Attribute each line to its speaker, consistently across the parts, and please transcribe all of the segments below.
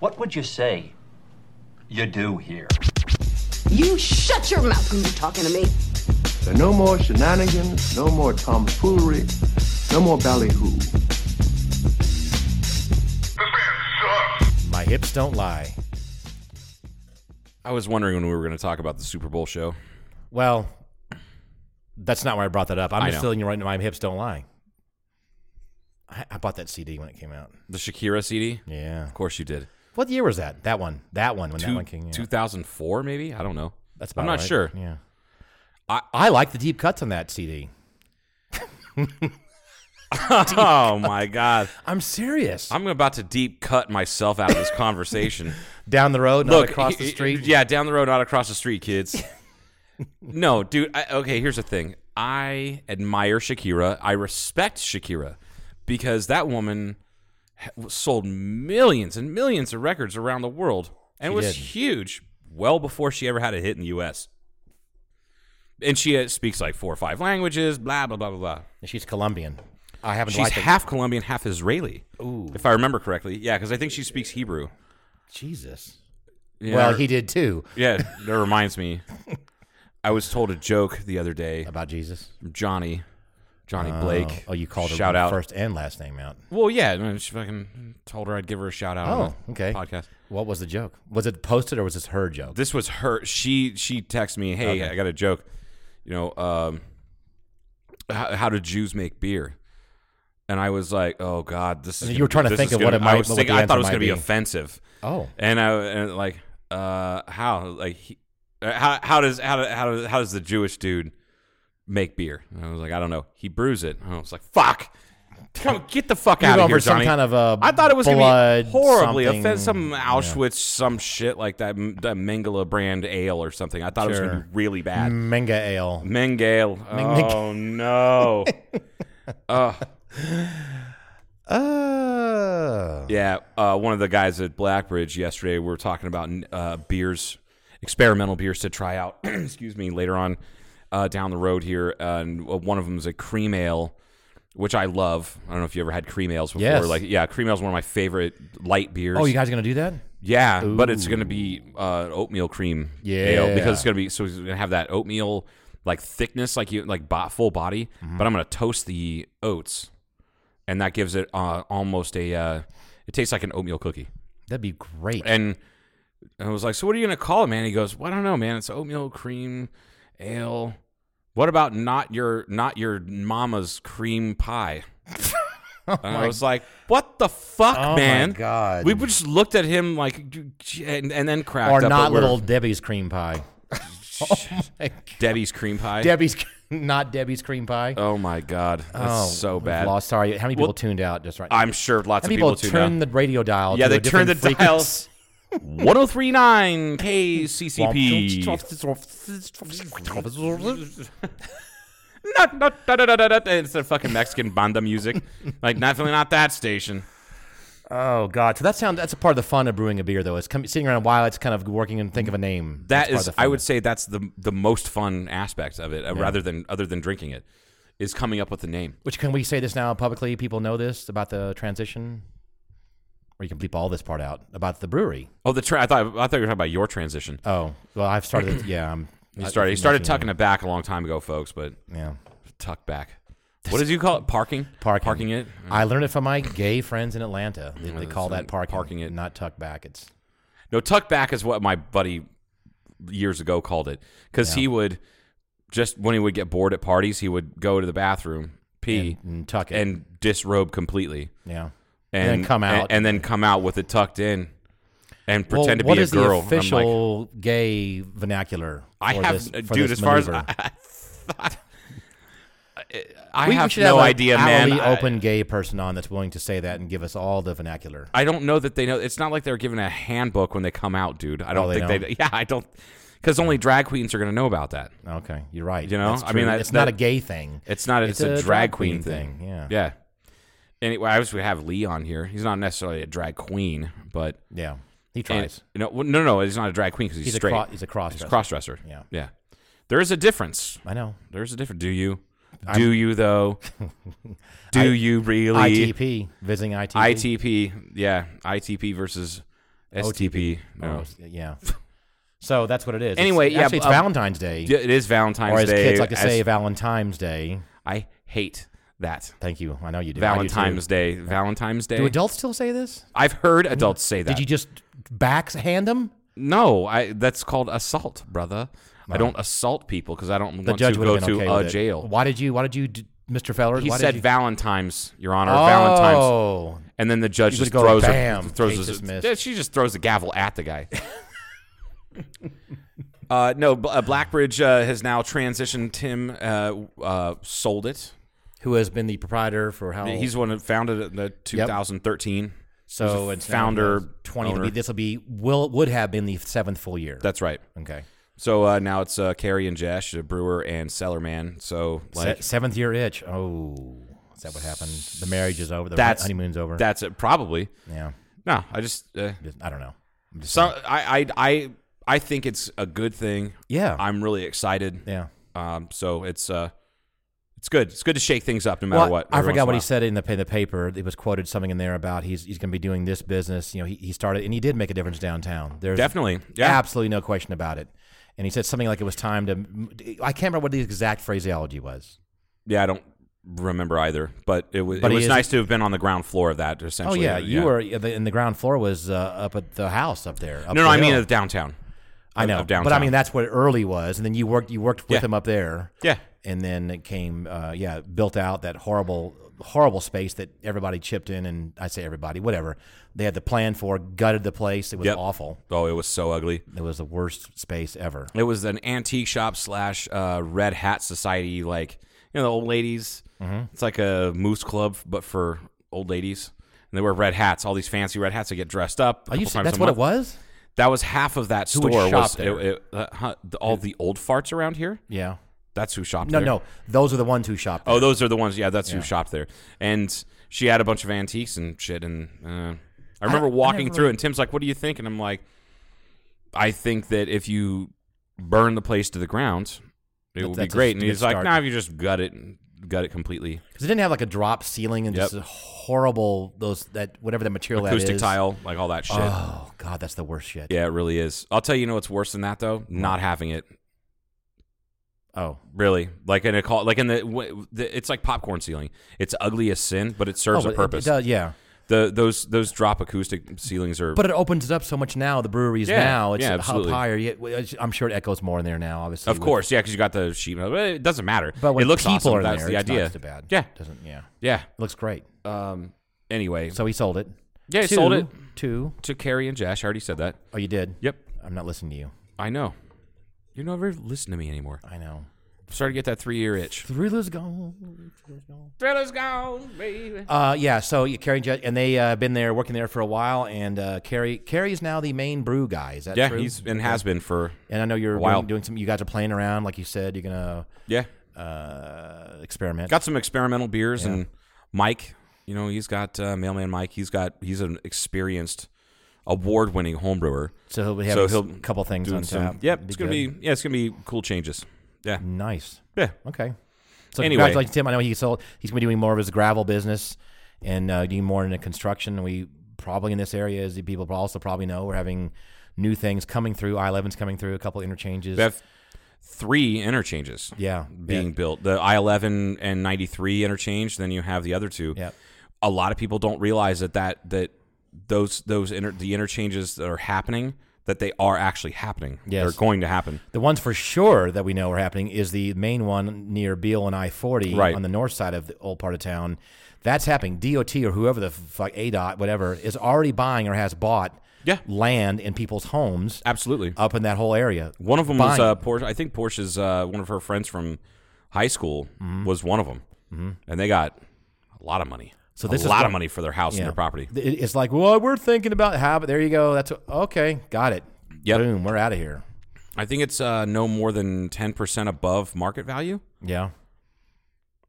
Speaker 1: What would you say you do here?
Speaker 2: You shut your mouth when you're talking to me.
Speaker 3: There are no more shenanigans, no more tomfoolery, no more ballyhoo.
Speaker 4: My hips don't lie.
Speaker 5: I was wondering when we were going to talk about the Super Bowl show.
Speaker 4: Well, that's not why I brought that up. I'm
Speaker 5: I
Speaker 4: just
Speaker 5: know.
Speaker 4: telling you right now, my hips don't lie. I, I bought that CD when it came out.
Speaker 5: The Shakira CD?
Speaker 4: Yeah.
Speaker 5: Of course you did.
Speaker 4: What year was that? That one. That one. When that
Speaker 5: Two-
Speaker 4: one came out.
Speaker 5: 2004, maybe? I don't know.
Speaker 4: That's about
Speaker 5: I'm not
Speaker 4: right.
Speaker 5: sure.
Speaker 4: Yeah.
Speaker 5: I-
Speaker 4: I like the deep cuts on that CD.
Speaker 5: oh, my God.
Speaker 4: I'm serious.
Speaker 5: I'm about to deep cut myself out of this conversation.
Speaker 4: down the road, not
Speaker 5: Look
Speaker 4: across the
Speaker 5: y- y-
Speaker 4: street.
Speaker 5: Yeah, down the road, not across the street, kids. no, dude. I, okay, here's the thing. I admire Shakira. I respect Shakira because that woman ha- sold millions and millions of records around the world and was
Speaker 4: did.
Speaker 5: huge well before she ever had a hit in the U.S. And she uh, speaks like four or five languages. Blah blah blah blah blah.
Speaker 4: She's Colombian. I haven't
Speaker 5: She's
Speaker 4: liked it.
Speaker 5: half Colombian, half Israeli. Ooh. If I remember correctly, yeah, because I think she speaks Hebrew.
Speaker 4: Jesus.
Speaker 5: Yeah,
Speaker 4: Well, he did too
Speaker 5: Yeah, that reminds me. I was told a joke the other day
Speaker 4: about Jesus.
Speaker 5: from Johnny, Johnny Blake.
Speaker 4: Oh, you called her
Speaker 5: shout out.
Speaker 4: first and last name out.
Speaker 5: Well, yeah, and I just fucking told her I'd give her a shout out.
Speaker 4: Oh,
Speaker 5: on the
Speaker 4: okay.
Speaker 5: Podcast.
Speaker 4: What was the joke? Was it posted or was this her joke?
Speaker 5: This was her. She she texted me, "Hey, I got a joke. You know, um, how, how do Jews make beer?" And I was like, "Oh God, this is."
Speaker 4: You
Speaker 5: gonna
Speaker 4: were
Speaker 5: be-
Speaker 4: trying to
Speaker 5: this
Speaker 4: think
Speaker 5: is
Speaker 4: of what
Speaker 5: gonna-
Speaker 4: it might-
Speaker 5: I was
Speaker 4: what
Speaker 5: thinking-
Speaker 4: the
Speaker 5: I
Speaker 4: answer
Speaker 5: thought it was
Speaker 4: might
Speaker 5: going to be
Speaker 4: be.
Speaker 5: offensive.
Speaker 4: oh,
Speaker 5: and I and like uh how like he, uh, how how does how do- how does how does the Jewish dude make beer? And I was like, I don't know. He brews it. And I was like, fuck. Come get the fuck
Speaker 4: You're
Speaker 5: out of
Speaker 4: going
Speaker 5: here,
Speaker 4: for some
Speaker 5: Johnny.
Speaker 4: kind of, uh,
Speaker 5: I thought it was gonna
Speaker 4: blood
Speaker 5: be horribly offensive, some
Speaker 4: something.
Speaker 5: Auschwitz, some shit like that, that Mengele brand ale or something. I thought it was gonna
Speaker 4: Sure.
Speaker 5: be really bad.
Speaker 4: Menga Ale.
Speaker 5: Mengele. Oh no.
Speaker 4: Uh,
Speaker 5: Yeah, uh, one of the guys at Blackbridge yesterday, we were talking about uh, beers, experimental beers to try out. excuse me, later on uh, down the road here, uh, and uh, one of them is a cream ale, which I love. I don't know if you ever had cream ales before.
Speaker 4: Yes.
Speaker 5: Like, yeah, cream ale is one of my favorite light beers.
Speaker 4: Oh, you guys gonna do that?
Speaker 5: Yeah, but it's gonna be uh, oatmeal cream ale
Speaker 4: Yeah.
Speaker 5: because it's gonna be so it's gonna have that oatmeal like thickness, like you like bo- full body. But I'm gonna toast the oats, and that gives it uh, almost a. Uh, it tastes like an oatmeal cookie,
Speaker 4: That'd be great.
Speaker 5: and I was like, "So what are you gonna call it, man?" He goes, "Well, I don't know, man. It's oatmeal cream ale. What about not your not your mama's cream pie?" and I was like, "What the fuck,
Speaker 4: Oh my
Speaker 5: man?
Speaker 4: God.
Speaker 5: We just looked at him like, and, and then cracked
Speaker 4: or
Speaker 5: up.
Speaker 4: not
Speaker 5: but we're-
Speaker 4: little Debbie's cream pie. Oh
Speaker 5: Debbie's cream pie.
Speaker 4: Debbie's not Debbie's cream pie.
Speaker 5: oh my god, that's
Speaker 4: Oh,
Speaker 5: so
Speaker 4: we've
Speaker 5: bad.
Speaker 4: Lost. Sorry. How many people tuned out just right? now?
Speaker 5: I'm sure lots
Speaker 4: How
Speaker 5: of
Speaker 4: many
Speaker 5: people,
Speaker 4: people
Speaker 5: too
Speaker 4: turned
Speaker 5: now.
Speaker 4: the radio dial?
Speaker 5: yeah,
Speaker 4: to
Speaker 5: they
Speaker 4: a
Speaker 5: turned the oh
Speaker 4: different
Speaker 5: dial.
Speaker 4: frequency?
Speaker 5: 1039 KCCP. not, not, da, da, da, da, da, instead of fucking Mexican banda music. like, definitely not that station.
Speaker 4: Oh God! So that sound that's a part of the fun of brewing a beer, though. It's com- sitting around while it's kind of working and think of a name.
Speaker 5: That
Speaker 4: That's part
Speaker 5: is,
Speaker 4: of the
Speaker 5: I
Speaker 4: fun.
Speaker 5: would say that's the the most fun aspect of it, uh, rather than other than drinking it, is coming up with the name.
Speaker 4: Which can we say this now publicly? People know this about the transition, or you can bleep all this part out about the brewery.
Speaker 5: Oh, the tra- I thought I thought you were talking about your transition.
Speaker 4: Oh, well, I've started. yeah, I'm.
Speaker 5: He started he started tucking it back a long time ago, folks. But
Speaker 4: Yeah,
Speaker 5: tuck back. What does you call it? Parking.
Speaker 4: Parking.
Speaker 5: Parking it.
Speaker 4: I learned it from my gay friends in Atlanta. They, they call that parking.
Speaker 5: parking it.
Speaker 4: not tuck back. It's
Speaker 5: No, tuck back is what my buddy years ago called it because he would just when he would get bored at parties, he would go to the bathroom, pee,
Speaker 4: and mm, tuck it.
Speaker 5: and disrobe completely,
Speaker 4: yeah.
Speaker 5: and,
Speaker 4: then come
Speaker 5: and-
Speaker 4: out.
Speaker 5: and, then come out with it tucked in, and pretend
Speaker 4: well,
Speaker 5: to be
Speaker 4: what
Speaker 5: a
Speaker 4: is
Speaker 5: girl.
Speaker 4: the
Speaker 5: And I'm like,
Speaker 4: official gay vernacular?
Speaker 5: I
Speaker 4: for
Speaker 5: have, uh,
Speaker 4: this- for
Speaker 5: dude.
Speaker 4: this
Speaker 5: As far as
Speaker 4: maneuver?
Speaker 5: I, I thought- I
Speaker 4: we, we
Speaker 5: have
Speaker 4: should
Speaker 5: no
Speaker 4: have a
Speaker 5: idea, man.
Speaker 4: hourly
Speaker 5: I-
Speaker 4: open gay person on that's willing to say that and give us all the vernacular.
Speaker 5: I don't know that they know. It's not like they're given a handbook when they come out, dude. I don't
Speaker 4: Oh, they
Speaker 5: think they.
Speaker 4: don't?
Speaker 5: Yeah, I don't. Because only drag queens are going to know about that.
Speaker 4: Okay, you're right.
Speaker 5: You know,
Speaker 4: That's
Speaker 5: I mean,
Speaker 4: true.
Speaker 5: that-
Speaker 4: it's not
Speaker 5: that-
Speaker 4: a gay thing.
Speaker 5: It's not. It's, a, drag, queen, thing.
Speaker 4: Yeah.
Speaker 5: Yeah. Anyway, I wish we have Lee on here. He's not necessarily a drag queen, but
Speaker 4: Yeah, he
Speaker 5: and-
Speaker 4: tries.
Speaker 5: no, well, no, no, he's not a drag queen because he's,
Speaker 4: He's a
Speaker 5: straight.
Speaker 4: cro- he's a cross.
Speaker 5: he's a crossdresser.
Speaker 4: Yeah.
Speaker 5: Yeah. There is a difference.
Speaker 4: I know.
Speaker 5: There's a difference. Do you? Do you though? Do you really?
Speaker 4: ITP visiting ITP.
Speaker 5: ITP. Yeah. ITP versus STP. No.
Speaker 4: Oh, yeah. So that's what it is.
Speaker 5: Anyway,
Speaker 4: It's-
Speaker 5: yeah,
Speaker 4: actually, it's
Speaker 5: um,
Speaker 4: Valentine's Day,
Speaker 5: Yeah, It is Valentine's
Speaker 4: or as
Speaker 5: Day.
Speaker 4: kids like to
Speaker 5: as-
Speaker 4: say, Valentine's Day.
Speaker 5: I hate that.
Speaker 4: Thank you. I know you do. I do too.
Speaker 5: Valentine's Day. Valentine's Day.
Speaker 4: Do adults still say this?
Speaker 5: I've heard adults say that.
Speaker 4: Did you just backhand them?
Speaker 5: No, I. That's called assault, brother. I don't assault people because I don't
Speaker 4: The
Speaker 5: want to
Speaker 4: judge would
Speaker 5: go
Speaker 4: have been
Speaker 5: to
Speaker 4: okay
Speaker 5: a
Speaker 4: with it.
Speaker 5: jail.
Speaker 4: Why did you? Why did you, d- Mr. Feller?
Speaker 5: He
Speaker 4: why
Speaker 5: said
Speaker 4: did you,
Speaker 5: Valentine's, Your Honor. Valentine's,
Speaker 4: Oh,
Speaker 5: and then the judge
Speaker 4: You
Speaker 5: just
Speaker 4: would go,
Speaker 5: throws a-
Speaker 4: "Bam,
Speaker 5: throws
Speaker 4: case
Speaker 5: his-
Speaker 4: dismissed."
Speaker 5: yeah, she just throws the gavel at the guy. uh, no, B- uh, Blackbridge uh, has now transitioned. Tim uh, uh, sold it.
Speaker 4: who has been the proprietor for how?
Speaker 5: He's one who founded it in the 2013.
Speaker 4: so it's now
Speaker 5: founder,
Speaker 4: the twenty. it'll be-
Speaker 5: owner.
Speaker 4: This will be will would have been the seventh full year.
Speaker 5: That's right.
Speaker 4: okay.
Speaker 5: So uh, now it's uh, Carrie and Jesh, a brewer and cellar man. So like
Speaker 4: Se- seventh year itch. Oh, is that what happened? The marriage is over. The
Speaker 5: that's
Speaker 4: honeymoon's over.
Speaker 5: That's it, probably.
Speaker 4: yeah.
Speaker 5: No, I just uh,
Speaker 4: Just- I don't know. I'm just-
Speaker 5: so I, I I I think it's a good thing.
Speaker 4: yeah.
Speaker 5: I'm really excited.
Speaker 4: yeah.
Speaker 5: Um, so it's uh, it's good. It's good to shake things up no matter
Speaker 4: Well,
Speaker 5: what.
Speaker 4: I
Speaker 5: every once in
Speaker 4: forgot
Speaker 5: a
Speaker 4: what he
Speaker 5: while.
Speaker 4: said in the pa- the paper. It was quoted something in there about he's he's going to be doing this business. You know, he, he started and he did make a difference downtown. There's
Speaker 5: Definitely. Yeah.
Speaker 4: absolutely no question about it. And he said something like it was time to. I can't remember what the exact phraseology was.
Speaker 5: Yeah, I don't remember either, but it was
Speaker 4: But
Speaker 5: it
Speaker 4: he
Speaker 5: was
Speaker 4: is-
Speaker 5: nice to have been on the ground floor of that.
Speaker 4: Oh
Speaker 5: Essentially.
Speaker 4: yeah, you were and the ground floor was uh, up at the house up there. up
Speaker 5: No, no,
Speaker 4: the
Speaker 5: I mean
Speaker 4: hill.
Speaker 5: of downtown.
Speaker 4: I
Speaker 5: of-
Speaker 4: know,
Speaker 5: of
Speaker 4: but I
Speaker 5: downtown.
Speaker 4: mean that's what early was, and then you worked you worked with
Speaker 5: Yeah.
Speaker 4: him up there.
Speaker 5: Yeah.
Speaker 4: and then it came uh, yeah built out that horrible horrible space that everybody chipped in and i say everybody whatever they had the plan for gutted the place it was
Speaker 5: Yep.
Speaker 4: awful
Speaker 5: Oh, it was so ugly.
Speaker 4: it was the worst space ever
Speaker 5: It was an antique shop slash uh, red hat society, like you know the old ladies.
Speaker 4: Mm-hmm.
Speaker 5: It's like a moose club, but for old ladies. And they wear red hats, all these fancy red hats. They get dressed up. a
Speaker 4: are you
Speaker 5: couple
Speaker 4: se-
Speaker 5: times
Speaker 4: that's
Speaker 5: a
Speaker 4: what it
Speaker 5: month.
Speaker 4: was
Speaker 5: That was half of that
Speaker 4: Who would
Speaker 5: store.
Speaker 4: shop
Speaker 5: was,
Speaker 4: there?
Speaker 5: it- it- uh, huh, the- all the old farts around here.
Speaker 4: yeah
Speaker 5: That's who shopped
Speaker 4: no
Speaker 5: there.
Speaker 4: no those are the ones who shopped
Speaker 5: Oh, those are the ones. Yeah, that's who shopped there. And she had a bunch of antiques and shit. And uh, I remember
Speaker 4: I
Speaker 5: walking
Speaker 4: never-
Speaker 5: through, and Tim's like, "What do you think?" And I'm like, "I think that if you burn the place to the ground, it
Speaker 4: That-
Speaker 5: would be
Speaker 4: that's a
Speaker 5: great." And
Speaker 4: good
Speaker 5: he's like,
Speaker 4: start.
Speaker 5: "Nah, if you just gut it, and gut it completely,
Speaker 4: because it didn't have like a drop ceiling and just
Speaker 5: Yep.
Speaker 4: a horrible those that whatever that material that
Speaker 5: acoustic
Speaker 4: is.
Speaker 5: tile, like all that shit."
Speaker 4: oh god that's the worst shit
Speaker 5: Yeah, it really is. I'll tell you, you know what's worse than that though? Not having it.
Speaker 4: oh
Speaker 5: Really, like in a call, like in the, w- the, it's like popcorn ceiling. It's ugly as sin, but it serves
Speaker 4: Oh,
Speaker 5: a
Speaker 4: but it-
Speaker 5: purpose.
Speaker 4: it does- yeah
Speaker 5: the those those drop acoustic ceilings are
Speaker 4: But it opens it up so much now. The breweries
Speaker 5: Yeah,
Speaker 4: now it's
Speaker 5: yeah,
Speaker 4: up
Speaker 5: absolutely.
Speaker 4: higher. Yeah, well, it's- I'm sure it echoes more in there now. Obviously,
Speaker 5: Of
Speaker 4: with-
Speaker 5: course, yeah, because you got the sheet metal. But it doesn't matter.
Speaker 4: But when
Speaker 5: it looks
Speaker 4: people
Speaker 5: awesome.
Speaker 4: are
Speaker 5: That's
Speaker 4: there,
Speaker 5: the
Speaker 4: it's
Speaker 5: idea.
Speaker 4: Not too bad.
Speaker 5: Yeah,
Speaker 4: doesn't yeah.
Speaker 5: yeah.
Speaker 4: It looks great.
Speaker 5: Um. Anyway, so
Speaker 4: So he sold it.
Speaker 5: yeah, I
Speaker 4: Two-
Speaker 5: sold it
Speaker 4: two.
Speaker 5: to Carrie and Josh. I already said that.
Speaker 4: Oh, you did.
Speaker 5: Yep,
Speaker 4: I'm not listening to you.
Speaker 5: I know. You never listen to me anymore.
Speaker 4: I know.
Speaker 5: I'm starting to get that three-year itch.
Speaker 4: Thriller's gone.
Speaker 5: Thriller's gone, baby.
Speaker 4: Uh, yeah. So yeah, Carrie and Judge, and they uh, been there working there for a while, and uh, Carrie Carrie's now the main brew guy. Is that
Speaker 5: Yeah,
Speaker 4: true?
Speaker 5: he's and has been for
Speaker 4: and I know you're
Speaker 5: a while.
Speaker 4: doing, doing some. You guys are playing around, like you said. You're gonna
Speaker 5: yeah.
Speaker 4: uh, experiment.
Speaker 5: Got some experimental beers and Mike. You know, he's got uh, mailman Mike. He's got he's an experienced, award-winning homebrewer.
Speaker 4: so he'll be
Speaker 5: so
Speaker 4: having
Speaker 5: he'll
Speaker 4: a couple things
Speaker 5: doing
Speaker 4: on
Speaker 5: some-
Speaker 4: tap.
Speaker 5: Yep, it's gonna
Speaker 4: good. Mm.
Speaker 5: be yeah, it's gonna be cool changes. Yeah,
Speaker 4: nice.
Speaker 5: yeah.
Speaker 4: Okay. So
Speaker 5: Anyway.
Speaker 4: congratulations, Tim. I know he sold. He's going to be doing more of his gravel business and uh, doing more into construction. We probably in this area, as the people also probably know, we're having new things coming through. I 11's coming through. A couple interchanges.
Speaker 5: We have three interchanges.
Speaker 4: yeah.
Speaker 5: being built. The I eleven and ninety three interchange. Then you have the other two.
Speaker 4: Yeah.
Speaker 5: A lot of people don't realize that that that those those inter, the interchanges that are happening that they are actually happening.
Speaker 4: Yes.
Speaker 5: They're going to happen.
Speaker 4: The ones for sure that we know are happening is the main one near Beale and I 40
Speaker 5: Right.
Speaker 4: on the north side of the old part of town. That's happening. DOT or whoever the fuck, ADOT, whatever, is already buying or has bought
Speaker 5: Yeah.
Speaker 4: land in people's homes
Speaker 5: Absolutely.
Speaker 4: up in that whole area.
Speaker 5: one of them was
Speaker 4: buying.
Speaker 5: uh, Porsche. I think Porsche's uh, one of her friends from high school was one of them, mm-hmm. and they got a lot of money.
Speaker 4: So this
Speaker 5: a
Speaker 4: is
Speaker 5: lot
Speaker 4: what-
Speaker 5: of money for their house and their property.
Speaker 4: Th- it- It's like, well, we're thinking about how, but there you go. That's okay. Got it.
Speaker 5: Yep.
Speaker 4: Boom. We're out of here.
Speaker 5: I think it's uh, no more than ten percent above market value.
Speaker 4: Yeah.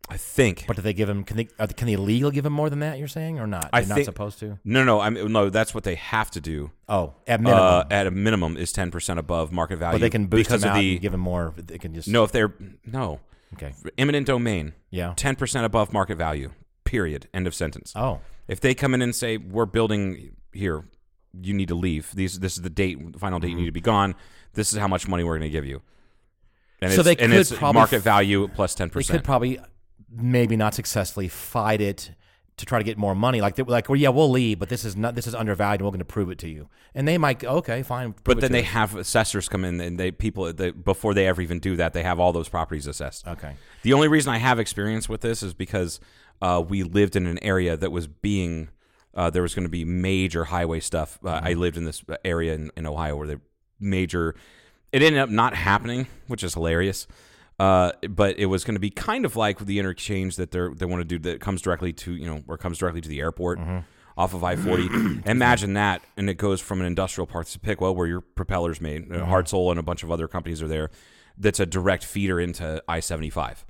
Speaker 5: I think.
Speaker 4: But do they give him? Can they? Are, can the legal give him more than that? You're saying or not?
Speaker 5: I
Speaker 4: They're not
Speaker 5: think-
Speaker 4: supposed to.
Speaker 5: no, no, I mean, no. That's what they have to do.
Speaker 4: Oh, at minimum.
Speaker 5: uh, at a minimum is 10% above market value.
Speaker 4: but they can boost
Speaker 5: because
Speaker 4: him out
Speaker 5: of the
Speaker 4: and give him more. They can just
Speaker 5: No, if they're no.
Speaker 4: Okay.
Speaker 5: Eminent domain.
Speaker 4: Yeah.
Speaker 5: 10% above market value. Period. End of sentence.
Speaker 4: Oh,
Speaker 5: If they come in and say we're building here, you need to leave. These this is the date, the final date
Speaker 4: Mm-hmm.
Speaker 5: you need to be gone. This is how much money we're going to give you. And
Speaker 4: So
Speaker 5: it's,
Speaker 4: they
Speaker 5: and
Speaker 4: could
Speaker 5: it's
Speaker 4: probably
Speaker 5: market
Speaker 4: f-
Speaker 5: value plus ten
Speaker 4: They
Speaker 5: percent.
Speaker 4: could probably, maybe not successfully, fight it to try to get more money. Like, they, like, well, yeah, we'll leave, but this is not this is undervalued. and We're going to prove it to you. And they might, go, okay, fine. prove
Speaker 5: But
Speaker 4: it
Speaker 5: then
Speaker 4: to
Speaker 5: they
Speaker 4: us."
Speaker 5: have assessors come in, and they people they, before they ever even do that, they have all those properties assessed.
Speaker 4: Okay.
Speaker 5: The only reason I have experience with this is because uh, we lived in an area that was being uh, there was going to be major highway stuff. Uh, I lived in this area in, in Ohio where the major it ended up not happening, which is hilarious. Uh, but it was going to be kind of like the interchange that they're, they want to do that comes directly to you know or comes directly to the airport off of I forty. Imagine that, and it goes from an industrial park to Pickwell where your propellers made
Speaker 4: Mm-hmm.
Speaker 5: uh Hartzell and a bunch of other companies are there. That's a direct feeder into I seventy five.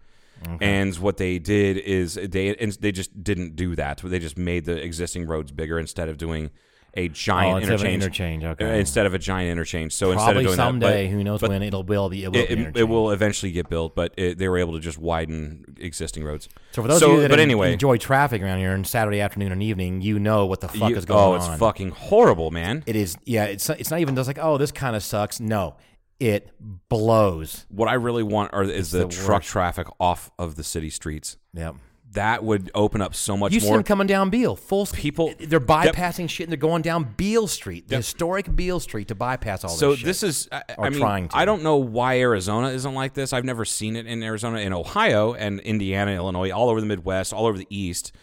Speaker 5: And what they did is they and they just didn't do that. They just made the existing roads bigger instead of doing a giant
Speaker 4: Oh, instead of an
Speaker 5: interchange.
Speaker 4: interchange, okay.
Speaker 5: Uh, Instead of a giant interchange. So instead of
Speaker 4: probably
Speaker 5: doing
Speaker 4: someday.
Speaker 5: that, but-
Speaker 4: who knows
Speaker 5: but
Speaker 4: when it'll will be. It will.
Speaker 5: it,
Speaker 4: be an
Speaker 5: it- it
Speaker 4: interchange.
Speaker 5: will eventually get built, but it, they were able to just widen existing roads.
Speaker 4: So for those
Speaker 5: so,
Speaker 4: of you that
Speaker 5: but
Speaker 4: en-
Speaker 5: anyway,
Speaker 4: enjoy traffic around here on Saturday afternoon and evening, you know what the fuck
Speaker 5: you-
Speaker 4: is going on.
Speaker 5: oh, it's fucking horrible, man.
Speaker 4: It is. Yeah. It's it's not even just like oh this kind of sucks. No, it blows.
Speaker 5: what I really want are is the,
Speaker 4: the
Speaker 5: truck
Speaker 4: worst.
Speaker 5: traffic off of the city streets.
Speaker 4: Yep.
Speaker 5: That would open up so much
Speaker 4: You see
Speaker 5: more.
Speaker 4: them coming down Beale, full sp-
Speaker 5: People-
Speaker 4: They're bypassing shit and they're going down Beale Street, the historic Beale Street, to bypass all
Speaker 5: so
Speaker 4: this. shit.
Speaker 5: this is I, I
Speaker 4: Or
Speaker 5: mean
Speaker 4: trying to.
Speaker 5: I don't know why Arizona isn't like this. I've never seen it in Arizona, in Ohio, and Indiana, Illinois, all over the Midwest, all over the East.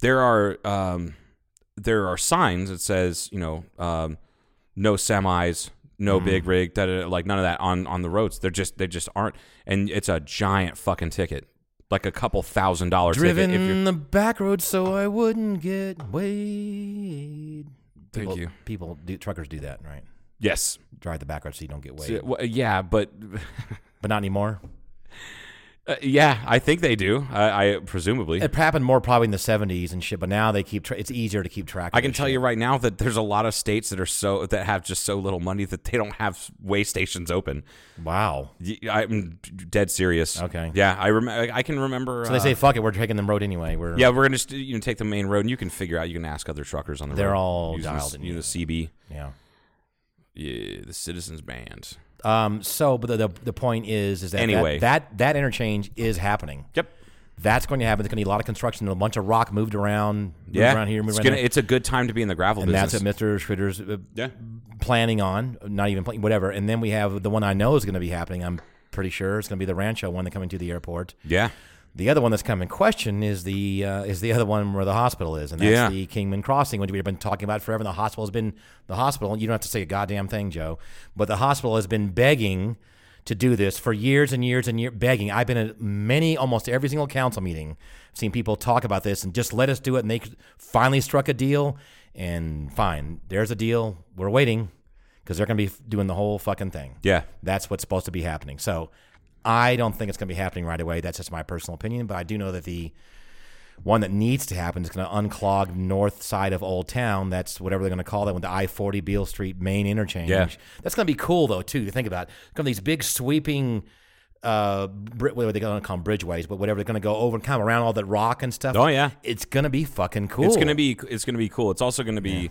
Speaker 5: There are um, there are signs that says you know um, no semis,
Speaker 4: Hmm.
Speaker 5: no big rig, da, da, da, like none of that on on the roads. They're just they just aren't, and it's a giant fucking ticket, like a couple thousand dollars
Speaker 4: driven
Speaker 5: ticket. If you're,
Speaker 4: the back road so I wouldn't get weighed.
Speaker 5: Thank
Speaker 4: People-
Speaker 5: you.
Speaker 4: People do truckers do that right?
Speaker 5: yes,
Speaker 4: Drive the back road so you don't get weighed,
Speaker 5: Yeah, well, yeah, but
Speaker 4: but not anymore.
Speaker 5: uh, yeah, I think they do. I, I presumably
Speaker 4: It happened more probably in the '70s and shit, but now they keep. Tra- it's easier to keep track.
Speaker 5: I can tell you right now that there's a lot of states that are so that have just so little money that they don't have way stations open.
Speaker 4: you. Wow.
Speaker 5: Y- I'm dead serious.
Speaker 4: Okay.
Speaker 5: Yeah, I remember. I can remember.
Speaker 4: So they
Speaker 5: uh,
Speaker 4: say, "Fuck it, we're taking them road anyway." We're
Speaker 5: yeah, we're gonna just you know take the main road, and you can figure out. You can ask other truckers on the
Speaker 4: They're
Speaker 5: road.
Speaker 4: all
Speaker 5: using
Speaker 4: dialed
Speaker 5: the,
Speaker 4: in,
Speaker 5: You know, the CB,
Speaker 4: yeah.
Speaker 5: yeah, the Citizens Band.
Speaker 4: Um. So, but the the, the point is, is that
Speaker 5: Anyway.
Speaker 4: that, that that interchange is happening.
Speaker 5: Yep.
Speaker 4: That's going to happen. There's going to be a lot of construction, a bunch of rock moved around, moved
Speaker 5: Yeah,
Speaker 4: around here, moved
Speaker 5: it's,
Speaker 4: around
Speaker 5: gonna,
Speaker 4: there.
Speaker 5: it's a good time to be in the gravel
Speaker 4: and
Speaker 5: business.
Speaker 4: that's what Mr. Schritter's uh,
Speaker 5: Yeah.
Speaker 4: planning on, not even planning, whatever. And then we have the one I know is going to be happening. I'm pretty sure it's going to be the Rancho one that coming to the airport.
Speaker 5: yeah,
Speaker 4: The other one that's come in question is the uh, is the other one where the hospital is, and that's
Speaker 5: Yeah.
Speaker 4: the Kingman Crossing, which we've been talking about forever. And the hospital has been the hospital. You don't have to say a goddamn thing, Joe, but the hospital has been begging to do this for years and years and years. Begging. I've been at many, almost every single council meeting, seen people talk about this and just let us do it. And they finally struck a deal, and fine, there's a deal. We're waiting because they're going to be f- doing the whole fucking thing.
Speaker 5: Yeah.
Speaker 4: That's what's supposed to be happening. So I don't think it's going to be happening right away. That's just my personal opinion. But I do know that the one that needs to happen is going to unclog north side of Old Town. That's whatever they're going to call that one, the I 40 Beale Street main interchange.
Speaker 5: Yeah.
Speaker 4: That's going to be cool, though, too, to think about. Come these big sweeping. Uh, bri- what are they going to call them? Bridgeways, but whatever they're going to go over and come around all that rock and stuff.
Speaker 5: Oh, yeah.
Speaker 4: it's going to be fucking cool.
Speaker 5: It's gonna be it's gonna be cool. It's also gonna be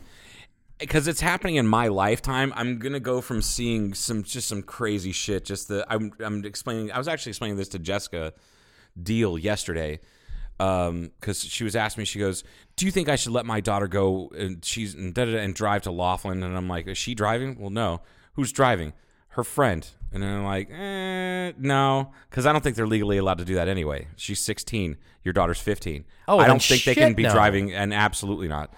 Speaker 5: because it's happening in my lifetime. I'm gonna go from seeing some just some crazy shit. Just the I'm I'm explaining. I was actually explaining this to Jessica Deal yesterday because she was asking me. She goes, "Do you think I should let my daughter go and she's and, da, da, da, and drive to Laughlin?" And I'm like, "Is she driving?" Well, no. Who's driving? Her friend. And then I'm like, eh, no, because I don't think they're legally allowed to do that anyway. She's 16. Your daughter's 15.
Speaker 4: Oh,
Speaker 5: I
Speaker 4: then
Speaker 5: don't think they can
Speaker 4: shit,
Speaker 5: be
Speaker 4: no.
Speaker 5: driving, and absolutely not.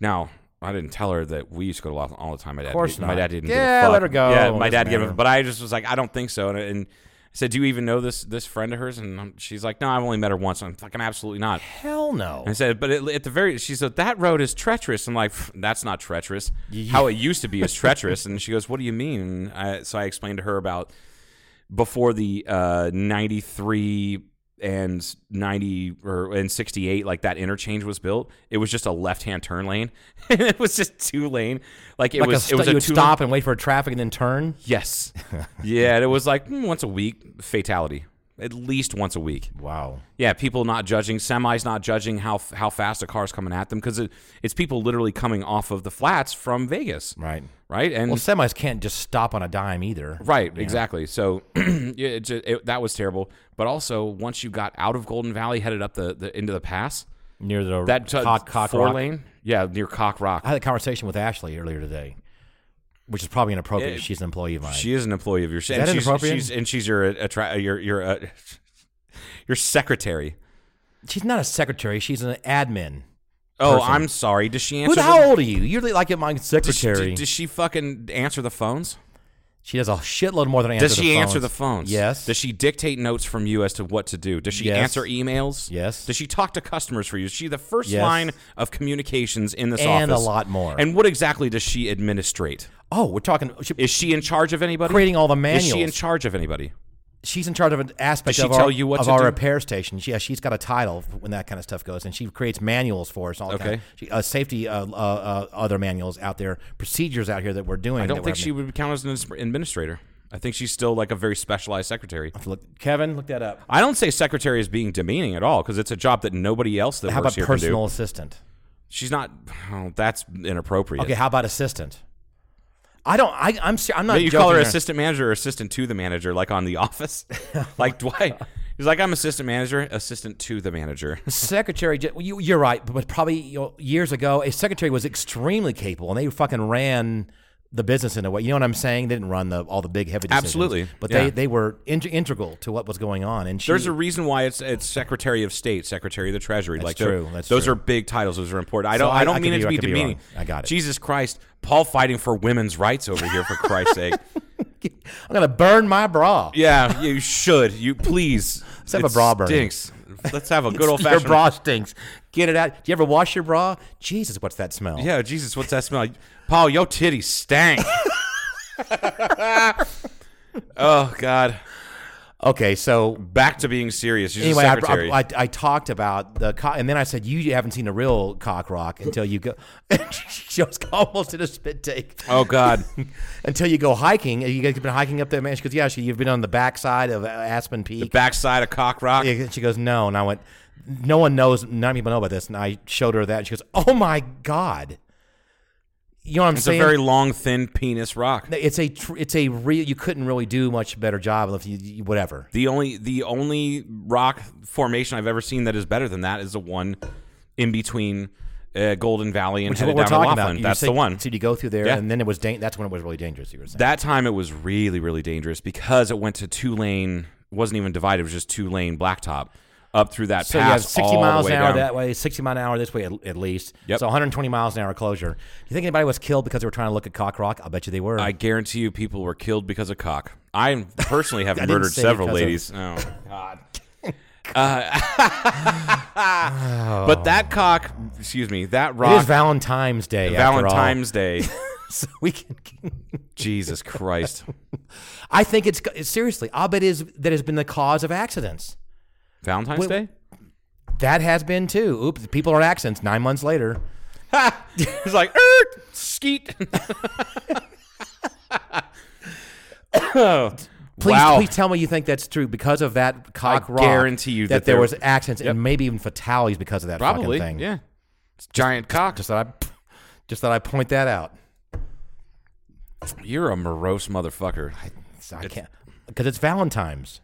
Speaker 5: Now, I didn't tell her that we used to go to Laughlin all the time. My dad,
Speaker 4: course
Speaker 5: didn't- my
Speaker 4: not.
Speaker 5: dad didn't.
Speaker 4: Yeah,
Speaker 5: give a fuck.
Speaker 4: let her go.
Speaker 5: Yeah, my
Speaker 4: Doesn't
Speaker 5: dad gave
Speaker 4: matter.
Speaker 5: a. But I just was like, I don't think so. And, and I said, Do you even know this this friend of hers? And um, she's like, No, I've only met her once. I'm fucking absolutely not.
Speaker 4: hell no.
Speaker 5: I said, but it, at the very, she said that road is treacherous. I'm like, "Pff, that's not treacherous. How it used to be is treacherous. And she goes, what do you mean? And I, so I explained to her about before the uh, 93 and 90 or and 68 like that interchange was built it was just a left-hand turn lane it was just two lane like it
Speaker 4: like
Speaker 5: was
Speaker 4: a st-
Speaker 5: it was
Speaker 4: you
Speaker 5: a
Speaker 4: would
Speaker 5: two
Speaker 4: stop and wait for traffic and then turn.
Speaker 5: yes yeah and it was like mm, once a week fatality at least once a week.
Speaker 4: Wow.
Speaker 5: Yeah, people not judging, semis not judging how f- how fast a car's coming at them because it, it's people literally coming off of the flats from Vegas,
Speaker 4: Right.
Speaker 5: right? And
Speaker 4: Well, semis can't just stop on a dime either.
Speaker 5: Right, exactly. So yeah, it, ju- it, that was terrible. But also, once you got out of Golden Valley, headed up the, the into the pass,
Speaker 4: Near the
Speaker 5: that t-
Speaker 4: cock, cock
Speaker 5: four
Speaker 4: rock.
Speaker 5: lane, yeah, near Cock Rock.
Speaker 4: I had a conversation with Ashley earlier today, which is probably inappropriate.
Speaker 5: Eh,
Speaker 4: She's an employee of mine.
Speaker 5: She is an employee of your. Is
Speaker 4: that
Speaker 5: she's,
Speaker 4: inappropriate?
Speaker 5: she's- and she's your attra- your your uh, your secretary.
Speaker 4: she's not a secretary. She's an admin.
Speaker 5: Oh,
Speaker 4: Person.
Speaker 5: I'm sorry. Does she answer?
Speaker 4: Who the,
Speaker 5: the-
Speaker 4: how old are you? You're like my
Speaker 5: Does she,
Speaker 4: secretary.
Speaker 5: does, she fucking answer the phones?
Speaker 4: she does a shitload more than answer
Speaker 5: does
Speaker 4: the
Speaker 5: she
Speaker 4: phones.
Speaker 5: answer the phones?
Speaker 4: Yes.
Speaker 5: Does she dictate notes from you as to what to do? Does she
Speaker 4: Yes.
Speaker 5: answer emails?
Speaker 4: Yes.
Speaker 5: Does she talk to customers for you? Is she the first
Speaker 4: Yes.
Speaker 5: line of communications in this
Speaker 4: And a
Speaker 5: office?
Speaker 4: lot more.
Speaker 5: And what exactly does she administrate?
Speaker 4: Oh, we're talking. She,
Speaker 5: Is she in charge of anybody?
Speaker 4: Creating all the
Speaker 5: Is she in
Speaker 4: manuals.
Speaker 5: charge of anybody?
Speaker 4: she's in charge of an aspect
Speaker 5: Does she
Speaker 4: of our,
Speaker 5: tell you what
Speaker 4: of
Speaker 5: to
Speaker 4: our
Speaker 5: do?
Speaker 4: repair station. She, yeah, she's got a title when that kind of stuff goes, and she creates manuals for us. and All that kind
Speaker 5: Okay.
Speaker 4: of, she, uh, safety uh, uh, uh, other manuals out there, procedures out here that we're doing.
Speaker 5: I
Speaker 4: that
Speaker 5: don't
Speaker 4: we're
Speaker 5: think
Speaker 4: having
Speaker 5: she would count as an ins- administrator. I think she's still like a very specialized secretary.
Speaker 4: to look. Kevin, look that up.
Speaker 5: I don't say secretary as being demeaning at all because it's a job that nobody else that
Speaker 4: How
Speaker 5: works
Speaker 4: about
Speaker 5: here
Speaker 4: personal
Speaker 5: can do.
Speaker 4: assistant?
Speaker 5: She's not. oh, that's inappropriate.
Speaker 4: Okay, how about assistant? I don't. I, I'm. ser- I'm not.
Speaker 5: Yeah, you call
Speaker 4: joking
Speaker 5: her
Speaker 4: there.
Speaker 5: assistant manager or assistant to the manager, like on The Office. like Dwight, he's like, I'm assistant manager, assistant to the manager.
Speaker 4: Secretary, ju- well, you, you're right, but probably you know, years ago, a secretary was extremely capable, and they fucking ran the business in a way. You know what I'm saying? They didn't run the all the big heavy decisions,
Speaker 5: Absolutely,
Speaker 4: but
Speaker 5: yeah.
Speaker 4: they they were in, integral to what was going on. And she,
Speaker 5: There's a reason why it's it's Secretary of State, Secretary of the Treasury. like they're-
Speaker 4: true, that's
Speaker 5: those
Speaker 4: true.
Speaker 5: are big titles. Those are important. I
Speaker 4: So
Speaker 5: don't. I,
Speaker 4: I-
Speaker 5: don't
Speaker 4: I could
Speaker 5: mean it
Speaker 4: be-
Speaker 5: to
Speaker 4: I
Speaker 5: be
Speaker 4: could be
Speaker 5: demeaning.
Speaker 4: wrong. I got it.
Speaker 5: Jesus Christ, Paul fighting for women's rights over here for Christ's sake.
Speaker 4: I'm gonna burn my bra.
Speaker 5: Yeah, you should. You please. Let's
Speaker 4: have a bra burning.
Speaker 5: Stinks. Let's have a good old fashioned
Speaker 4: Your bra stinks. Get it out. Do you ever wash your bra? Jesus, what's that smell?
Speaker 5: Yeah, Jesus, what's that smell? Paul, your titty stank. oh God.
Speaker 4: Okay, so
Speaker 5: Back to being serious. She's
Speaker 4: anyway,
Speaker 5: a
Speaker 4: I,
Speaker 5: secretary.
Speaker 4: I, I, I talked about the cock, and then I said, "You haven't seen a real cock rock until you go." And she was almost did a spit take.
Speaker 5: oh God.
Speaker 4: until you go hiking. You guys have been hiking up that man. She goes, "Yeah." She, you've been on the backside of uh, Aspen Peak.
Speaker 5: Backside of cock rock.
Speaker 4: Yeah, she goes, "No," and I went, "No one knows. None of people know about this." And I showed her that. And she goes, "Oh my god." You know what I'm
Speaker 5: It's a
Speaker 4: saying?
Speaker 5: very long, thin penis rock.
Speaker 4: it's a tr- it's a real. You couldn't really do much better job if you, you whatever.
Speaker 5: The only the only rock formation I've ever seen that is better than that is the one in between uh, Golden Valley and
Speaker 4: Which is
Speaker 5: headed
Speaker 4: what we're
Speaker 5: down to
Speaker 4: talking
Speaker 5: Laughlin.
Speaker 4: about. You
Speaker 5: That's
Speaker 4: said-
Speaker 5: the one.
Speaker 4: So you go through there,
Speaker 5: Yeah.
Speaker 4: and then it was dan- that's when it was really dangerous. You were saying
Speaker 5: That time it was really, really dangerous because it went to two lane. wasn't even divided. It was just two lane blacktop up through that
Speaker 4: So you have
Speaker 5: pass.
Speaker 4: 60
Speaker 5: all the
Speaker 4: miles
Speaker 5: way
Speaker 4: an hour
Speaker 5: down.
Speaker 4: that way, 60 mile an hour this way at, at least.
Speaker 5: Yep.
Speaker 4: So 120 miles an hour closure. Do you think anybody was killed because they were trying to look at Cock Rock? I bet you they were.
Speaker 5: I guarantee you, people were killed because of cock. I personally have
Speaker 4: I didn't
Speaker 5: murdered
Speaker 4: say
Speaker 5: several
Speaker 4: because
Speaker 5: ladies. Oh God. Uh, but that cock, excuse me, that
Speaker 4: it is
Speaker 5: rock,
Speaker 4: Valentine's Day. after all.
Speaker 5: Valentine's Day.
Speaker 4: so we can.
Speaker 5: Jesus Christ,
Speaker 4: I think it's seriously. I'll bet is that has been the cause of accidents.
Speaker 5: Valentine's
Speaker 4: Wait,
Speaker 5: Day.
Speaker 4: That has been too. Oops, people are in accidents nine months later.
Speaker 5: It's like er, skeet.
Speaker 4: Please,
Speaker 5: Wow.
Speaker 4: please tell me you think that's true because of that cock
Speaker 5: I
Speaker 4: rock.
Speaker 5: guarantee you that
Speaker 4: there
Speaker 5: there-
Speaker 4: was accidents
Speaker 5: Yep.
Speaker 4: and maybe even fatalities because of that
Speaker 5: Probably,
Speaker 4: fucking thing.
Speaker 5: yeah. It's giant cock.
Speaker 4: Just that I, just that I point that out.
Speaker 5: You're a morose motherfucker.
Speaker 4: So I can't because it's Valentine's.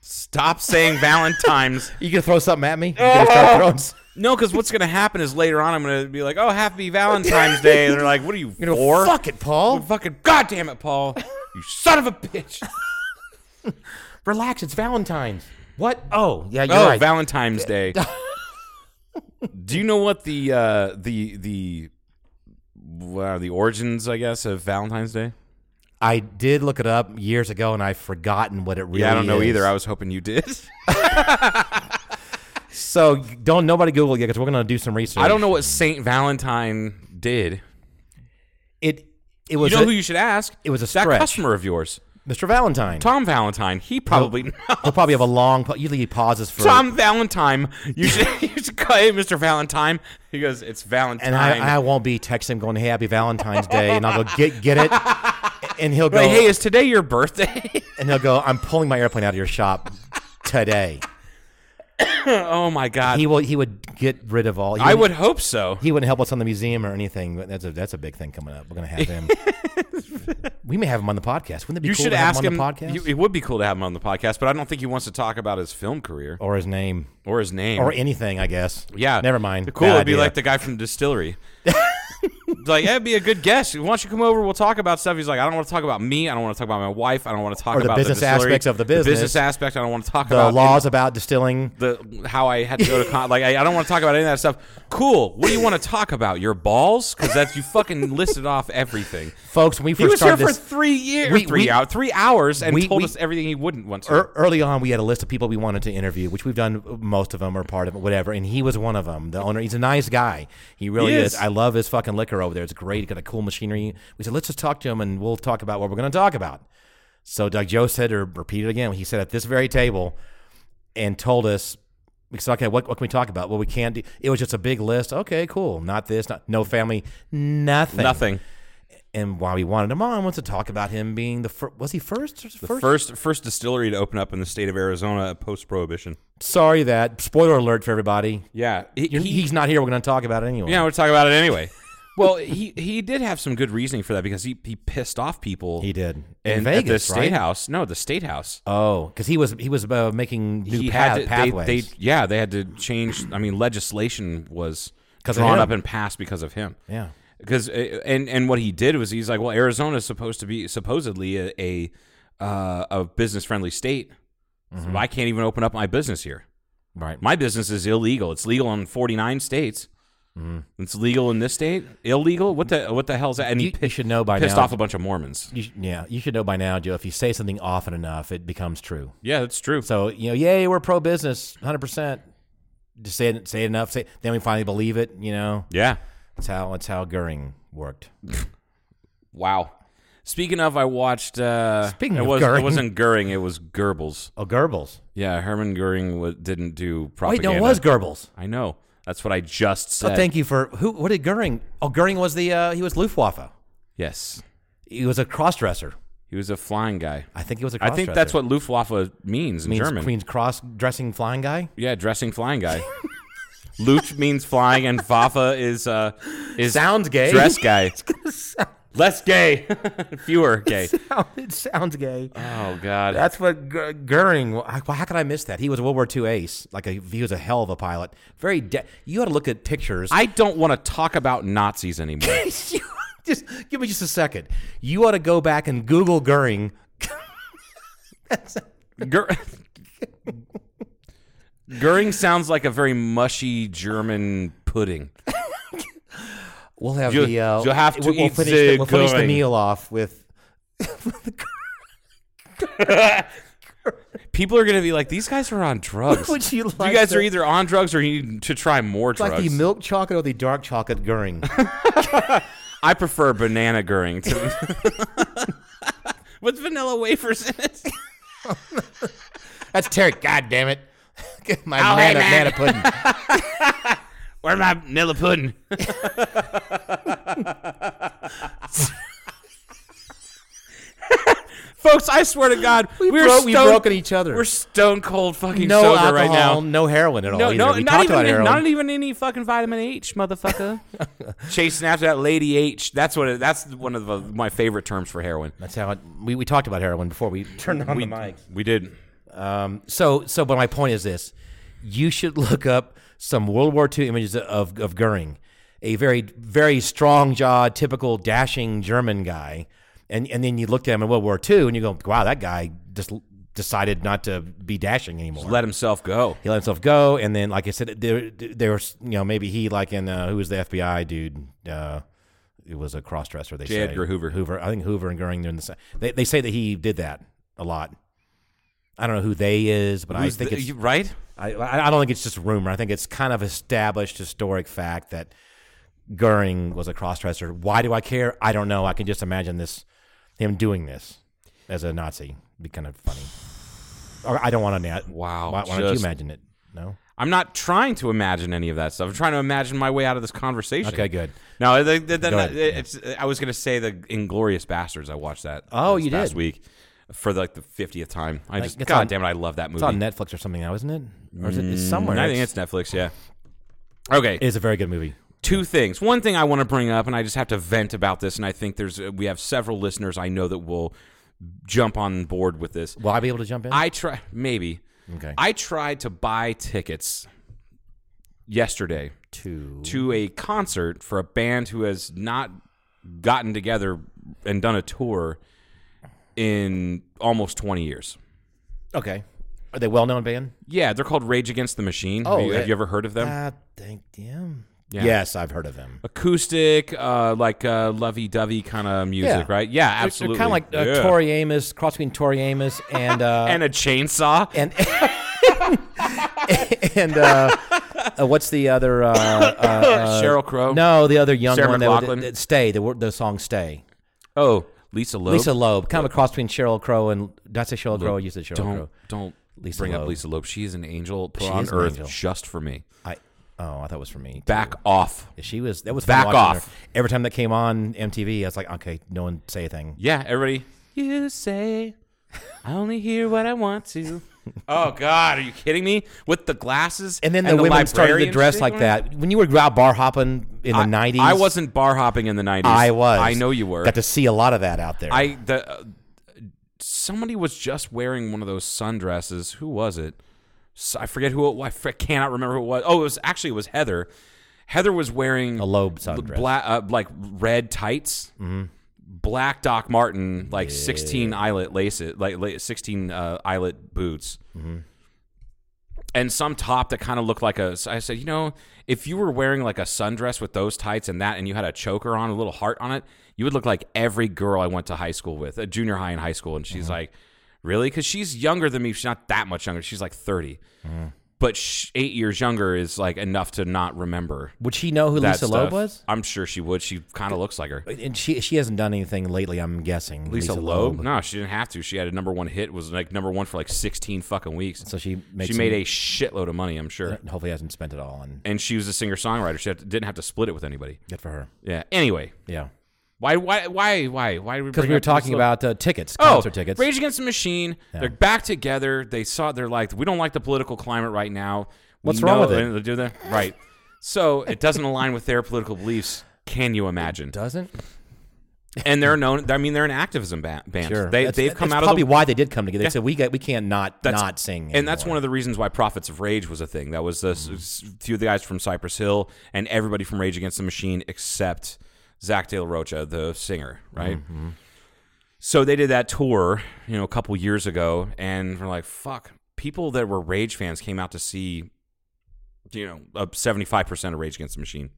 Speaker 5: Stop saying Valentine's.
Speaker 4: You gonna throw something at me? You gonna start throwing? s-
Speaker 5: No, because what's going to happen is later on I'm going to be like, "Oh, happy Valentine's Day," and they're like, "What are you
Speaker 4: You know,
Speaker 5: for?"
Speaker 4: fuck it,
Speaker 5: Oh,
Speaker 4: Paul.
Speaker 5: fucking goddamn it, Paul! You son of a bitch!
Speaker 4: Relax. It's Valentine's. What? Oh, yeah, you're
Speaker 5: oh,
Speaker 4: right.
Speaker 5: Valentine's Day. Do you know what the uh, the the well, the origins, I guess, of Valentine's Day?
Speaker 4: I did look it up years ago, and I've forgotten what it really.
Speaker 5: Yeah, I don't know
Speaker 4: is.
Speaker 5: either. I was hoping you did.
Speaker 4: so don't nobody Google it yet because we're gonna do some research.
Speaker 5: I don't know what Saint Valentine did.
Speaker 4: It. It was
Speaker 5: you know
Speaker 4: a-
Speaker 5: who you should ask?
Speaker 4: it was a
Speaker 5: that
Speaker 4: stretch.
Speaker 5: customer of yours,
Speaker 4: Mr. Valentine.
Speaker 5: Tom Valentine. He probably
Speaker 4: He'll probably have a long. pa- Usually he pauses for.
Speaker 5: Tom Valentine. You should, you should call him Mr. Valentine. He goes, it's Valentine.
Speaker 4: and I, I won't be texting him going, "Hey, happy Valentine's Day," and I'll go, "Get get it," and he'll go,
Speaker 5: Like, hey, is today your birthday?
Speaker 4: and he'll go, "I'm pulling my airplane out of your shop." today.
Speaker 5: Oh my god.
Speaker 4: He will. He would get rid of all. he
Speaker 5: I
Speaker 4: wouldn't-
Speaker 5: would hope so.
Speaker 4: He wouldn't help us on the museum or anything. But that's a that's a big thing coming up. We're gonna have him. we may have him on the podcast. Wouldn't it be
Speaker 5: You
Speaker 4: cool
Speaker 5: should
Speaker 4: to have
Speaker 5: ask
Speaker 4: him
Speaker 5: him.
Speaker 4: on the podcast
Speaker 5: you- it would be cool to have him on the podcast, but I don't think he wants to talk about his film career
Speaker 4: or his name
Speaker 5: or his name
Speaker 4: Oh, or anything? I guess.
Speaker 5: Yeah.
Speaker 4: Never mind.
Speaker 5: Cool.
Speaker 4: Bad
Speaker 5: It'd be
Speaker 4: idea.
Speaker 5: like the guy from the distillery. It's like, that'd be a good guest. Why don't you come over? We'll talk about stuff. He's like, I don't want to talk about me. I don't want to talk about my wife. I don't want to talk
Speaker 4: Or the
Speaker 5: about
Speaker 4: business
Speaker 5: distillery.
Speaker 4: aspects of the business.
Speaker 5: business aspect. I don't want to talk
Speaker 4: the
Speaker 5: about
Speaker 4: laws about distilling.
Speaker 5: the how I had to go to con- like I, I don't want to talk about any of that stuff. Cool. What do you want to talk about? Your balls? Because that's you fucking listed off everything.
Speaker 4: Folks, when we first
Speaker 5: He was here
Speaker 4: started
Speaker 5: for
Speaker 4: this,
Speaker 5: three years,
Speaker 4: We-
Speaker 5: three
Speaker 4: we-
Speaker 5: hours, three hours, and
Speaker 4: we-
Speaker 5: told
Speaker 4: we-
Speaker 5: us everything he wouldn't want to.
Speaker 4: ear- early on we had a list of people we wanted to interview which we've done uh, most of them or part of it whatever and he was one of them the owner he's a nice guy he really
Speaker 5: He
Speaker 4: is.
Speaker 5: is.
Speaker 4: i love his fucking liquor over there it's great he's got a cool machinery we said let's just talk to him and we'll talk about what we're going to talk about so doug joe said or repeated again he said at this very table and told us we said, okay, what, what can we talk about? Well, we can't do. It was just a big list. Okay, cool. Not this. Not no family. Nothing.
Speaker 5: Nothing.
Speaker 4: And why we wanted him on was to talk about him being the first. Was he first? The
Speaker 5: First, first, distillery to open up in the state of Arizona post prohibition.
Speaker 4: Sorry that spoiler alert for everybody.
Speaker 5: Yeah, he,
Speaker 4: You're-
Speaker 5: he-
Speaker 4: he's not here. We're going to talk about it anyway.
Speaker 5: yeah, we're talking about it anyway. well, he he did have some good reasoning for that because he he pissed off people.
Speaker 4: he did in
Speaker 5: in, at
Speaker 4: Vegas,
Speaker 5: the state
Speaker 4: right?
Speaker 5: house. No, the state house.
Speaker 4: Oh, because he was he was uh, making new
Speaker 5: he
Speaker 4: path,
Speaker 5: had to,
Speaker 4: pathways.
Speaker 5: They, they, yeah, they had to change. I mean, legislation was
Speaker 4: 'Cause of
Speaker 5: drawn
Speaker 4: him.
Speaker 5: up and passed because of him.
Speaker 4: Yeah.
Speaker 5: because and and what he did was he's like, well, Arizona is supposed to be supposedly a a, uh, a business friendly state.
Speaker 4: Mm-hmm.
Speaker 5: So I can't even open up my business here.
Speaker 4: right.
Speaker 5: My business is illegal. It's legal in forty nine states. It's legal in this state. Illegal. What the what the hell's that? And he
Speaker 4: Mm-hmm. You- you
Speaker 5: pi-
Speaker 4: should know by
Speaker 5: pissed
Speaker 4: now.
Speaker 5: off a bunch of Mormons.
Speaker 4: You sh- yeah, you should know by now, Joe. If you say something often enough, it becomes true.
Speaker 5: Yeah, that's true.
Speaker 4: So you know, yay, we're pro business, hundred percent. Just say it, say it enough. Say it, then we finally believe it. You know,
Speaker 5: yeah.
Speaker 4: that's how that's how Goering worked.
Speaker 5: Wow. Speaking of, I watched. Uh,
Speaker 4: Speaking
Speaker 5: it
Speaker 4: of
Speaker 5: was,
Speaker 4: Goering.
Speaker 5: it wasn't Goering. It was Goebbels.
Speaker 4: Oh, Goebbels.
Speaker 5: Yeah, Herman Goering wa didn't do
Speaker 4: Oh, Wait,
Speaker 5: propaganda.
Speaker 4: no, it was Goebbels.
Speaker 5: I know. That's what I just
Speaker 4: So
Speaker 5: said.
Speaker 4: thank you for who? What did Goering? Oh, Goering was the uh, he was Luftwaffe.
Speaker 5: Yes,
Speaker 4: He was a crossdresser.
Speaker 5: he was a flying guy.
Speaker 4: I think he was a
Speaker 5: I
Speaker 4: crossdresser.
Speaker 5: think that's what Luftwaffe means in
Speaker 4: means
Speaker 5: German.
Speaker 4: Queen's cross dressing flying guy.
Speaker 5: Yeah, dressing flying guy. Luch means flying, and Waffe is uh is
Speaker 4: Sounds gay.
Speaker 5: dress guy. Less gay, fewer gay.
Speaker 4: it sounds gay.
Speaker 5: Oh God,
Speaker 4: That's what G- Goering. wh- How could I miss that? He was a World War II ace. Like a, he was a hell of a pilot. Very. De- you got to look at pictures.
Speaker 5: I don't want to talk about Nazis anymore.
Speaker 4: just give me just a second. You ought to go back and Google Goering.
Speaker 5: Ger- Goering sounds like a very mushy German pudding.
Speaker 4: We'll have
Speaker 5: You-
Speaker 4: the. Uh,
Speaker 5: you have to
Speaker 4: we'll, we'll
Speaker 5: eat
Speaker 4: finish
Speaker 5: the
Speaker 4: the, we'll finish the
Speaker 5: Goering.
Speaker 4: meal off with.
Speaker 5: People are gonna be like, these guys are on drugs.
Speaker 4: Would you like
Speaker 5: guys
Speaker 4: to-
Speaker 5: are either on drugs or you need to try more
Speaker 4: It's like
Speaker 5: drugs.
Speaker 4: the milk chocolate or the dark chocolate Goering.
Speaker 5: I prefer banana goring to with vanilla wafers in it.
Speaker 4: That's Terry. God damn it. My
Speaker 5: Oh, hey,
Speaker 4: man, man.
Speaker 5: man.
Speaker 4: pudding.
Speaker 5: Where my vanilla pudding? Folks, I swear to God, we are
Speaker 4: broke-
Speaker 5: stone,
Speaker 4: we've broken each other.
Speaker 5: We're stone cold fucking
Speaker 4: No
Speaker 5: sober
Speaker 4: alcohol,
Speaker 5: right now.
Speaker 4: no heroin at all.
Speaker 5: No,
Speaker 4: either.
Speaker 5: no,
Speaker 4: we
Speaker 5: not
Speaker 4: talked
Speaker 5: even,
Speaker 4: about heroin.
Speaker 5: not even any fucking vitamin H, motherfucker. Chasing after that lady H. That's what. It, that's one of the, my favorite terms for heroin.
Speaker 4: That's how it, we, we talked about heroin before we turned on
Speaker 5: we, We did.
Speaker 4: So so, but my point is this: you should look up some World War II images of of Goering, a very very strong jawed, typical dashing German guy, and and then you looked at him in World War II, and you go, wow, that guy just decided not to be dashing anymore.
Speaker 5: Let himself go.
Speaker 4: he let himself go, and then, like I said, there, there was, you know, maybe he, like in uh, who was the FBI dude? Uh, it was a crossdresser. They
Speaker 5: J.
Speaker 4: say
Speaker 5: Edgar Hoover.
Speaker 4: Hoover. I think Hoover and Goering. They're in the same. They, they say that he did that a lot. I don't know who they is, but
Speaker 5: Who's
Speaker 4: I think
Speaker 5: the-
Speaker 4: it's
Speaker 5: you- right.
Speaker 4: I, I I don't think it's just rumor. I think it's kind of established historic fact that Goering was a crossdresser. Why do I care? I don't know. I can just imagine this him doing this as a Nazi. It'd be kind of funny. Or I don't want to. Na-
Speaker 5: Wow,
Speaker 4: Why, why don't you
Speaker 5: just-
Speaker 4: imagine it? No.
Speaker 5: I'm not trying to imagine any of that stuff. I'm trying to imagine my way out of this conversation.
Speaker 4: Okay. Good.
Speaker 5: No, the, the, the,
Speaker 4: Go ahead,
Speaker 5: it's, I was going to say the Inglorious Bastards. I watched that.
Speaker 4: Oh,
Speaker 5: this
Speaker 4: you
Speaker 5: past
Speaker 4: did.
Speaker 5: week. for like the fiftieth time. I
Speaker 4: Like,
Speaker 5: just
Speaker 4: it's
Speaker 5: God
Speaker 4: on-
Speaker 5: damn it, I love that movie. Mm,
Speaker 4: It's on Netflix or something now, isn't it? Or is it it's somewhere?
Speaker 5: I think it's Netflix. Yeah. Okay,
Speaker 4: It is a very good movie.
Speaker 5: two things. One thing I want to bring up, and I just have to vent about this, and I think there's uh, we have several listeners I know that will jump on board with this.
Speaker 4: Will I be able to jump in?
Speaker 5: I try maybe.
Speaker 4: Okay.
Speaker 5: I tried to buy tickets yesterday
Speaker 4: Two.
Speaker 5: to a concert for a band who has not gotten together and done a tour in almost 20 years.
Speaker 4: Okay. Are they well known band?
Speaker 5: Yeah, they're called Rage Against the Machine. have,
Speaker 4: Oh,
Speaker 5: you, have
Speaker 4: eh,
Speaker 5: you ever heard of them?
Speaker 4: I think them. Yes, I've heard of them.
Speaker 5: Acoustic, uh, like uh, lovey-dovey kind of music, right? Yeah, absolutely.
Speaker 4: They're kind of like uh,
Speaker 5: Yeah.
Speaker 4: Tori Amos, cross between Tori Amos and uh,
Speaker 5: and a chainsaw.
Speaker 4: and and uh, uh, what's the other? Uh, uh,
Speaker 5: Cheryl Crow.
Speaker 4: no, the other young
Speaker 5: Sarah
Speaker 4: one. that was-
Speaker 5: McLachlan?
Speaker 4: that- stay the wor- the song "Stay."
Speaker 5: Oh, Lisa Loeb.
Speaker 4: Lisa Loeb, kind of a cross between Cheryl Crow and did I say Cheryl Crow? I used to say Cheryl Crow.
Speaker 5: Don't don't
Speaker 4: Lisa
Speaker 5: bring up
Speaker 4: Loeb.
Speaker 5: Lisa Loeb. She is an angel put
Speaker 4: She
Speaker 5: on
Speaker 4: is an
Speaker 5: earth
Speaker 4: angel.
Speaker 5: just for me.
Speaker 4: I oh, I thought it was for me.
Speaker 5: Back off.
Speaker 4: She was that was
Speaker 5: Back
Speaker 4: fun watching
Speaker 5: off.
Speaker 4: her. Every time that came on MTV, I was like, okay, no one say a thing.
Speaker 5: Yeah, everybody. You say I only hear what I want to. oh God, are you kidding me? With the glasses
Speaker 4: And then the, women started to
Speaker 5: librarian
Speaker 4: dress
Speaker 5: shit
Speaker 4: like
Speaker 5: going on?
Speaker 4: that. When you were out bar hopping in the nineties,
Speaker 5: I wasn't bar hopping in the nineties.
Speaker 4: I was.
Speaker 5: I know you were.
Speaker 4: Got to see a lot of that out there.
Speaker 5: I the uh, somebody was just wearing one of those sundresses. Who was it? S- I forget who. It, I fr- cannot remember who it was. Oh, it was actually it was Heather. Heather was wearing
Speaker 4: A Loeb
Speaker 5: bl-
Speaker 4: sundress.
Speaker 5: bla- uh, like red tights, black Doc Martin, like sixteen eyelet laces, like la- sixteen uh, eyelet boots. And some top that kind of looked like a. so I said, you know, if you were wearing like a sundress with those tights and that, and you had a choker on, a little heart on it, you would look like every girl I went to high school with, uh, junior high and high school. And she's like, really? Because she's younger than me. She's not that much younger. She's like 30. But sh- eight years younger is like enough to not remember.
Speaker 4: Would she know who
Speaker 5: that
Speaker 4: Lisa
Speaker 5: stuff.
Speaker 4: Loeb was?
Speaker 5: I'm sure she would. She kind of looks like her.
Speaker 4: And she she hasn't done anything lately. I'm guessing
Speaker 5: Lisa, Loeb? No, she didn't have to. She had a number one hit. Was like number one for like 16 fucking weeks.
Speaker 4: So she makes
Speaker 5: she made
Speaker 4: some-
Speaker 5: a shitload of money. I'm sure.
Speaker 4: Hopefully, hasn't spent it all on.
Speaker 5: And she was a singer songwriter. She had to- didn't have to split it with anybody.
Speaker 4: Good for her.
Speaker 5: Yeah. Anyway,
Speaker 4: Yeah,
Speaker 5: why, why, why, why, why? did
Speaker 4: because
Speaker 5: bring
Speaker 4: we were
Speaker 5: up Lisa
Speaker 4: talking
Speaker 5: Loeb?
Speaker 4: about uh, tickets,
Speaker 5: Oh,
Speaker 4: concert tickets.
Speaker 5: Rage Against the Machine. They're back together. They saw. They're like, we don't like the political climate right now. We
Speaker 4: What's wrong
Speaker 5: know-
Speaker 4: with it?
Speaker 5: they Do that right. So it doesn't align with their political beliefs. Can you imagine?
Speaker 4: Doesn't
Speaker 5: And they're known. I mean, they're an activism ba- band.
Speaker 4: sure.
Speaker 5: They
Speaker 4: That's-
Speaker 5: they've come
Speaker 4: that's
Speaker 5: out of
Speaker 4: probably
Speaker 5: the,
Speaker 4: why they did come together. They said we got, we can't not
Speaker 5: that's-
Speaker 4: not sing.
Speaker 5: And that's one of the reasons why Prophets of Rage was a thing. That was the s- s- few of the guys from Cypress Hill and everybody from Rage Against the Machine except Zach De La Rocha, the singer, right? So they did that tour, you know, a couple years ago, and we're like, fuck, people that were Rage fans came out to see, you know, uh, 75% of Rage Against the Machine.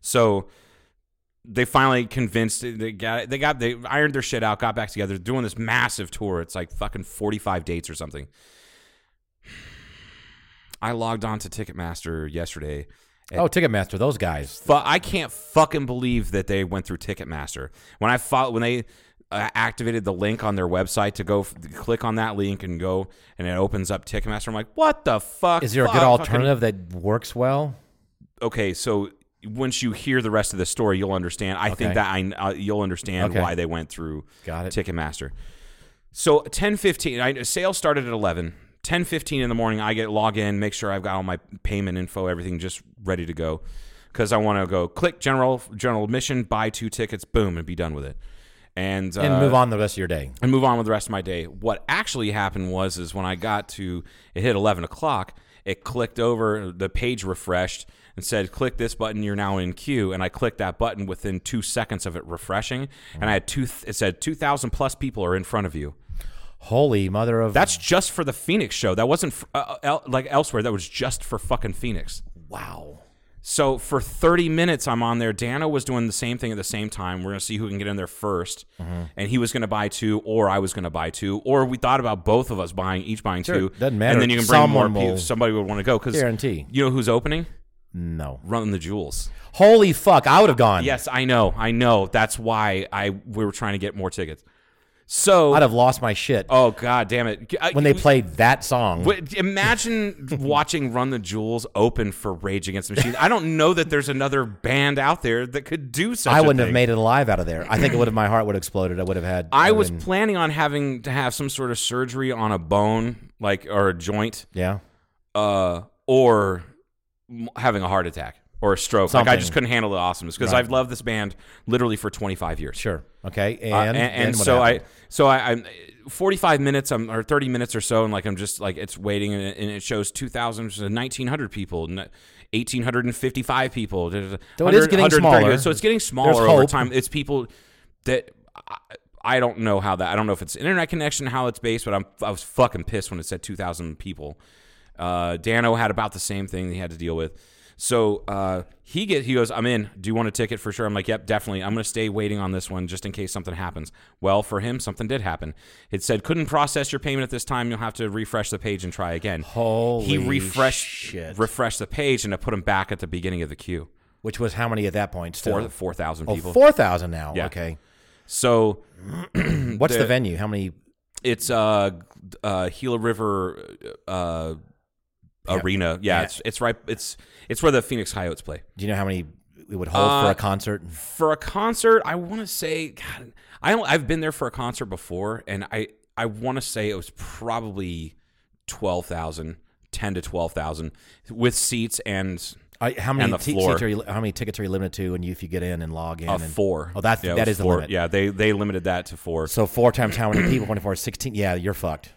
Speaker 5: So they finally convinced they got they got they ironed their shit out, got back together, doing this massive tour. It's like fucking forty five dates or something. I logged on to Ticketmaster yesterday.
Speaker 4: oh Ticketmaster, those guys.
Speaker 5: But I can't fucking believe that they went through Ticketmaster. When I fought, when they uh, activated the link on their website to go f- click on that link and go, and it opens up Ticketmaster. I'm like, what the fuck?
Speaker 4: Is there a
Speaker 5: Fuck,
Speaker 4: good
Speaker 5: fucking-
Speaker 4: alternative that works well?
Speaker 5: okay, so once you hear the rest of the story, you'll understand. I think
Speaker 4: Okay.
Speaker 5: that I uh, you'll understand
Speaker 4: Okay.
Speaker 5: why they went through
Speaker 4: Got it.
Speaker 5: Ticketmaster. So ten fifteen, I sales started at eleven. Ten fifteen in the morning, I get log in, make sure I've got all my payment info, everything just ready to go, because I want to go click general general admission, buy two tickets, boom, and be done with it, and
Speaker 4: And
Speaker 5: uh,
Speaker 4: move on the rest of your day.
Speaker 5: and move on with the rest of my day. What actually happened was is when I got to it hit eleven o'clock, it clicked over the page refreshed and said, "Click this button. You're now in queue." And I clicked that button within two seconds of it refreshing, and I had two. It said two thousand plus people are in front of you.
Speaker 4: Holy mother of
Speaker 5: That's just for the Phoenix show. That wasn't f- uh, uh, el- like elsewhere. That was just for fucking Phoenix.
Speaker 4: wow.
Speaker 5: So for 30 minutes, I'm on there. Dano was doing the same thing at the same time. We're going to see who can get in there 1st
Speaker 4: Mm-hmm.
Speaker 5: And he was going to buy two, or I was going to buy two, or we thought about both of us buying each buying two.
Speaker 4: doesn't matter.
Speaker 5: And then you can bring
Speaker 4: Someone
Speaker 5: more people.
Speaker 4: will-
Speaker 5: Somebody would want to go. Cause
Speaker 4: Guarantee.
Speaker 5: You know who's opening?
Speaker 4: No.
Speaker 5: Run the Jewels.
Speaker 4: Holy fuck! I would have gone.
Speaker 5: Yes, I know. I know. That's why I we were trying to get more tickets. So,
Speaker 4: I'd have lost my shit
Speaker 5: oh god damn it! I-
Speaker 4: when they played that song.
Speaker 5: Wait, Imagine watching Run the Jewels open for Rage Against the Machine. I don't know that there's another band out there that could do such.
Speaker 4: I
Speaker 5: a
Speaker 4: wouldn't have
Speaker 5: thing.
Speaker 4: made it alive out of there. I think it would have. My heart would have exploded. I would have had.
Speaker 5: I
Speaker 4: would've
Speaker 5: was
Speaker 4: been-
Speaker 5: planning on having to have some sort of surgery on a bone, like or a joint,
Speaker 4: yeah.
Speaker 5: uh, or m- having a heart attack or a stroke. Like I
Speaker 4: Something.
Speaker 5: just couldn't handle the awesomeness because I've loved this band literally for 25 years.
Speaker 4: Sure. Okay. And
Speaker 5: Uh, and, and
Speaker 4: then what
Speaker 5: so I
Speaker 4: happened?
Speaker 5: so I, I'm 45 minutes I'm, or 30 minutes or so and like I'm just like it's waiting and it, and it shows 2,000 to 1,900 people and 1,855 people. So
Speaker 4: So it is getting smaller.
Speaker 5: So it's getting smaller
Speaker 4: There's
Speaker 5: over
Speaker 4: hope.
Speaker 5: time. It's people that I, I don't know how that I don't know if it's internet connection how it's based, but I'm I was fucking pissed when it said 2,000 people. Uh, Dano had about the same thing he had to deal with. So uh, he get he goes, I'm in. Do you want a ticket for sure? I'm like, yep, definitely. I'm gonna stay waiting on this one just in case something happens. Well, for him, something did happen. It said couldn't process your payment at this time. You'll have to refresh the page and try again. he
Speaker 4: Holy
Speaker 5: refreshed
Speaker 4: shit.
Speaker 5: refreshed the page and it put him back at the beginning of the queue.
Speaker 4: which was how many at that point? Still?
Speaker 5: Four four thousand
Speaker 4: Oh,
Speaker 5: people.
Speaker 4: four thousand now.
Speaker 5: Yeah. Mm,
Speaker 4: Okay.
Speaker 5: So
Speaker 4: What's the, venue? How many?
Speaker 5: It's uh uh Gila River uh arena. Yeah, it's it's right it's it's where the Phoenix Coyotes play.
Speaker 4: Do you know how many it would hold for
Speaker 5: Uh,
Speaker 4: a concert?
Speaker 5: For a concert, I want to say god I don't I've been there for a concert before and I I want to say it was probably 12,000, 10 to 12,000 with seats and
Speaker 4: I, how many
Speaker 5: and the
Speaker 4: ti-
Speaker 5: floor.
Speaker 4: seats are you, how many tickets are you limited to? And you, if you get in and log in,
Speaker 5: uh,
Speaker 4: and,
Speaker 5: four.
Speaker 4: Oh, that's
Speaker 5: Yeah, it
Speaker 4: that
Speaker 5: was
Speaker 4: is the
Speaker 5: four.
Speaker 4: limit.
Speaker 5: Yeah, they they limited that to four.
Speaker 4: So four times how many people? Twenty four, sixteen. Yeah, you're fucked.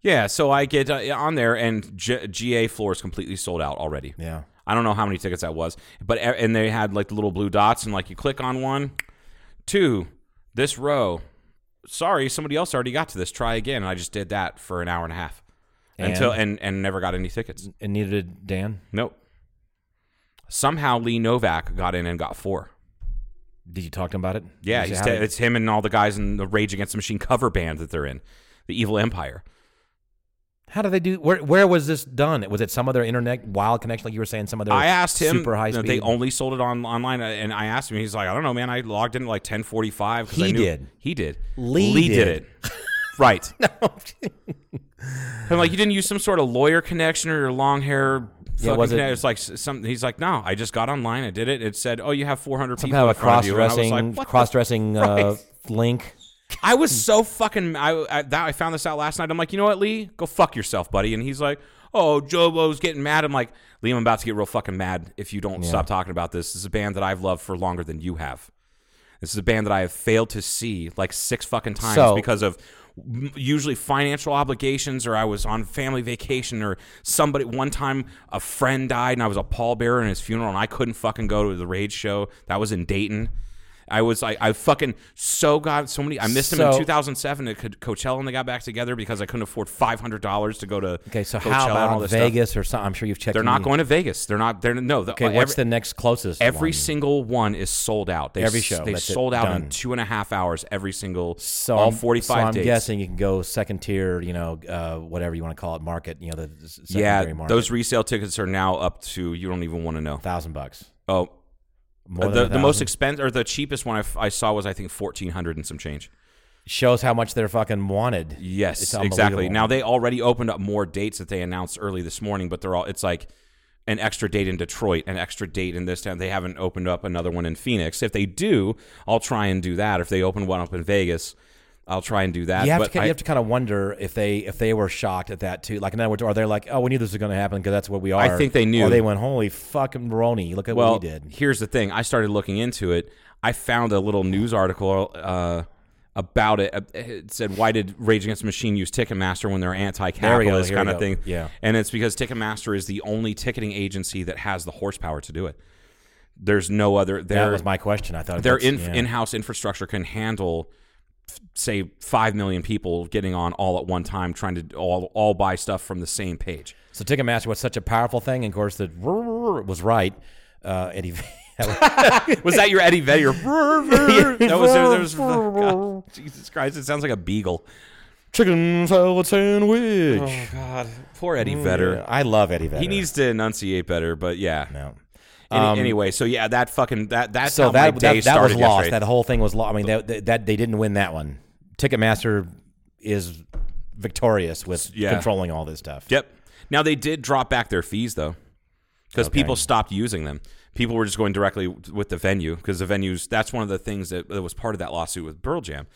Speaker 5: Yeah, so I get uh, on there, and G- GA floor is completely sold out already.
Speaker 4: Yeah.
Speaker 5: I don't know how many tickets that was, but e- and they had like the little blue dots, and like you click on one, two, this row. Sorry, somebody else already got to this. Try again. And I just did that for an hour and a half until and and never got any tickets.
Speaker 4: And neither did Dan.
Speaker 5: Nope. Somehow Lee Novak got in and got four.
Speaker 4: Did you talk to him about it?
Speaker 5: Yeah,
Speaker 4: Did you
Speaker 5: he's
Speaker 4: say,
Speaker 5: t-
Speaker 4: "How did-"
Speaker 5: it's him and all the guys in the Rage Against the Machine cover band that they're in, the Evil Empire.
Speaker 4: How do they do? Where where was this done? Was it some other internet wild connection, like you were saying? Some other
Speaker 5: I asked him.
Speaker 4: super high
Speaker 5: that
Speaker 4: speed.
Speaker 5: They only sold it on online, uh, and I asked him. He's like, I don't know, man. I logged in at like ten forty five.
Speaker 4: He did.
Speaker 5: He did.
Speaker 4: Lee
Speaker 5: did
Speaker 4: did.
Speaker 5: it. right. No. I'm like, you didn't use some sort of lawyer connection or your long hair. Yeah,
Speaker 4: was
Speaker 5: was
Speaker 4: it-
Speaker 5: it? It's like s- some. He's like, no, I just got online. I did it. It said, oh, you have four hundred people.
Speaker 4: somehow a
Speaker 5: in
Speaker 4: cross
Speaker 5: front of you." And I was
Speaker 4: dressing
Speaker 5: like, what the-
Speaker 4: cross dressing uh,
Speaker 5: Right.
Speaker 4: link.
Speaker 5: I was so fucking. I, I that I found this out last night. I'm like, you know what, Lee? Go fuck yourself, buddy. And he's like, oh, Jobo's getting mad. I'm like, Lee, I'm about to get real fucking mad if you don't stop talking about this. This is a band that I've loved for longer than you have. This is a band that I have failed to see like six fucking times
Speaker 4: So-
Speaker 5: because of m- usually financial obligations or I was on family vacation or somebody one time a friend died and I was a pallbearer in his funeral and I couldn't fucking go to the rage show that was in Dayton. I was like I fucking so got so many I missed him in
Speaker 4: So-
Speaker 5: 2007 at Co- Coachella and they got back together because I couldn't afford $500 to go to
Speaker 4: Okay, so
Speaker 5: Coachella
Speaker 4: how
Speaker 5: and all
Speaker 4: about
Speaker 5: this stuff.
Speaker 4: Vegas or something? I'm sure you've checked.
Speaker 5: They're not going to Vegas. They're not they're no the,
Speaker 4: Okay, what's
Speaker 5: every-
Speaker 4: the next closest?
Speaker 5: Every
Speaker 4: one?
Speaker 5: single one is sold out. They
Speaker 4: Every
Speaker 5: s-
Speaker 4: show,
Speaker 5: They
Speaker 4: that's it,
Speaker 5: sold out in
Speaker 4: done.
Speaker 5: two and a half hours. Every single
Speaker 4: So
Speaker 5: all
Speaker 4: I'm-
Speaker 5: forty
Speaker 4: So
Speaker 5: five
Speaker 4: I'm
Speaker 5: days.
Speaker 4: guessing you can go second tier, you know, uh, whatever you want to call it, market, you know, the s- secondary
Speaker 5: yeah,
Speaker 4: market.
Speaker 5: those resale tickets are now up to you don't even want to know.
Speaker 4: thousand bucks.
Speaker 5: Oh,
Speaker 4: More than
Speaker 5: the,
Speaker 4: a
Speaker 5: the most
Speaker 4: thousand.
Speaker 5: expensive or the cheapest one I, f- I saw was I think fourteen hundred and some change.
Speaker 4: shows how much they're fucking wanted.
Speaker 5: Yes,
Speaker 4: It's
Speaker 5: exactly.
Speaker 4: unbelievable.
Speaker 5: Now they already opened up more dates that they announced early this morning, but they're all it's like an extra date in Detroit, an extra date in this town. They haven't opened up another one in Phoenix. If they do, I'll try and do that. If they open one up in Vegas, I'll try and do that.
Speaker 4: you have, to,
Speaker 5: But
Speaker 4: ki-
Speaker 5: I-
Speaker 4: you have to kind of wonder if they if they were shocked at that too. Like in other words, are they like, oh, we knew this was going to happen because that's what we are.
Speaker 5: I think they knew.
Speaker 4: Or they went, holy fucking Roni, look at
Speaker 5: well,
Speaker 4: what we did.
Speaker 5: here's the thing. I started looking into it. I found a little news article uh, about it. Uh, It said, "Why did Rage Against the Machine use Ticketmaster when they're
Speaker 4: we go,
Speaker 5: anti-capitalist
Speaker 4: here we
Speaker 5: kind of
Speaker 4: go.
Speaker 5: thing?"
Speaker 4: Yeah.
Speaker 5: and it's because Ticketmaster is the only ticketing agency that has the horsepower to do it. There's no other.
Speaker 4: That
Speaker 5: There,
Speaker 4: was my question. I thought
Speaker 5: their
Speaker 4: that's-
Speaker 5: in,
Speaker 4: yeah.
Speaker 5: in-house infrastructure can handle f- say 5 million people getting on all at one time trying to all, all buy stuff from the same page
Speaker 4: So Ticketmaster was such a powerful thing, and of course the was right. Uh, Eddie, Van-
Speaker 5: Was that your Eddie Vedder? that was, there was oh, God, Jesus Christ! It sounds like a beagle.
Speaker 4: chicken salad
Speaker 5: Oh,
Speaker 4: sandwich.
Speaker 5: God, poor Eddie
Speaker 4: Mm,
Speaker 5: Vedder.
Speaker 4: Yeah, I love Eddie Vedder.
Speaker 5: He needs to enunciate better, but yeah.
Speaker 4: No.
Speaker 5: Any, anyway, so yeah, that fucking that that's
Speaker 4: Um, So
Speaker 5: how my
Speaker 4: that
Speaker 5: day
Speaker 4: that, that was
Speaker 5: started
Speaker 4: lost.
Speaker 5: yesterday.
Speaker 4: That whole thing was lost. I mean, that, that, that they didn't win that one. Ticketmaster is victorious with
Speaker 5: Yeah.
Speaker 4: controlling all this stuff.
Speaker 5: Yep. Now they did drop back their fees though, because people stopped using them. People were just going directly with the venue because the venues. That's one of the things that, that was part of that lawsuit with Pearl Jam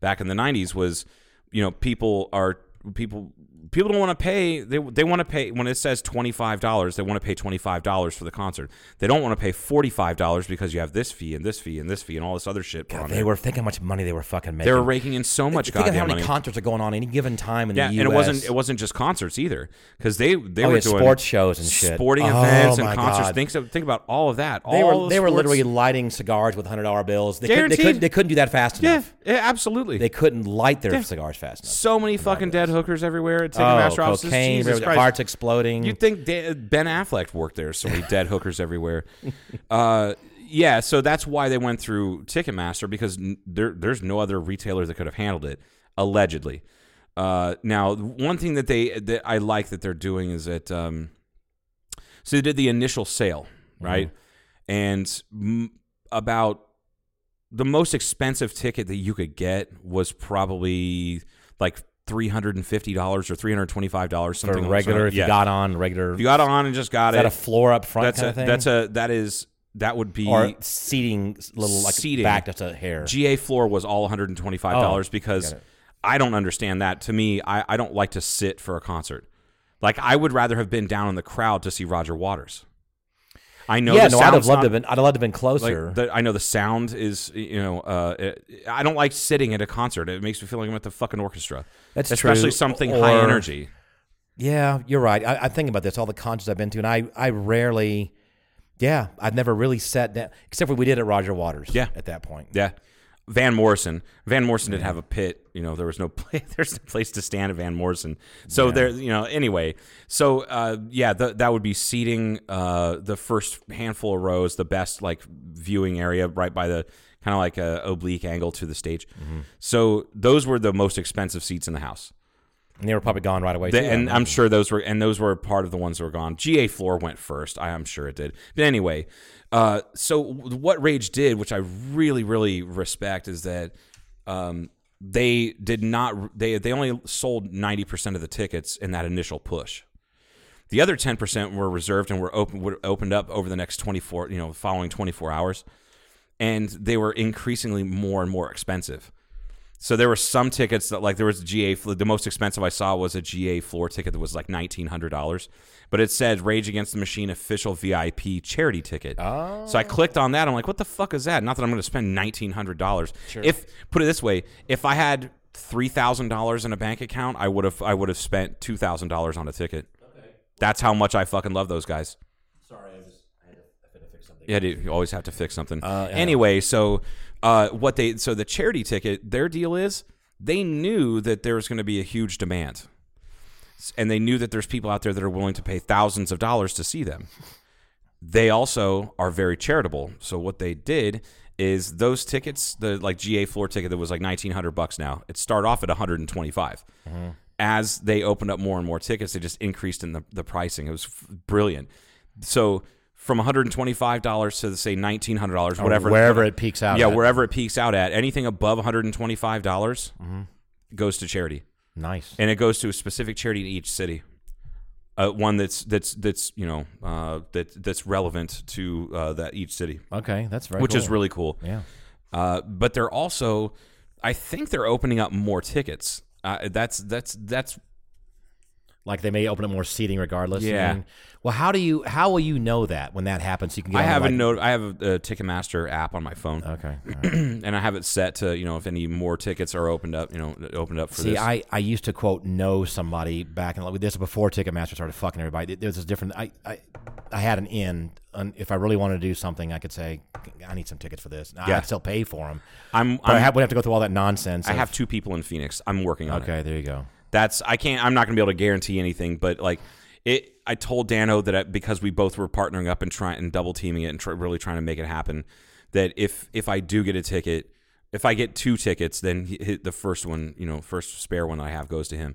Speaker 5: back in the '90s was, you know, people are people people don't want to pay. They they want to pay when it says twenty five dollars. They want to pay twenty five dollars for the concert. They don't want to pay forty five dollars because you have this fee and this fee and this fee and all this other shit. on
Speaker 4: They
Speaker 5: there.
Speaker 4: were think how much money they were fucking making.
Speaker 5: they were raking in so much
Speaker 4: think of
Speaker 5: goddamn
Speaker 4: how many
Speaker 5: money.
Speaker 4: concerts are going on any given time in
Speaker 5: Yeah,
Speaker 4: the
Speaker 5: and
Speaker 4: U.S.
Speaker 5: it wasn't it wasn't just concerts either because they they
Speaker 4: Oh,
Speaker 5: were
Speaker 4: yeah,
Speaker 5: doing
Speaker 4: sports shows and shit.
Speaker 5: sporting
Speaker 4: Oh,
Speaker 5: events and
Speaker 4: my
Speaker 5: concerts.
Speaker 4: God.
Speaker 5: Think so- think about all of that.
Speaker 4: They were
Speaker 5: all the
Speaker 4: they were
Speaker 5: sports-
Speaker 4: literally lighting cigars with hundred dollar bills. They couldn't, they,
Speaker 5: Guaranteed.
Speaker 4: couldn't, they couldn't do that fast
Speaker 5: yeah,
Speaker 4: enough.
Speaker 5: yeah absolutely.
Speaker 4: They couldn't light their cigars fast enough.
Speaker 5: so many fucking dead hookers everywhere at
Speaker 4: Oh,
Speaker 5: Ticketmaster offices.
Speaker 4: cocaine,
Speaker 5: Jesus Christ.
Speaker 4: hearts exploding.
Speaker 5: You'd think da- Ben Affleck worked there. So many dead hookers everywhere. Uh, yeah, so that's why they went through Ticketmaster because n- there, there's no other retailer that could have handled it, allegedly. Uh, now, one thing that they that I like that they're doing is that um, so they did the initial sale,
Speaker 4: Mm-hmm.
Speaker 5: right? And m- about the most expensive ticket that you could get was probably like three hundred and fifty dollars or three hundred twenty-five dollars,
Speaker 4: for
Speaker 5: something
Speaker 4: regular,
Speaker 5: Like,
Speaker 4: if you got on regular,
Speaker 5: if you got on and just got
Speaker 4: is that
Speaker 5: it,
Speaker 4: a floor up front
Speaker 5: that's
Speaker 4: kind
Speaker 5: a,
Speaker 4: of thing?
Speaker 5: that's a that is that would be
Speaker 4: or seating s- little like
Speaker 5: Seating.
Speaker 4: back up to hair.
Speaker 5: GA floor was all one hundred and twenty five dollars
Speaker 4: Oh,
Speaker 5: because
Speaker 4: got it.
Speaker 5: I don't understand that. To me, I, I don't like to sit for a concert. Like I would rather have been down in the crowd to see Roger Waters. I know.
Speaker 4: yeah,
Speaker 5: the
Speaker 4: no, I'd have
Speaker 5: sound's
Speaker 4: loved to
Speaker 5: not-
Speaker 4: have been. I'd have loved to have been
Speaker 5: like,
Speaker 4: closer.
Speaker 5: the, I know the sound is, you know, uh, it- I don't like sitting at a concert. It makes me feel like I'm at the fucking orchestra.
Speaker 4: That's
Speaker 5: especially
Speaker 4: true.
Speaker 5: something
Speaker 4: Or-
Speaker 5: high energy.
Speaker 4: yeah, you're right. I, I think about this all the concerts I've been to, and I I rarely, yeah, I've never really sat down except for we did at Roger Waters.
Speaker 5: Yeah.
Speaker 4: at that point.
Speaker 5: Yeah. Van Morrison. Van Morrison didn't have a pit. You know, there was no place, there's no place to stand at Van Morrison. So there, you know. Anyway, so uh, yeah, th that would be seating uh, the first handful of rows, the best like viewing area, right by the kind of like a oblique angle to the stage. So those were the most expensive seats in the house.
Speaker 4: And they were probably gone right away.
Speaker 5: They-
Speaker 4: too,
Speaker 5: and
Speaker 4: I
Speaker 5: I'm sure those were and those were part of the ones that were gone. GA floor went first. I am sure it did. But anyway, uh, so w- what Rage did, which I really really respect, is that um, they did not they they only sold ninety percent of the tickets in that initial push. The other ten percent were reserved and were open were opened up over the next twenty four you know following twenty four hours, and they were increasingly more and more expensive. So there were some tickets that like there was a GA fl- the most expensive I saw was a GA floor ticket that was like nineteen hundred dollars, but it said Rage Against the Machine official VIP charity ticket. Oh. So I clicked on that. I'm like, what the fuck is that? Not that I'm going to spend nineteen hundred dollars. If put it this way, if I had three thousand dollars in a bank account, I would have I would have spent two thousand dollars on a ticket. That's how much I fucking love those guys. Yeah, dude, you always have to fix something. Anyway, so uh, what they so the charity ticket, their deal is they knew that there was going to be a huge demand, S- and they knew that there's people out there that are willing to pay thousands of dollars to see them. They also are very charitable. So what they did is those tickets, the like GA floor ticket that was like 1900 bucks now, it started off at 125 as they opened up more and more tickets, they just increased in the, the pricing. It was f- brilliant. So from $125 to say $1,900, whatever,
Speaker 4: wherever it peaks out
Speaker 5: Yeah,
Speaker 4: at.
Speaker 5: wherever it peaks out at. Anything above $125 dollars goes to charity,
Speaker 4: nice.
Speaker 5: and it goes to a specific charity in each city. Uh, one that's that's that's you know uh, that that's relevant to uh, that each city,
Speaker 4: Okay, that's very.
Speaker 5: which is
Speaker 4: cool.
Speaker 5: really cool.
Speaker 4: yeah.
Speaker 5: Uh, but they're also, I think they're opening up more tickets. Uh, that's that's that's
Speaker 4: Like they may open up more seating regardless.
Speaker 5: Yeah.
Speaker 4: I mean, well, how do you? How will you know that when that happens? You can. Get
Speaker 5: I
Speaker 4: on,
Speaker 5: have
Speaker 4: like,
Speaker 5: a note. I have a, a Ticketmaster app on my phone,
Speaker 4: Okay. all right.
Speaker 5: and I have it set to you know if any more tickets are opened up, you know, opened up for
Speaker 4: See,
Speaker 5: this.
Speaker 4: I, I used to quote know somebody back in like this is before Ticketmaster started fucking everybody. There was this different. I I, I had an in. and If I really wanted to do something, I could say I need some tickets for this.
Speaker 5: Yeah.
Speaker 4: I'd still pay for them.
Speaker 5: I'm,
Speaker 4: But I
Speaker 5: I'm-
Speaker 4: have, would have to go through all that nonsense.
Speaker 5: I
Speaker 4: of-
Speaker 5: have two people in Phoenix. I'm working on it.
Speaker 4: Okay, there you go.
Speaker 5: That's I can't. I'm not going to be able to guarantee anything, but like it. I told Dano that I, because we both were partnering up and trying and double teaming it and tr- really trying to make it happen. That if if I do get a ticket, if I get two tickets, then he, he- the first one, you know, first spare one I have goes to him.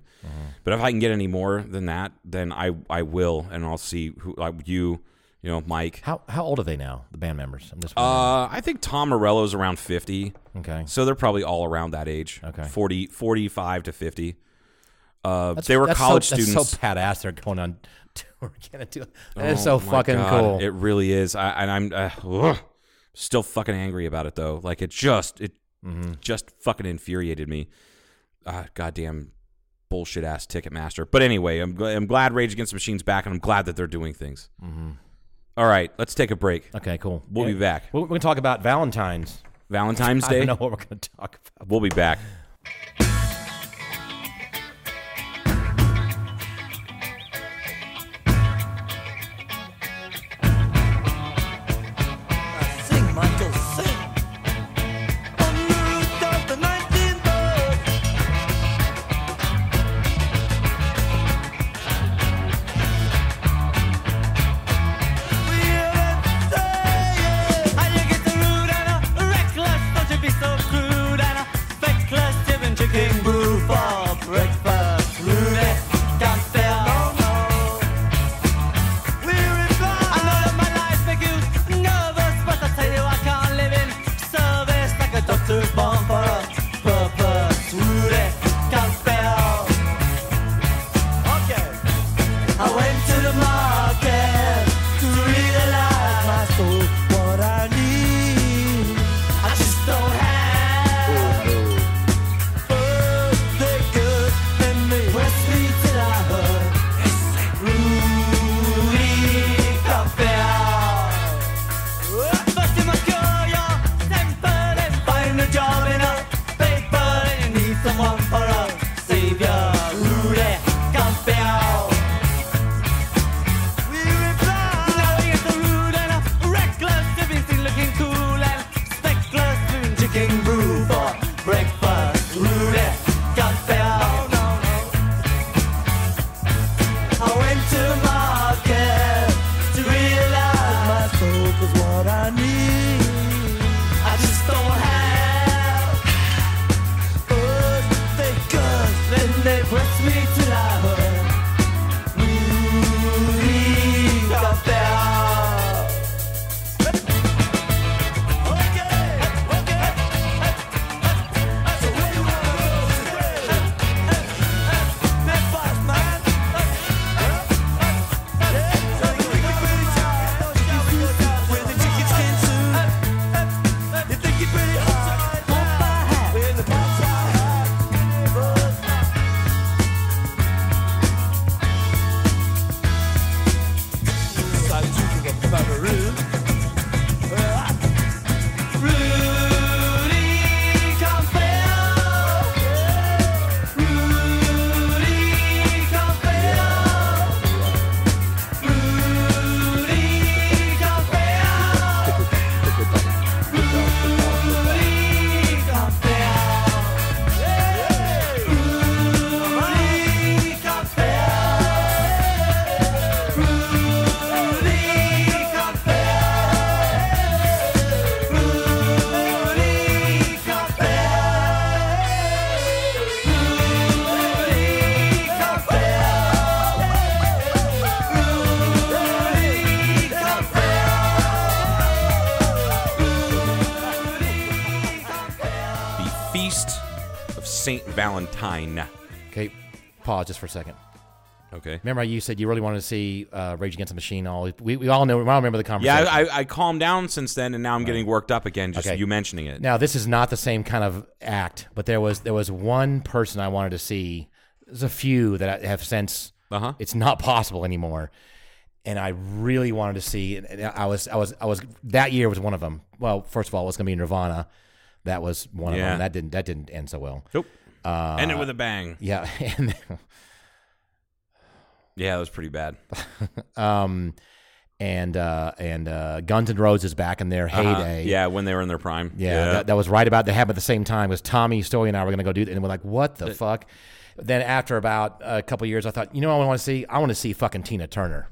Speaker 5: But if I can get any more than that, then I I will, and I'll see who like you you know, Mike.
Speaker 4: How how old are they now? The band members. I'm just wondering.
Speaker 5: Uh, I think Tom Morello's around 50.
Speaker 4: okay.
Speaker 5: So they're probably all around that age.
Speaker 4: Okay.
Speaker 5: 40, 45 to 50. Uh,
Speaker 4: That's-
Speaker 5: they were
Speaker 4: that's so-
Speaker 5: college
Speaker 4: that's
Speaker 5: students.
Speaker 4: so badass. They're going on tour. Gonna do it. That's
Speaker 5: Oh
Speaker 4: so
Speaker 5: my
Speaker 4: fucking
Speaker 5: God,
Speaker 4: cool.
Speaker 5: It really is. I, and I'm uh, ugh, still fucking angry about it though. Like it just it
Speaker 4: Mm-hmm.
Speaker 5: just fucking infuriated me. Ah, goddamn bullshit ass Ticketmaster. But anyway, I'm gl- I'm glad Rage Against the Machine's back, and I'm glad that they're doing things.
Speaker 4: Mm-hmm.
Speaker 5: All right, let's take a break.
Speaker 4: okay, cool.
Speaker 5: We'll be back.
Speaker 4: We're, we're gonna talk about Valentine's.
Speaker 5: Valentine's
Speaker 4: I
Speaker 5: Day.
Speaker 4: don't know what we're gonna talk about.
Speaker 5: We'll be back.
Speaker 6: Sing, Michael, sing. On the roof of the 19 bird. We heard it saying, "How you get the rude and a reckless? Don't you be so crude and a feckless, giving chicken brew for breakfast. Rude, can't spare no more." We reply, I know that my life make you nervous, but I tell you I can't live in service like a doctor's born for a purpose. Rude, can't spell. Okay. I went to the market to realize my soul what I need. I just don't have food that good in me. Press me till I hurt. Rudy Kapel. First you must cure your temper, then find a job in a paper, and you need someone for a savior. Rudy Kapel. We reply. Now we get the rude and a reckless, to be seen looking cool and speckless, doing chicken brew for breakfast. Rude, Kapel. No, no, no. I went to market to realize my soul was what I need. I just don't have food they cut, then they press me till I hurt. Rudy got there. Okay, okay. So where do I go today? Breakfast, man. Rudy Campbell. Rudy Campbell.
Speaker 5: The Feast of Saint Valentine.
Speaker 4: Okay, pause just for a second.
Speaker 5: Okay.
Speaker 4: Remember, how you said you really wanted to see uh, Rage Against the Machine. All we, we all know. We all remember the
Speaker 5: Yeah,
Speaker 4: conversation.
Speaker 5: I, I, I calmed down since then, and now I'm getting worked up again. Just
Speaker 4: Okay.
Speaker 5: you mentioning it.
Speaker 4: Now this is not the same kind of act, but there was there was one person I wanted to see. There's a few that I have since
Speaker 5: Uh-huh.
Speaker 4: it's not possible anymore, and I really wanted to see. And and I was I was I was that year was one of them. Well, first of all, it was going to be Nirvana. That was one of
Speaker 5: Yeah.
Speaker 4: them. That didn't that didn't end so well.
Speaker 5: Nope.
Speaker 4: Uh,
Speaker 5: End it with a bang.
Speaker 4: Yeah, and
Speaker 5: Yeah, that was pretty bad.
Speaker 4: um, and uh, and uh, Guns N' Roses back in their
Speaker 5: Uh,
Speaker 4: heyday.
Speaker 5: yeah, when they were in their prime.
Speaker 4: Yeah, That, that was right about to happen at the same time because Tommy Story and I were going to go do that, and we're like, "What the fuck?" Then after about a couple years, I thought, you know, what I want to see, I want to see fucking Tina Turner,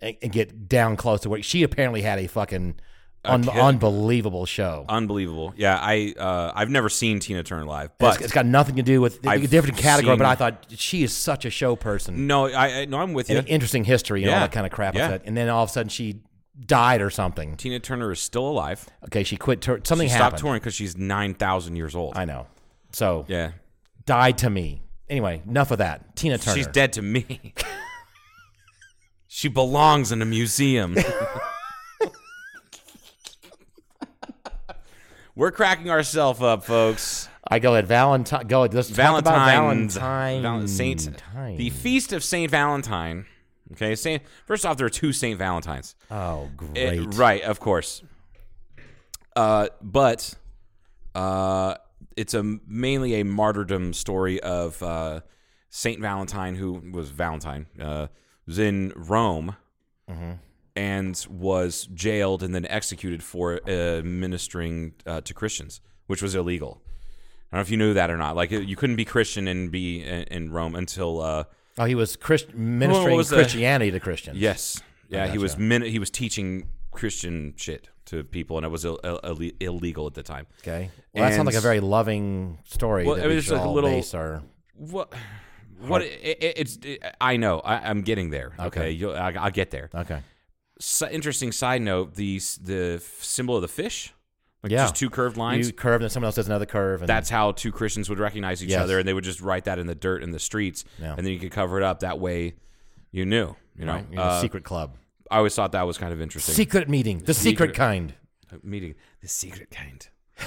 Speaker 4: and, and get down close to where she apparently had a fucking Un-
Speaker 5: Okay.
Speaker 4: unbelievable show.
Speaker 5: Unbelievable. Yeah, I uh, I've never seen Tina Turner live,
Speaker 4: It's-
Speaker 5: but
Speaker 4: it's got nothing to do with a
Speaker 5: I've
Speaker 4: different category, but
Speaker 5: seen-
Speaker 4: I thought she is such a show person.
Speaker 5: no, I, I no, I'm with you.
Speaker 4: and interesting history and all
Speaker 5: Yeah.
Speaker 4: that kind of crap.
Speaker 5: Yeah.
Speaker 4: Like that. And then all of a sudden she died or something.
Speaker 5: Tina Turner is still alive.
Speaker 4: Okay, she quit. Tour- something
Speaker 5: She
Speaker 4: happened.
Speaker 5: stopped touring because she's nine thousand years old.
Speaker 4: I know. So
Speaker 5: yeah,
Speaker 4: died to me. Anyway, enough of that. Tina Turner.
Speaker 5: she's dead to me. she belongs in a museum. We're cracking ourselves up, folks.
Speaker 4: I go at Valentine. Go at this.
Speaker 5: Valentine's
Speaker 4: Valentine.
Speaker 5: Val- Saint
Speaker 4: Time.
Speaker 5: the feast of Saint Valentine. Okay, Saint. First off, there are two Saint Valentines.
Speaker 4: oh,
Speaker 5: Eh,
Speaker 4: great.
Speaker 5: right, of course. Uh, but uh, it's a mainly a martyrdom story of uh, Saint Valentine, who was Valentine, uh, was in Rome and was jailed and then executed for uh, ministering uh, to Christians, which was illegal. I don't know if you knew that or not. Like you couldn't be Christian and be in, in Rome until uh,
Speaker 4: Oh, he was Christ- ministering
Speaker 5: was the-
Speaker 4: Christianity to Christians.
Speaker 5: Yes. Yeah, he was min- he was teaching Christian shit to people, and it was Ill- Ill- illegal at the time.
Speaker 4: Okay. Well, that sounds
Speaker 5: And-
Speaker 4: like a very loving story.
Speaker 5: Well,
Speaker 4: that
Speaker 5: it
Speaker 4: we
Speaker 5: was
Speaker 4: should
Speaker 5: like a
Speaker 4: all
Speaker 5: little-
Speaker 4: base our-
Speaker 5: What? What? It, it, it's. It, I know. I, I'm getting there. Okay. You'll, I, I'll get there.
Speaker 4: Okay.
Speaker 5: S- interesting side note: the s- the f- symbol of the fish, like
Speaker 4: Yeah.
Speaker 5: just two curved lines.
Speaker 4: You curve, and someone else does another curve. And
Speaker 5: that's how two Christians would recognize each
Speaker 4: Yes.
Speaker 5: other, and they would just write that in the dirt in the streets,
Speaker 4: Yeah.
Speaker 5: and then you could cover it up. That way, you knew. You know.
Speaker 4: right, you're in a
Speaker 5: Uh,
Speaker 4: secret club.
Speaker 5: I always thought that was kind of interesting.
Speaker 4: Secret meeting. The secret
Speaker 5: Secret-
Speaker 4: kind.
Speaker 5: meeting the secret kind.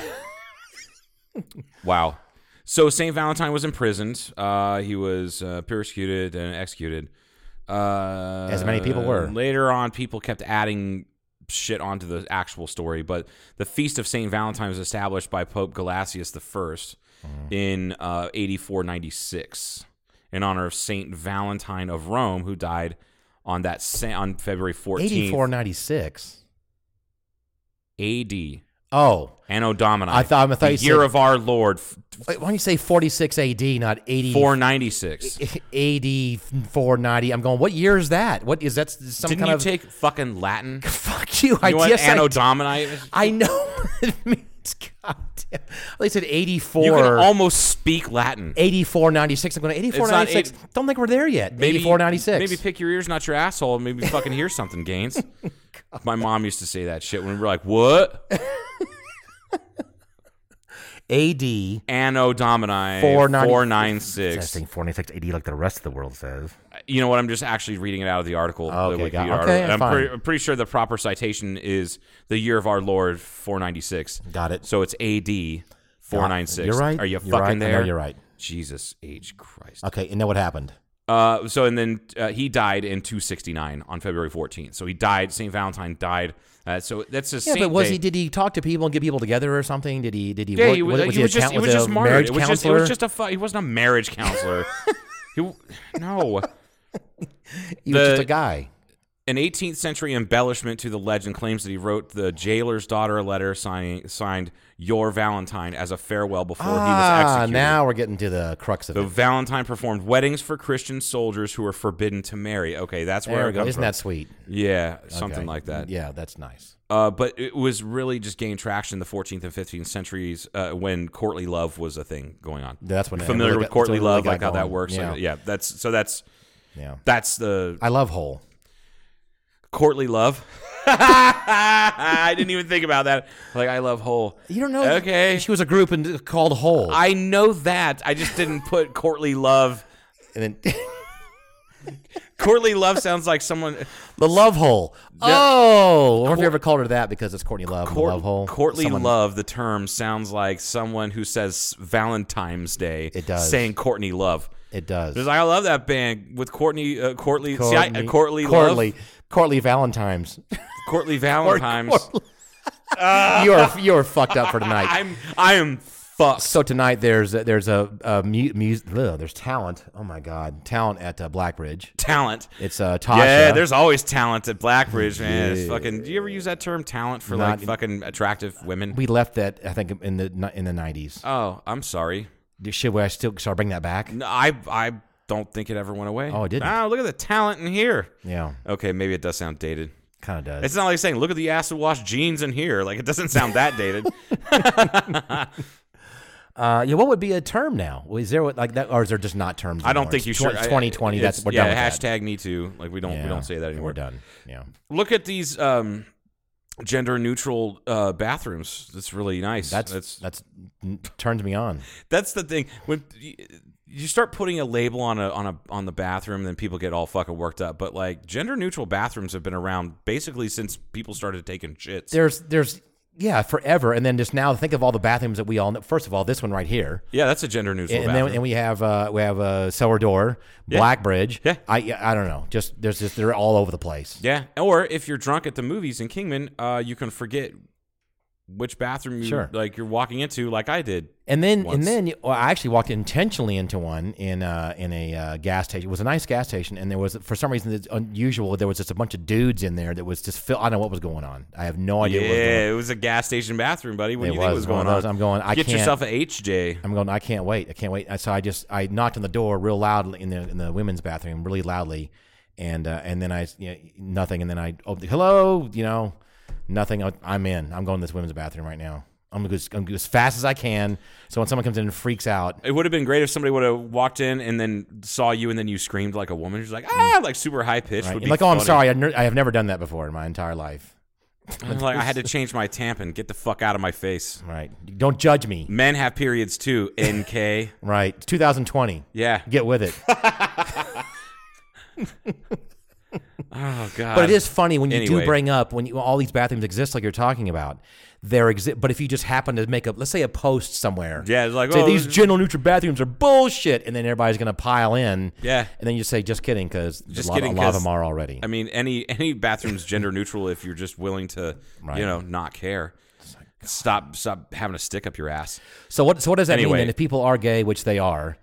Speaker 5: wow. So Saint Valentine was imprisoned. Uh, he was uh, persecuted and executed. Uh,
Speaker 4: As many people were.
Speaker 5: Later on, people kept adding shit onto the actual story, but the feast of Saint Valentine was established by Pope Galasius the First
Speaker 4: Mm-hmm.
Speaker 5: in uh, 8496 in honor of Saint Valentine of Rome, who died on that sa- on February 14th,
Speaker 4: 8496.
Speaker 5: AD.
Speaker 4: Oh.
Speaker 5: Anno Domini.
Speaker 4: I thought- I thought
Speaker 5: the
Speaker 4: you
Speaker 5: year
Speaker 4: said-
Speaker 5: of our Lord f-
Speaker 4: Wait, why don't you say 46 AD, not 80?
Speaker 5: 496.
Speaker 4: AD 490. I'm going, what year is that? What is that? s- Some
Speaker 5: Didn't
Speaker 4: kind
Speaker 5: you
Speaker 4: of.
Speaker 5: take fucking Latin? You
Speaker 4: fuck you. I
Speaker 5: know what
Speaker 4: guess
Speaker 5: Anno
Speaker 4: I,
Speaker 5: Domini.
Speaker 4: I know what it means. God damn. They said 84.
Speaker 5: You can almost speak Latin.
Speaker 4: 8496. I'm going,
Speaker 5: not
Speaker 4: 8496. Don't think we're there yet.
Speaker 5: Maybe-
Speaker 4: 8496.
Speaker 5: Maybe pick your ears, not your asshole, and maybe fucking hear something, Gaines.
Speaker 4: Oh,
Speaker 5: My mom used to say that shit when we were like, "What?"
Speaker 4: AD.
Speaker 5: Anno Domini
Speaker 4: 490
Speaker 5: 496.
Speaker 4: I think 496 AD, like the rest of the world says.
Speaker 5: you know what? I'm just actually reading it out of the article. the
Speaker 4: Okay,
Speaker 5: Wikipedia
Speaker 4: got-
Speaker 5: article.
Speaker 4: okay,
Speaker 5: And I'm,
Speaker 4: fine.
Speaker 5: pretty, I'm pretty sure the proper citation is the year of our Lord 496.
Speaker 4: Got it.
Speaker 5: So it's AD 496.
Speaker 4: You're right.
Speaker 5: Are you
Speaker 4: You're
Speaker 5: fucking
Speaker 4: right. I know
Speaker 5: there?
Speaker 4: you're right.
Speaker 5: Jesus H. Christ.
Speaker 4: Okay, and then what happened?
Speaker 5: Uh, so and then uh, he died in 269 on February 14th. So he died. Saint Valentine died. Uh, so that's a
Speaker 4: Yeah,
Speaker 5: saint
Speaker 4: but was
Speaker 5: day.
Speaker 4: he? Did he talk to people and get people together or something? Did he? Did he?
Speaker 5: Yeah,
Speaker 4: work,
Speaker 5: he was,
Speaker 4: was,
Speaker 5: he
Speaker 4: a
Speaker 5: was just
Speaker 4: coun-
Speaker 5: he was
Speaker 4: a
Speaker 5: just martyred.
Speaker 4: marriage
Speaker 5: it was just it
Speaker 4: counselor.
Speaker 5: was just a fu- he wasn't a marriage counselor. he, no.
Speaker 4: he was just
Speaker 5: the-
Speaker 4: a guy.
Speaker 5: An 18th century embellishment to the legend claims that he wrote the jailer's daughter a letter signing, signed Your Valentine as a farewell before he was
Speaker 4: Ah,
Speaker 5: executed.
Speaker 4: now we're getting to the crux of
Speaker 5: the
Speaker 4: it.
Speaker 5: Valentine performed weddings for Christian soldiers who were forbidden to marry. Okay, that's where
Speaker 4: There
Speaker 5: it
Speaker 4: we go.
Speaker 5: comes
Speaker 4: Isn't
Speaker 5: from.
Speaker 4: that sweet?
Speaker 5: Yeah, something
Speaker 4: Okay.
Speaker 5: like that.
Speaker 4: Yeah, that's nice.
Speaker 5: Uh, but it was really just gained traction in the 14th and 15th centuries uh, when courtly love was a thing going on.
Speaker 4: That's when
Speaker 5: You're
Speaker 4: it
Speaker 5: familiar
Speaker 4: really
Speaker 5: with
Speaker 4: got-
Speaker 5: courtly
Speaker 4: that's when it really
Speaker 5: love,
Speaker 4: got
Speaker 5: like how that
Speaker 4: going.
Speaker 5: works.
Speaker 4: Yeah.
Speaker 5: Like, yeah, that's so that's
Speaker 4: Yeah,
Speaker 5: that's the
Speaker 4: I love Hole.
Speaker 5: courtly love. I didn't even think about that. Like I love whole.
Speaker 4: You don't know?
Speaker 5: Okay.
Speaker 4: she was a group and called Hole.
Speaker 5: I know that. I just didn't put courtly love.
Speaker 4: and then
Speaker 5: Courtly love sounds like someone
Speaker 4: the Love Hole. Oh, I wonder if you ever called her that because it's Courtney Love. and the
Speaker 5: court-
Speaker 4: love Hole.
Speaker 5: courtly
Speaker 4: Someone-
Speaker 5: love. The term sounds like someone who says Valentine's Day.
Speaker 4: It does.
Speaker 5: saying Courtney love.
Speaker 4: It does.
Speaker 5: It's like, I love that band with Courtney, uh, Courtly, see, I, uh, Courtly,
Speaker 4: Courtly,
Speaker 5: Love,
Speaker 4: Courtly Valentine's.
Speaker 5: Courtly Valentine's.
Speaker 4: you're you're fucked up for tonight.
Speaker 5: I'm, I am fucked.
Speaker 4: So tonight there's a, there's a, a mu- mu- ugh, there's talent. Oh my god, talent at uh, Blackbridge.
Speaker 5: Talent.
Speaker 4: It's uh, Tasha.
Speaker 5: Yeah, there's always talent at Blackbridge, man. It's fucking. Do you ever use that term talent for
Speaker 4: Not-
Speaker 5: like fucking attractive women?
Speaker 4: we left that I think in the ni- in the nineties.
Speaker 5: oh, I'm sorry.
Speaker 4: Should we I still should I bring that back?
Speaker 5: No, I I don't think it ever went away.
Speaker 4: Oh, it didn't.
Speaker 5: Ah, look at the talent in here.
Speaker 4: Yeah.
Speaker 5: Okay, maybe it does sound dated.
Speaker 4: Kind of does.
Speaker 5: It's not like saying, look at the acid wash jeans in here. Like, it doesn't sound that dated.
Speaker 4: Uh, yeah, what would be a term now? Is there what like that, or is there just not terms?
Speaker 5: I don't
Speaker 4: anymore?
Speaker 5: think you
Speaker 4: It's
Speaker 5: should.
Speaker 4: tw-
Speaker 5: I-
Speaker 4: 2020.
Speaker 5: it's-
Speaker 4: That's we're
Speaker 5: yeah,
Speaker 4: done. with
Speaker 5: hashtag
Speaker 4: that.
Speaker 5: me too. Like, we don't,
Speaker 4: Yeah,
Speaker 5: we don't say that anymore.
Speaker 4: We're done. Yeah.
Speaker 5: Look at these um, gender neutral uh, bathrooms. That's really nice.
Speaker 4: That's
Speaker 5: that's
Speaker 4: that's, that's n- turns me on.
Speaker 5: That's the thing when you- you start putting a label on a on a on the bathroom, then people get all fucking worked up. But like gender neutral bathrooms have been around basically since people started taking shits.
Speaker 4: There's there's yeah forever, and then just now think of all the bathrooms that we all. know. First of all, this one right here.
Speaker 5: yeah, that's a gender neutral
Speaker 4: And
Speaker 5: bathroom.
Speaker 4: then and we have uh, we have uh, Cellar Door, Blackbridge.
Speaker 5: Yeah.
Speaker 4: I I don't know. Just there's just they're all over the place.
Speaker 5: yeah, or if you're drunk at the movies in Kingman, uh, you can forget which bathroom you
Speaker 4: Sure.
Speaker 5: like you're walking into, like I did.
Speaker 4: And then,
Speaker 5: once.
Speaker 4: and then you- well, I actually walked intentionally into one in uh, in a uh, gas station. It was a nice gas station, and there was for some reason it's unusual. There was just a bunch of dudes in there that was just fill. I don't know what was going on. I have no idea. what was going
Speaker 5: yeah,
Speaker 4: on.
Speaker 5: it was a gas station bathroom, buddy. What
Speaker 4: It
Speaker 5: do you think
Speaker 4: was
Speaker 5: was
Speaker 4: one
Speaker 5: going
Speaker 4: of those.
Speaker 5: on?
Speaker 4: I'm going, I
Speaker 5: Get
Speaker 4: can't-
Speaker 5: yourself a HJ.
Speaker 4: I'm going. I can't wait. I can't wait. So I just I knocked on the door real loud in the in the women's bathroom, really loudly, and uh, and then I you know, nothing, and then I opened, hello, you know, nothing. I- I'm in. I'm going to this women's bathroom right now. I'm going to go as fast as I can. So when someone comes in and freaks out,
Speaker 5: It would have been great if somebody would have walked in and then saw you, and then you screamed like a woman. She's like, ah, like super high pitched.
Speaker 4: Mm. Right.
Speaker 5: Would
Speaker 4: And
Speaker 5: be
Speaker 4: like, oh, I'm
Speaker 5: funny.
Speaker 4: sorry. I, ner- I have never done that before in my entire life.
Speaker 5: I'm like I had to change my tampon. Get the fuck out of my face.
Speaker 4: Right. Don't judge me.
Speaker 5: Men have periods too. NK.
Speaker 4: Right. 2020.
Speaker 5: Yeah.
Speaker 4: Get with it.
Speaker 5: Oh god.
Speaker 4: But it is funny when you
Speaker 5: Anyway.
Speaker 4: do bring up when you, all these bathrooms exist, like you're talking about. They're exi- but if you just happen to make up, let's say a post somewhere.
Speaker 5: Yeah, it's like,
Speaker 4: say
Speaker 5: oh,
Speaker 4: these
Speaker 5: this-
Speaker 4: general neutral bathrooms are bullshit, and then everybody's gonna pile in.
Speaker 5: Yeah.
Speaker 4: And then you say, just kidding, because
Speaker 5: Just
Speaker 4: a lot,
Speaker 5: kidding,
Speaker 4: a lot of
Speaker 5: 'cause-
Speaker 4: them are already.
Speaker 5: I mean, any any bathroom's gender neutral if you're just willing to,
Speaker 4: Right.
Speaker 5: you know, not care. Stop stop having a stick up your ass.
Speaker 4: So what? So what does that
Speaker 5: Anyway.
Speaker 4: mean? Then if people are gay, which they are,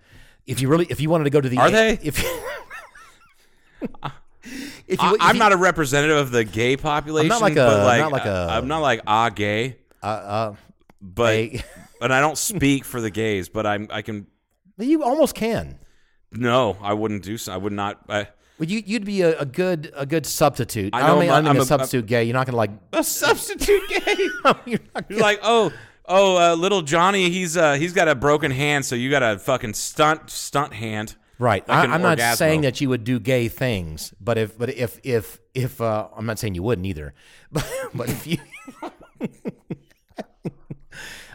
Speaker 4: if you really, if you wanted to go to the,
Speaker 5: Are they?
Speaker 4: If, if
Speaker 5: I,
Speaker 4: you-
Speaker 5: I'm
Speaker 4: if
Speaker 5: not a representative of the gay population.
Speaker 4: like
Speaker 5: but
Speaker 4: a- I'm
Speaker 5: like,
Speaker 4: not like a-
Speaker 5: I'm not like ah gay. Uh, uh but
Speaker 4: a-
Speaker 5: and I don't speak for the gays, but I'm I can
Speaker 4: you, you almost can.
Speaker 5: no, I wouldn't do so. I would not. I,
Speaker 4: Well, you, you'd be a, a good a good substitute.
Speaker 5: I
Speaker 4: I,
Speaker 5: know
Speaker 4: don't mean, I
Speaker 5: I'm
Speaker 4: don't
Speaker 5: a-
Speaker 4: mean
Speaker 5: I'm
Speaker 4: a
Speaker 5: a-
Speaker 4: substitute gay. You're not gonna like.
Speaker 5: a substitute gay.
Speaker 4: You're not
Speaker 5: He's like, oh, oh, uh, little Johnny, he's uh, he's got a broken hand, so you got a fucking stunt stunt hand.
Speaker 4: right.
Speaker 5: Like an
Speaker 4: I, am not
Speaker 5: orgasmo.
Speaker 4: saying that you would do gay things, but if but if if if uh, I'm not saying you wouldn't either, but but if you.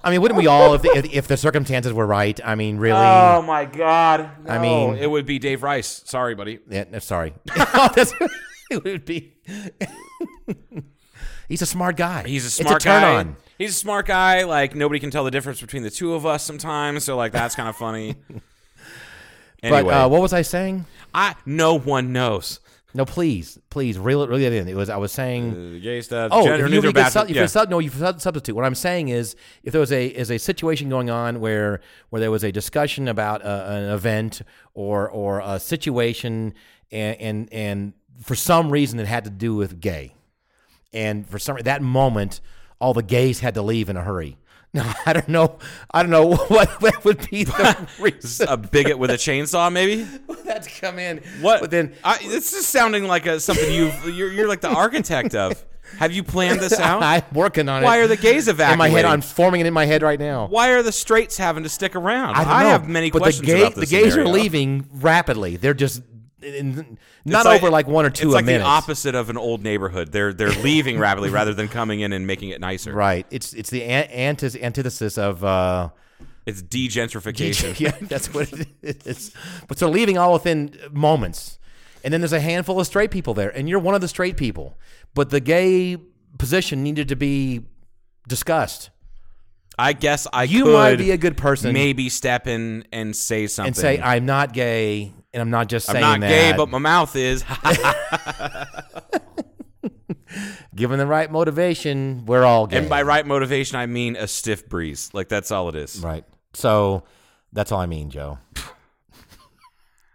Speaker 4: I mean, wouldn't we all if the, if, if the circumstances were right? I mean, really?
Speaker 5: Oh my god!
Speaker 4: I mean-
Speaker 5: it would be Dave Rice. Sorry, buddy.
Speaker 4: Yeah, no, sorry. That's- it would be. He's a smart guy.
Speaker 5: He's a
Speaker 4: It's
Speaker 5: smart
Speaker 4: turn
Speaker 5: guy.
Speaker 4: on.
Speaker 5: He's a smart guy. Like nobody can tell the difference between the two of us sometimes. So like that's kind of funny. anyway,
Speaker 4: But uh, what was I saying?
Speaker 5: I no one knows
Speaker 4: No, please, please, reel it, reel it in. It was I was saying.
Speaker 5: the gay stuff.
Speaker 4: Oh,
Speaker 5: gender
Speaker 4: if you,
Speaker 5: neutral
Speaker 4: you could sub,
Speaker 5: bathroom-
Speaker 4: if
Speaker 5: yeah.
Speaker 4: you sub, no, you could sub- substitute. What I'm saying is, if there was a is a situation going on where where there was a discussion about uh, an event or or a situation, and, and and for some reason it had to do with gay, and for some that moment all the gays had to leave in a hurry. Now I don't know, I don't know what, what would be the reason
Speaker 5: a bigot with a chainsaw, maybe.
Speaker 4: that to come in.
Speaker 5: What?
Speaker 4: But then
Speaker 5: I, this is sounding like a, something you you're, you're like the architect of. Have you planned this out?
Speaker 4: I'm working on it.
Speaker 5: Why are the gays
Speaker 4: in my head?
Speaker 5: evacuating?
Speaker 4: I'm forming it in my head right now.
Speaker 5: Why are the straights having to stick around?
Speaker 4: I, don't know,
Speaker 5: have many
Speaker 4: but
Speaker 5: questions
Speaker 4: The, gay,
Speaker 5: about this.
Speaker 4: the gays
Speaker 5: scenario.
Speaker 4: are leaving rapidly. They're just in,
Speaker 5: It's
Speaker 4: not over like one or two
Speaker 5: It's
Speaker 4: a
Speaker 5: like
Speaker 4: minute.
Speaker 5: the opposite of an old neighborhood. They're they're leaving rapidly rather than coming in and making it nicer.
Speaker 4: Right. It's it's the an- antis- antithesis of. Uh,
Speaker 5: It's degentrification.
Speaker 4: yeah, that's what it is. But they're leaving all within moments, and then there's a handful of straight people there, and you're one of the straight people. But the gay position needed to be discussed.
Speaker 5: I guess I
Speaker 4: You
Speaker 5: could
Speaker 4: might be a good person
Speaker 5: maybe step in and say something
Speaker 4: and say I'm not gay, and I'm not just
Speaker 5: I'm
Speaker 4: saying
Speaker 5: not
Speaker 4: that.
Speaker 5: gay, but my mouth is.
Speaker 4: given the right motivation, we're all gay.
Speaker 5: and by right motivation, I mean a stiff breeze. Like that's all it is.
Speaker 4: Right. So that's all I mean, Joe.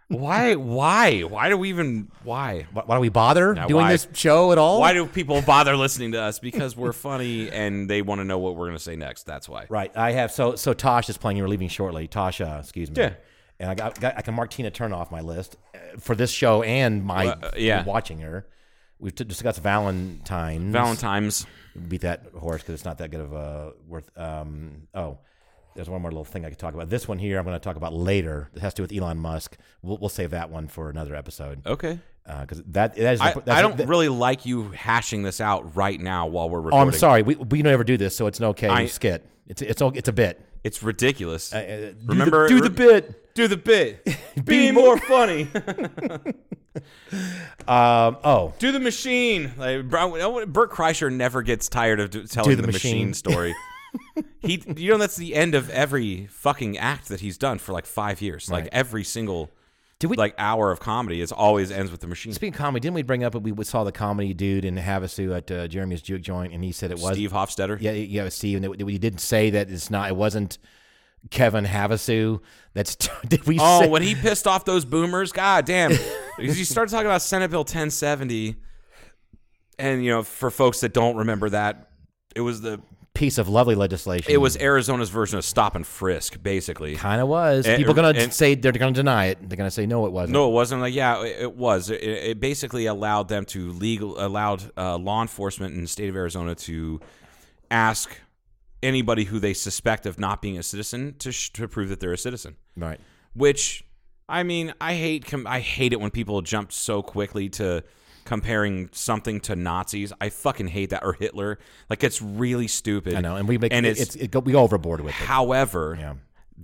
Speaker 5: Why? Why? Why do we even? Why?
Speaker 4: Why, why do we bother doing
Speaker 5: why?
Speaker 4: this show at all?
Speaker 5: Why do people bother listening to us? Because we're funny and they want to know what we're going to say next. That's why.
Speaker 4: right. I have so so Tosh is playing. You're leaving shortly. Tasha, excuse me.
Speaker 5: Yeah.
Speaker 4: And I got, got I can mark Tina Turn off my list uh, for this show and my
Speaker 5: uh, yeah.
Speaker 4: watching her. We've t- discussed Valentine's.
Speaker 5: Valentine's.
Speaker 4: beat that horse because it's not that good of a worth. Um, oh, there's one more little thing I could talk about. This one here I'm going to talk about later. It has to do with Elon Musk. We'll, we'll save that one for another episode
Speaker 5: Okay.
Speaker 4: because that, that is.
Speaker 5: I,
Speaker 4: that's-
Speaker 5: I don't
Speaker 4: that-
Speaker 5: really like you hashing this out right now while we're
Speaker 4: oh, I'm
Speaker 5: recording.
Speaker 4: sorry. We we don't ever do this, so it's an okay
Speaker 5: I-
Speaker 4: skit. It's it's o- it's a bit.
Speaker 5: It's ridiculous.
Speaker 4: Uh,
Speaker 5: Remember-
Speaker 4: do the, do the bit.
Speaker 5: Do the bit.
Speaker 4: Be
Speaker 5: Be
Speaker 4: more
Speaker 5: more funny.
Speaker 4: Um, oh,
Speaker 5: Do the machine. Like, Bro- Bert Kreischer never gets tired of do- telling
Speaker 4: Do the
Speaker 5: the, machine.
Speaker 4: machine.
Speaker 5: story. he, you know, that's the end of every fucking act that he's done for like five years.
Speaker 4: Right.
Speaker 5: Like every single,
Speaker 4: Did we-
Speaker 5: like hour of comedy, it's always ends with the machine.
Speaker 4: speaking of comedy, didn't we bring up we saw the comedy dude in Havasu at uh, Jeremy's Juke Joint, and he said it was
Speaker 5: Steve Hofstetter.
Speaker 4: Yeah, yeah, Steve. And it- we didn't say that it's not. It wasn't Kevin Havasu. That's did we?
Speaker 5: Oh,
Speaker 4: say,
Speaker 5: when he pissed off those boomers, god damn. Because you started talking about Senate Bill 1070, and you know, for folks that don't remember that, it was the
Speaker 4: piece of lovely legislation.
Speaker 5: it was Arizona's version of stop and frisk, basically.
Speaker 4: kind of was.
Speaker 5: And-
Speaker 4: People gonna
Speaker 5: and-
Speaker 4: say they're gonna deny it. They're gonna say no, it wasn't.
Speaker 5: No, it wasn't. Like, yeah, it, it was. It, it basically allowed them to legal allowed uh, law enforcement in the state of Arizona to ask anybody who they suspect of not being a citizen to sh- to prove that they're a citizen.
Speaker 4: right.
Speaker 5: Which, I mean, I hate com- I hate it when people jump so quickly to comparing something to Nazis. I fucking hate that or Hitler. Like, it's really stupid.
Speaker 4: I know, and we make
Speaker 5: and
Speaker 4: it's,
Speaker 5: it's,
Speaker 4: it go, we go overboard with it.
Speaker 5: however,
Speaker 4: Yeah.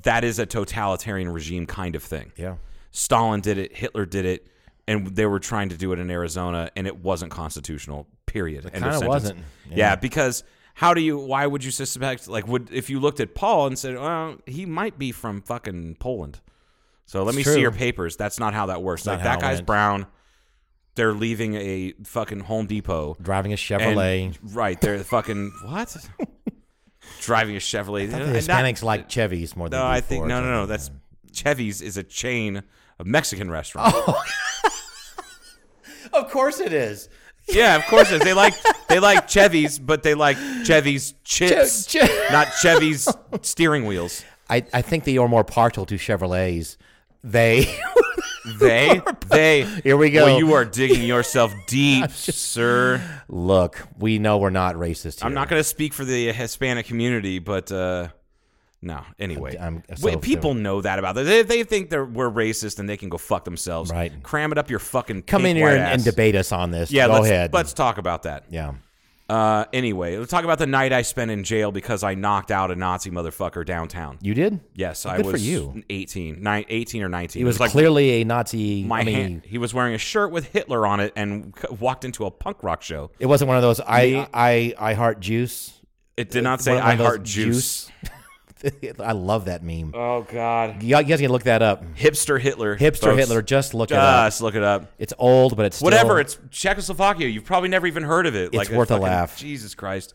Speaker 5: that is a totalitarian regime kind of thing.
Speaker 4: Yeah.
Speaker 5: Stalin did it, Hitler did it, and they were trying to do it in Arizona, and it wasn't constitutional. Period. It
Speaker 4: kinda wasn't,
Speaker 5: Yeah. because how do you? Why would you suspect? Like, would if you looked at Paul and said, "Well, he might be from fucking Poland," so let me
Speaker 4: true.
Speaker 5: see your papers. That's not how that works.
Speaker 4: not
Speaker 5: Like
Speaker 4: how
Speaker 5: that
Speaker 4: it
Speaker 5: guy's
Speaker 4: went.
Speaker 5: brown. They're leaving a fucking Home Depot.
Speaker 4: Driving a
Speaker 5: and-
Speaker 4: Chevrolet.
Speaker 5: right. They're fucking what? Driving a Chevrolet.
Speaker 4: The
Speaker 5: And that-
Speaker 4: Hispanics like Chevys more than
Speaker 5: no,
Speaker 4: we
Speaker 5: I
Speaker 4: do
Speaker 5: think
Speaker 4: Fords.
Speaker 5: no, no, no. That's Chevy's is a chain of Mexican restaurants.
Speaker 4: Oh. of course it is.
Speaker 5: Yeah, of course it is. They like they like Chevy's, but they like Chevy's chips,
Speaker 4: Che- che-
Speaker 5: not Chevy's steering wheels.
Speaker 4: I, I think they are more partial to Chevrolets. They
Speaker 5: They they
Speaker 4: Here we go.
Speaker 5: Well, you are digging yourself deep, sir.
Speaker 4: look. We know we're not racist. Here.
Speaker 5: I'm not going to speak for the Hispanic community, but uh, no. Anyway,
Speaker 4: I'm- I'm
Speaker 5: Wait,
Speaker 4: so-
Speaker 5: people know that about us. They, they think that we're racist and they can go fuck themselves.
Speaker 4: Right.
Speaker 5: Cram it up your fucking
Speaker 4: come
Speaker 5: pink
Speaker 4: in here
Speaker 5: white
Speaker 4: and, and
Speaker 5: ass.
Speaker 4: debate us on this.
Speaker 5: Yeah,
Speaker 4: go
Speaker 5: let's,
Speaker 4: ahead.
Speaker 5: Let's talk about that.
Speaker 4: yeah.
Speaker 5: Uh, anyway, let's talk about the night I spent in jail because I knocked out a Nazi motherfucker downtown.
Speaker 4: You did?
Speaker 5: Yes,
Speaker 4: Well,
Speaker 5: I
Speaker 4: good
Speaker 5: was
Speaker 4: for you.
Speaker 5: 18, nine, 18 or 19.
Speaker 4: He was clearly a Nazi.
Speaker 5: my
Speaker 4: I mean,
Speaker 5: hand, he was wearing a shirt with Hitler on it and c- walked into a punk rock show.
Speaker 4: it wasn't one of those.
Speaker 5: Me-
Speaker 4: I I I heart juice.
Speaker 5: It did not say
Speaker 4: Uh, One- one
Speaker 5: I
Speaker 4: of those
Speaker 5: heart juice.
Speaker 4: I love that meme.
Speaker 5: Oh god.
Speaker 4: you guys can look that up.
Speaker 5: Hipster Hitler.
Speaker 4: Hipster
Speaker 5: folks.
Speaker 4: Hitler. Just look it up.
Speaker 5: Just look it up.
Speaker 4: It's old, but it's still,
Speaker 5: Whatever, it's Czechoslovakia. You've probably never even heard of it. It's
Speaker 4: worth a laugh.
Speaker 5: Jesus Christ.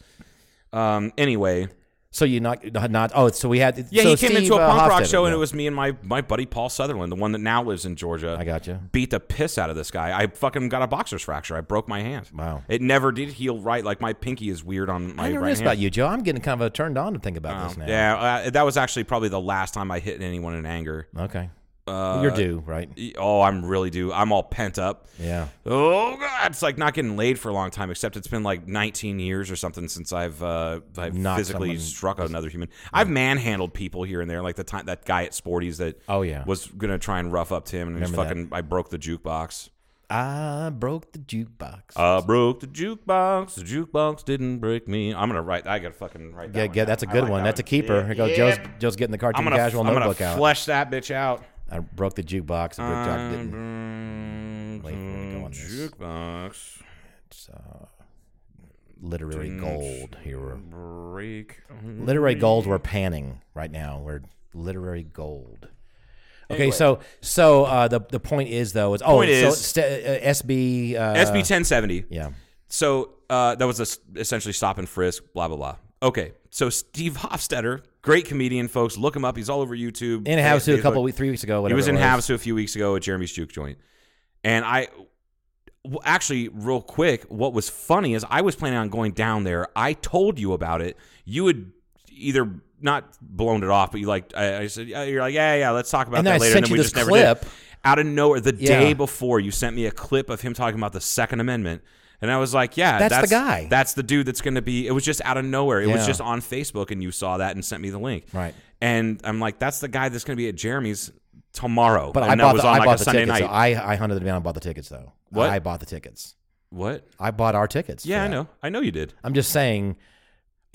Speaker 5: Um anyway,
Speaker 4: so you not not. Oh, so we had.
Speaker 5: Yeah,
Speaker 4: so
Speaker 5: he came
Speaker 4: Steve,
Speaker 5: into a
Speaker 4: uh,
Speaker 5: punk rock
Speaker 4: Hofstadter,
Speaker 5: show, and
Speaker 4: yeah.
Speaker 5: it was me and my my buddy Paul Sutherland, the one that now lives in Georgia.
Speaker 4: I gotcha.
Speaker 5: Beat the piss out of this guy. I fucking got a boxer's fracture. I broke my hand.
Speaker 4: Wow.
Speaker 5: It never did heal right. Like my pinky is weird on my
Speaker 4: I never
Speaker 5: right
Speaker 4: noticed
Speaker 5: hand.
Speaker 4: about you, Joe. I'm getting kind of turned on to think about
Speaker 5: Um,
Speaker 4: this now.
Speaker 5: yeah, uh, that was actually probably the last time I hit anyone in anger.
Speaker 4: Okay.
Speaker 5: Uh,
Speaker 4: You're due, right?
Speaker 5: E- Oh, I'm really due. I'm all pent up.
Speaker 4: Yeah.
Speaker 5: Oh god, it's like not getting laid for a long time. Except it's been like 19 years or something since I've uh, I've
Speaker 4: Knocked
Speaker 5: physically
Speaker 4: someone-
Speaker 5: struck another human. I've manhandled people here and there, like the time that guy at Sporty's that
Speaker 4: Oh, yeah.
Speaker 5: was gonna try and rough up Tim and he was
Speaker 4: Remember that.
Speaker 5: fucking I broke the jukebox.
Speaker 4: I broke the jukebox.
Speaker 5: I broke the jukebox. The jukebox didn't break me. I'm gonna write. I gotta fucking write. That
Speaker 4: yeah,
Speaker 5: one
Speaker 4: yeah,
Speaker 5: down.
Speaker 4: that's a
Speaker 5: I
Speaker 4: good
Speaker 5: like
Speaker 4: one.
Speaker 5: that
Speaker 4: That's a keeper. Here goes Joe's. Joe's getting the cartoon
Speaker 5: I'm gonna
Speaker 4: casual
Speaker 5: I'm
Speaker 4: notebook
Speaker 5: gonna
Speaker 4: out.
Speaker 5: flesh that bitch out.
Speaker 4: I broke the jukebox. The broke jock didn't.
Speaker 5: Mm,
Speaker 4: Wait for it to go on this.
Speaker 5: Jukebox.
Speaker 4: It's, uh, literary gold here. We're-
Speaker 5: Break.
Speaker 4: Literary gold. We're panning right now. We're literary gold. Okay, so so uh, the the point is though is oh
Speaker 5: Point
Speaker 4: so
Speaker 5: is-
Speaker 4: st- uh, SB uh,
Speaker 5: SB 1070.
Speaker 4: yeah
Speaker 5: So uh, that was a s essentially stop and frisk, blah, blah, blah. Okay. So Steve Hofstetter, great comedian, folks. Look him up. He's all over YouTube.
Speaker 4: in Havasu a couple
Speaker 5: Facebook.
Speaker 4: weeks three weeks ago
Speaker 5: He
Speaker 4: whatever
Speaker 5: was
Speaker 4: it
Speaker 5: in Havasu a few weeks ago at Jeremy's Juke Joint. And I, well, actually, real quick, what was funny is I was planning on going down there. I told you about it. You had either not blown it off, but you like, I, I said, yeah, you're like, yeah, yeah, let's talk about
Speaker 4: And
Speaker 5: that
Speaker 4: then I
Speaker 5: later.
Speaker 4: sent
Speaker 5: and then
Speaker 4: you
Speaker 5: we
Speaker 4: this
Speaker 5: just never did.
Speaker 4: clip.
Speaker 5: Out of nowhere, the
Speaker 4: Yeah.
Speaker 5: day before, you sent me a clip of him talking about the Second Amendment. And I was like, yeah,
Speaker 4: That's the guy.
Speaker 5: That's the dude that's going to be. It was just out of nowhere. It was
Speaker 4: Yeah.
Speaker 5: just on Facebook, and you saw that and sent me the link.
Speaker 4: Right.
Speaker 5: And I'm like, that's the guy that's going to be at Jeremy's tomorrow.
Speaker 4: But I
Speaker 5: and that
Speaker 4: bought
Speaker 5: was
Speaker 4: the,
Speaker 5: on
Speaker 4: I
Speaker 5: like
Speaker 4: bought
Speaker 5: a
Speaker 4: the
Speaker 5: Sunday
Speaker 4: tickets.
Speaker 5: night.
Speaker 4: though. I I hunted them down and bought the tickets though.
Speaker 5: What?
Speaker 4: I bought the tickets.
Speaker 5: what?
Speaker 4: I bought our tickets. for
Speaker 5: Yeah, I
Speaker 4: that.
Speaker 5: know. I know you did.
Speaker 4: I'm just saying. it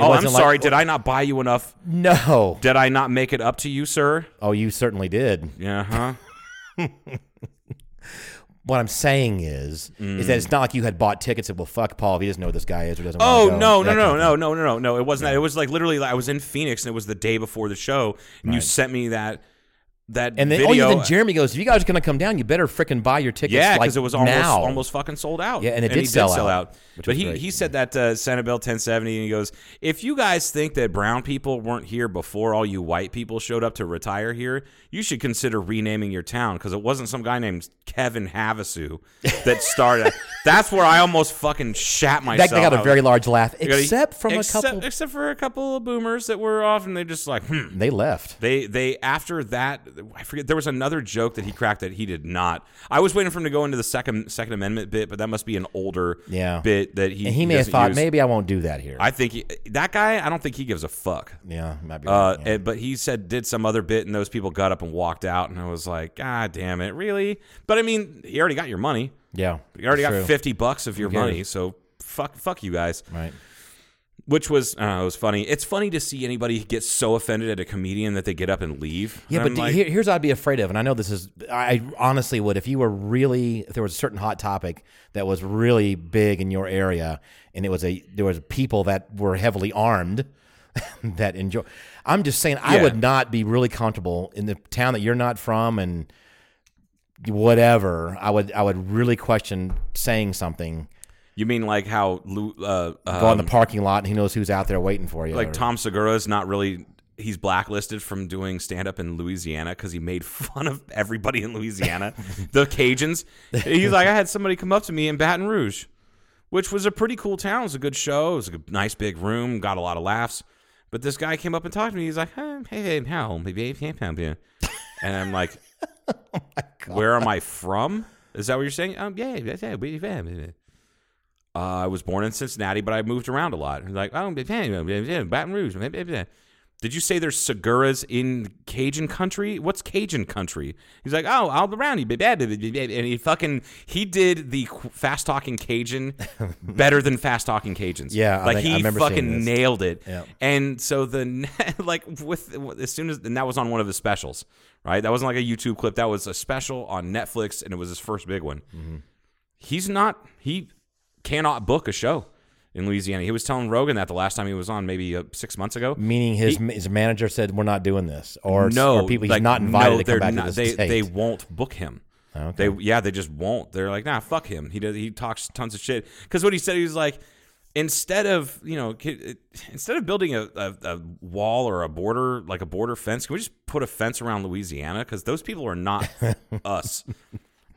Speaker 5: oh, I'm
Speaker 4: wasn't like-
Speaker 5: sorry. did I not buy you enough?
Speaker 4: No.
Speaker 5: Did I not make it up to you, sir?
Speaker 4: Oh, you certainly did.
Speaker 5: Yeah, huh?
Speaker 4: What I'm saying is, is that it's not like you had bought tickets. That, well, fuck Paul. If he doesn't know who this guy is or doesn't. wanna
Speaker 5: Mm. Oh
Speaker 4: go,"
Speaker 5: no no
Speaker 4: that
Speaker 5: no
Speaker 4: kind of
Speaker 5: no no no no no! It wasn't that. It was like literally, like, I was in Phoenix, and it was the day before the show, and you sent me that that
Speaker 4: thing. And then, oh,
Speaker 5: video.
Speaker 4: yeah, then Jeremy goes, "If you guys are gonna come down, you better freaking buy your tickets."
Speaker 5: yeah,
Speaker 4: because
Speaker 5: because it was almost
Speaker 4: now.
Speaker 5: almost fucking sold out.
Speaker 4: Yeah, and it
Speaker 5: he
Speaker 4: did sell out, which
Speaker 5: But
Speaker 4: was
Speaker 5: he
Speaker 4: great.
Speaker 5: he said that uh, Sanibel 1070, and he goes, "If you guys think that brown people weren't here before all you white people showed up to retire here, you should consider renaming your town because it wasn't some guy named Kevin Havasu that started. That's where I almost fucking shat myself.
Speaker 4: That guy got
Speaker 5: I
Speaker 4: a
Speaker 5: was-
Speaker 4: very large laugh,
Speaker 5: You gotta-
Speaker 4: except from
Speaker 5: except-
Speaker 4: a couple.
Speaker 5: except for a couple of boomers that were off, and they just like, hmm.
Speaker 4: They left.
Speaker 5: They they after that, I forget. There was another joke that he cracked that he did not. I was waiting for him to go into the second Second Amendment bit, but that must be an older
Speaker 4: Yeah.
Speaker 5: bit that he
Speaker 4: And he may have
Speaker 5: doesn't
Speaker 4: thought,
Speaker 5: use.
Speaker 4: maybe I won't do that here.
Speaker 5: I think he, that guy. I don't think he gives a fuck.
Speaker 4: yeah, might be.
Speaker 5: Uh,
Speaker 4: right, yeah.
Speaker 5: and- But he said did some other bit, and those people got up and walked out, and I was like, God damn it, really? But I mean, he already got your money.
Speaker 4: yeah,
Speaker 5: You already got
Speaker 4: true.
Speaker 5: fifty bucks of your
Speaker 4: cares?
Speaker 5: money, so fuck fuck you guys
Speaker 4: Right.
Speaker 5: which was I don't know, it was funny. It's funny to see anybody get so offended at a comedian that they get up and leave.
Speaker 4: Yeah,
Speaker 5: And
Speaker 4: but
Speaker 5: I'm
Speaker 4: do-
Speaker 5: like,
Speaker 4: here, here's what I'd be afraid of, and I know this is. I honestly would if you were really if there was a certain hot topic that was really big in your area, and it was a there was people that were heavily armed that enjoy. I'm just saying, I
Speaker 5: Yeah.
Speaker 4: would not be really comfortable in the town that you're not from and whatever. I would I would really question saying something.
Speaker 5: you mean like how Lou- uh, uh,
Speaker 4: Go in the parking lot, and who knows who's out there waiting for you?
Speaker 5: like
Speaker 4: or-
Speaker 5: Tom Segura's not really he's blacklisted from doing stand up in Louisiana because he made fun of everybody in Louisiana, the Cajuns. He's like, I had somebody come up to me in Baton Rouge, which was a pretty cool town. It was a good show. It was a good- nice big room. Got a lot of laughs. But this guy came up and talked to me. He's like, hey, hey, hey, how, baby, hey, hey, hey. and I'm like, where am I from? Is that what you're saying? Um, yeah, yeah, yeah, we- yeah. Uh, I was born in Cincinnati, but I moved around a lot. And Like, oh, Baton Rouge. Did you say there's Seguras in Cajun country? What's Cajun country? He's like, oh, I'll be around you. And he fucking, he did the fast talking Cajun better than fast talking Cajuns.
Speaker 4: Yeah, I
Speaker 5: Like
Speaker 4: think- I
Speaker 5: he
Speaker 4: remember seeing
Speaker 5: fucking
Speaker 4: this.
Speaker 5: nailed it.
Speaker 4: Yeah.
Speaker 5: And so the, ne- like, with, as soon as, and that was on one of his specials, right? That wasn't like a YouTube clip. That was a special on Netflix, and it was his first big one he's not he cannot book a show in Louisiana. He was telling Rogan that the last time he was on, maybe uh, six months ago.
Speaker 4: Meaning his his manager said we're not doing this, or
Speaker 5: no,
Speaker 4: or people he's
Speaker 5: like,
Speaker 4: not invited
Speaker 5: no,
Speaker 4: to
Speaker 5: they're
Speaker 4: come back
Speaker 5: not-
Speaker 4: to this
Speaker 5: they,
Speaker 4: state.
Speaker 5: They won't book him.
Speaker 4: Okay.
Speaker 5: They yeah, they just won't. They're like, nah, fuck him. He does. He talks tons of shit. Because what he said, he was like, instead of you know, ki- instead of building a, a, a wall or a border like a border fence, can we just put a fence around Louisiana? Because those people are not us.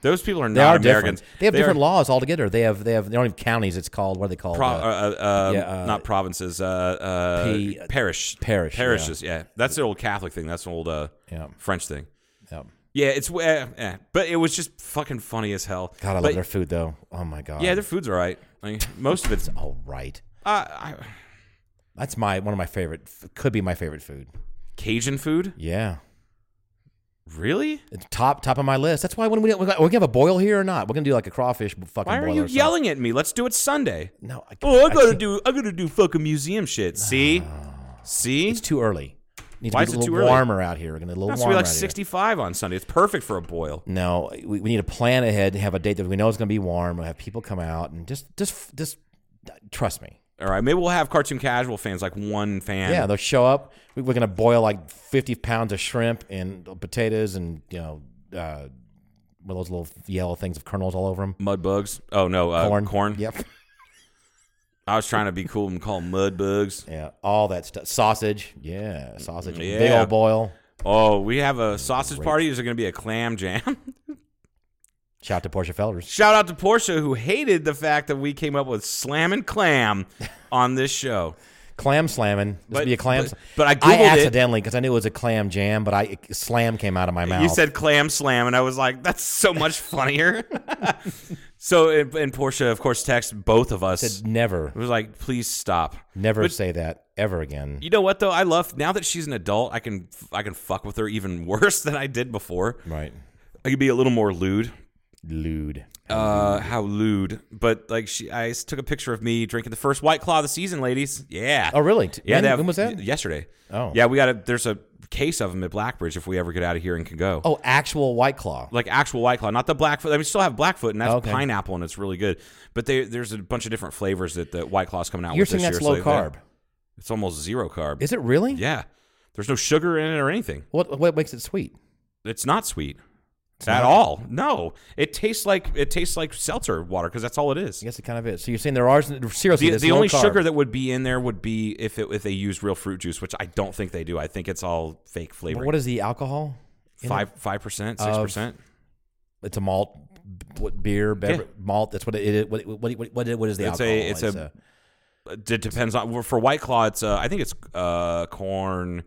Speaker 5: Those people are not
Speaker 4: They are
Speaker 5: Americans.
Speaker 4: different. They have different
Speaker 5: are-
Speaker 4: laws altogether. They have they have they don't have counties. It's called what are they called?
Speaker 5: Pro-
Speaker 4: Uh,
Speaker 5: uh, uh, um,
Speaker 4: yeah, uh,
Speaker 5: not provinces. Uh, uh,
Speaker 4: P-
Speaker 5: parish,
Speaker 4: parish, yeah.
Speaker 5: parishes. Yeah. that's an old Catholic thing. That's an old uh,
Speaker 4: Yeah.
Speaker 5: French thing.
Speaker 4: yeah.
Speaker 5: Yeah, it's eh, eh. but it was just fucking funny as hell.
Speaker 4: God, I love
Speaker 5: But-
Speaker 4: their food though. Oh my god.
Speaker 5: Yeah, their food's all right. Like, most of it's. Uh,
Speaker 4: all right.
Speaker 5: I,
Speaker 4: That's my one of my favorite. f- Could be my favorite food.
Speaker 5: Cajun food,
Speaker 4: Yeah.
Speaker 5: really?
Speaker 4: It's top top of my list. That's why when we we got- we're gonna have a boil here or not, we're gonna do like a crawfish b- fucking.
Speaker 5: Why are
Speaker 4: boil
Speaker 5: you
Speaker 4: or something.
Speaker 5: yelling at me? Let's do it Sunday.
Speaker 4: No. I,
Speaker 5: Oh, I gotta
Speaker 4: can't-
Speaker 5: do. I gotta do fucking museum shit. See, see.
Speaker 4: It's too early. Needs
Speaker 5: Why
Speaker 4: to
Speaker 5: is
Speaker 4: be
Speaker 5: it
Speaker 4: a little
Speaker 5: too early?
Speaker 4: warmer out here. We're gonna be a little
Speaker 5: That's gonna
Speaker 4: warmer
Speaker 5: be like
Speaker 4: out here.
Speaker 5: sixty-five on Sunday. It's perfect for a boil.
Speaker 4: No, we, we need to plan ahead, have a date that we know is going to be warm. We'll have people come out and just, just, just trust me.
Speaker 5: All right, maybe we'll have cartoon casual fans, like one fan.
Speaker 4: Yeah, they'll show up. We- We're going to boil like 50 pounds of shrimp and potatoes and, you know, uh, what are those little yellow things of kernels all over them?
Speaker 5: mud bugs. Oh no, uh, corn.
Speaker 4: Yep.
Speaker 5: I was trying to be cool and call 'em mud bugs.
Speaker 4: Yeah, all that stuff. Sausage. Yeah, sausage. Big
Speaker 5: Mm, Yeah.
Speaker 4: old boil.
Speaker 5: Oh, we have a sausage party. Is there going to be a clam jam?
Speaker 4: Shout out to Portia Fellers.
Speaker 5: Shout out to Portia who hated the fact that we came up with slam and clam on this show.
Speaker 4: Clam slamming. This
Speaker 5: But-
Speaker 4: would be a clam.
Speaker 5: but-
Speaker 4: sl-
Speaker 5: but I Googled
Speaker 4: I
Speaker 5: it.
Speaker 4: accidentally, because I knew it was a clam jam, but I it- slam came out of my mouth.
Speaker 5: You said clam slam, and I was like, that's so much funnier. So and, and Portia, of course, texted both of us.
Speaker 4: Said
Speaker 5: It
Speaker 4: never,
Speaker 5: was like, please stop.
Speaker 4: never
Speaker 5: But
Speaker 4: say that ever again.
Speaker 5: you know what though? I love now that she's an adult. I can I can fuck with her even worse than I did before.
Speaker 4: right.
Speaker 5: I can be a little more lewd.
Speaker 4: Lewd.
Speaker 5: Uh, how lewd! But like, she, I s- took a picture of me drinking the first White Claw of the season, ladies. Yeah.
Speaker 4: Oh, really? T-
Speaker 5: Yeah.
Speaker 4: when-
Speaker 5: they have-
Speaker 4: when was that?
Speaker 5: y- Yesterday.
Speaker 4: Oh.
Speaker 5: Yeah, we got a. There's a case of them at Blackbridge if we ever get out of here and can go.
Speaker 4: Oh, actual White Claw.
Speaker 5: Like actual White Claw, not the Blackfoot. I mean, we still have Blackfoot, and that's
Speaker 4: Oh, Okay.
Speaker 5: pineapple, and it's really good. But they, there's a bunch of different flavors that the White Claw's coming out
Speaker 4: You're
Speaker 5: with this
Speaker 4: saying that's
Speaker 5: year.
Speaker 4: low
Speaker 5: so they-
Speaker 4: carb.
Speaker 5: It's almost zero carb.
Speaker 4: Is it really?
Speaker 5: Yeah. There's no sugar in it or anything.
Speaker 4: What what makes it sweet?
Speaker 5: It's not sweet at all. No, it tastes like it tastes like seltzer water because that's all it is.
Speaker 4: I guess it kind of is. So you're saying there are seriously
Speaker 5: The,
Speaker 4: that's
Speaker 5: the
Speaker 4: low
Speaker 5: only
Speaker 4: carb.
Speaker 5: sugar that would be in there would be if it, if they use real fruit juice, which I don't think they do. I think it's all fake
Speaker 4: But
Speaker 5: flavor.
Speaker 4: What is the alcohol? in it?
Speaker 5: five five percent, six percent?
Speaker 4: It's a malt, b- what beer, bever- malt. That's what it is. What what what, what, what is the
Speaker 5: It's a-
Speaker 4: alcohol?
Speaker 5: it's a- It depends on well, for White Claw. It's uh, I think it's uh, corn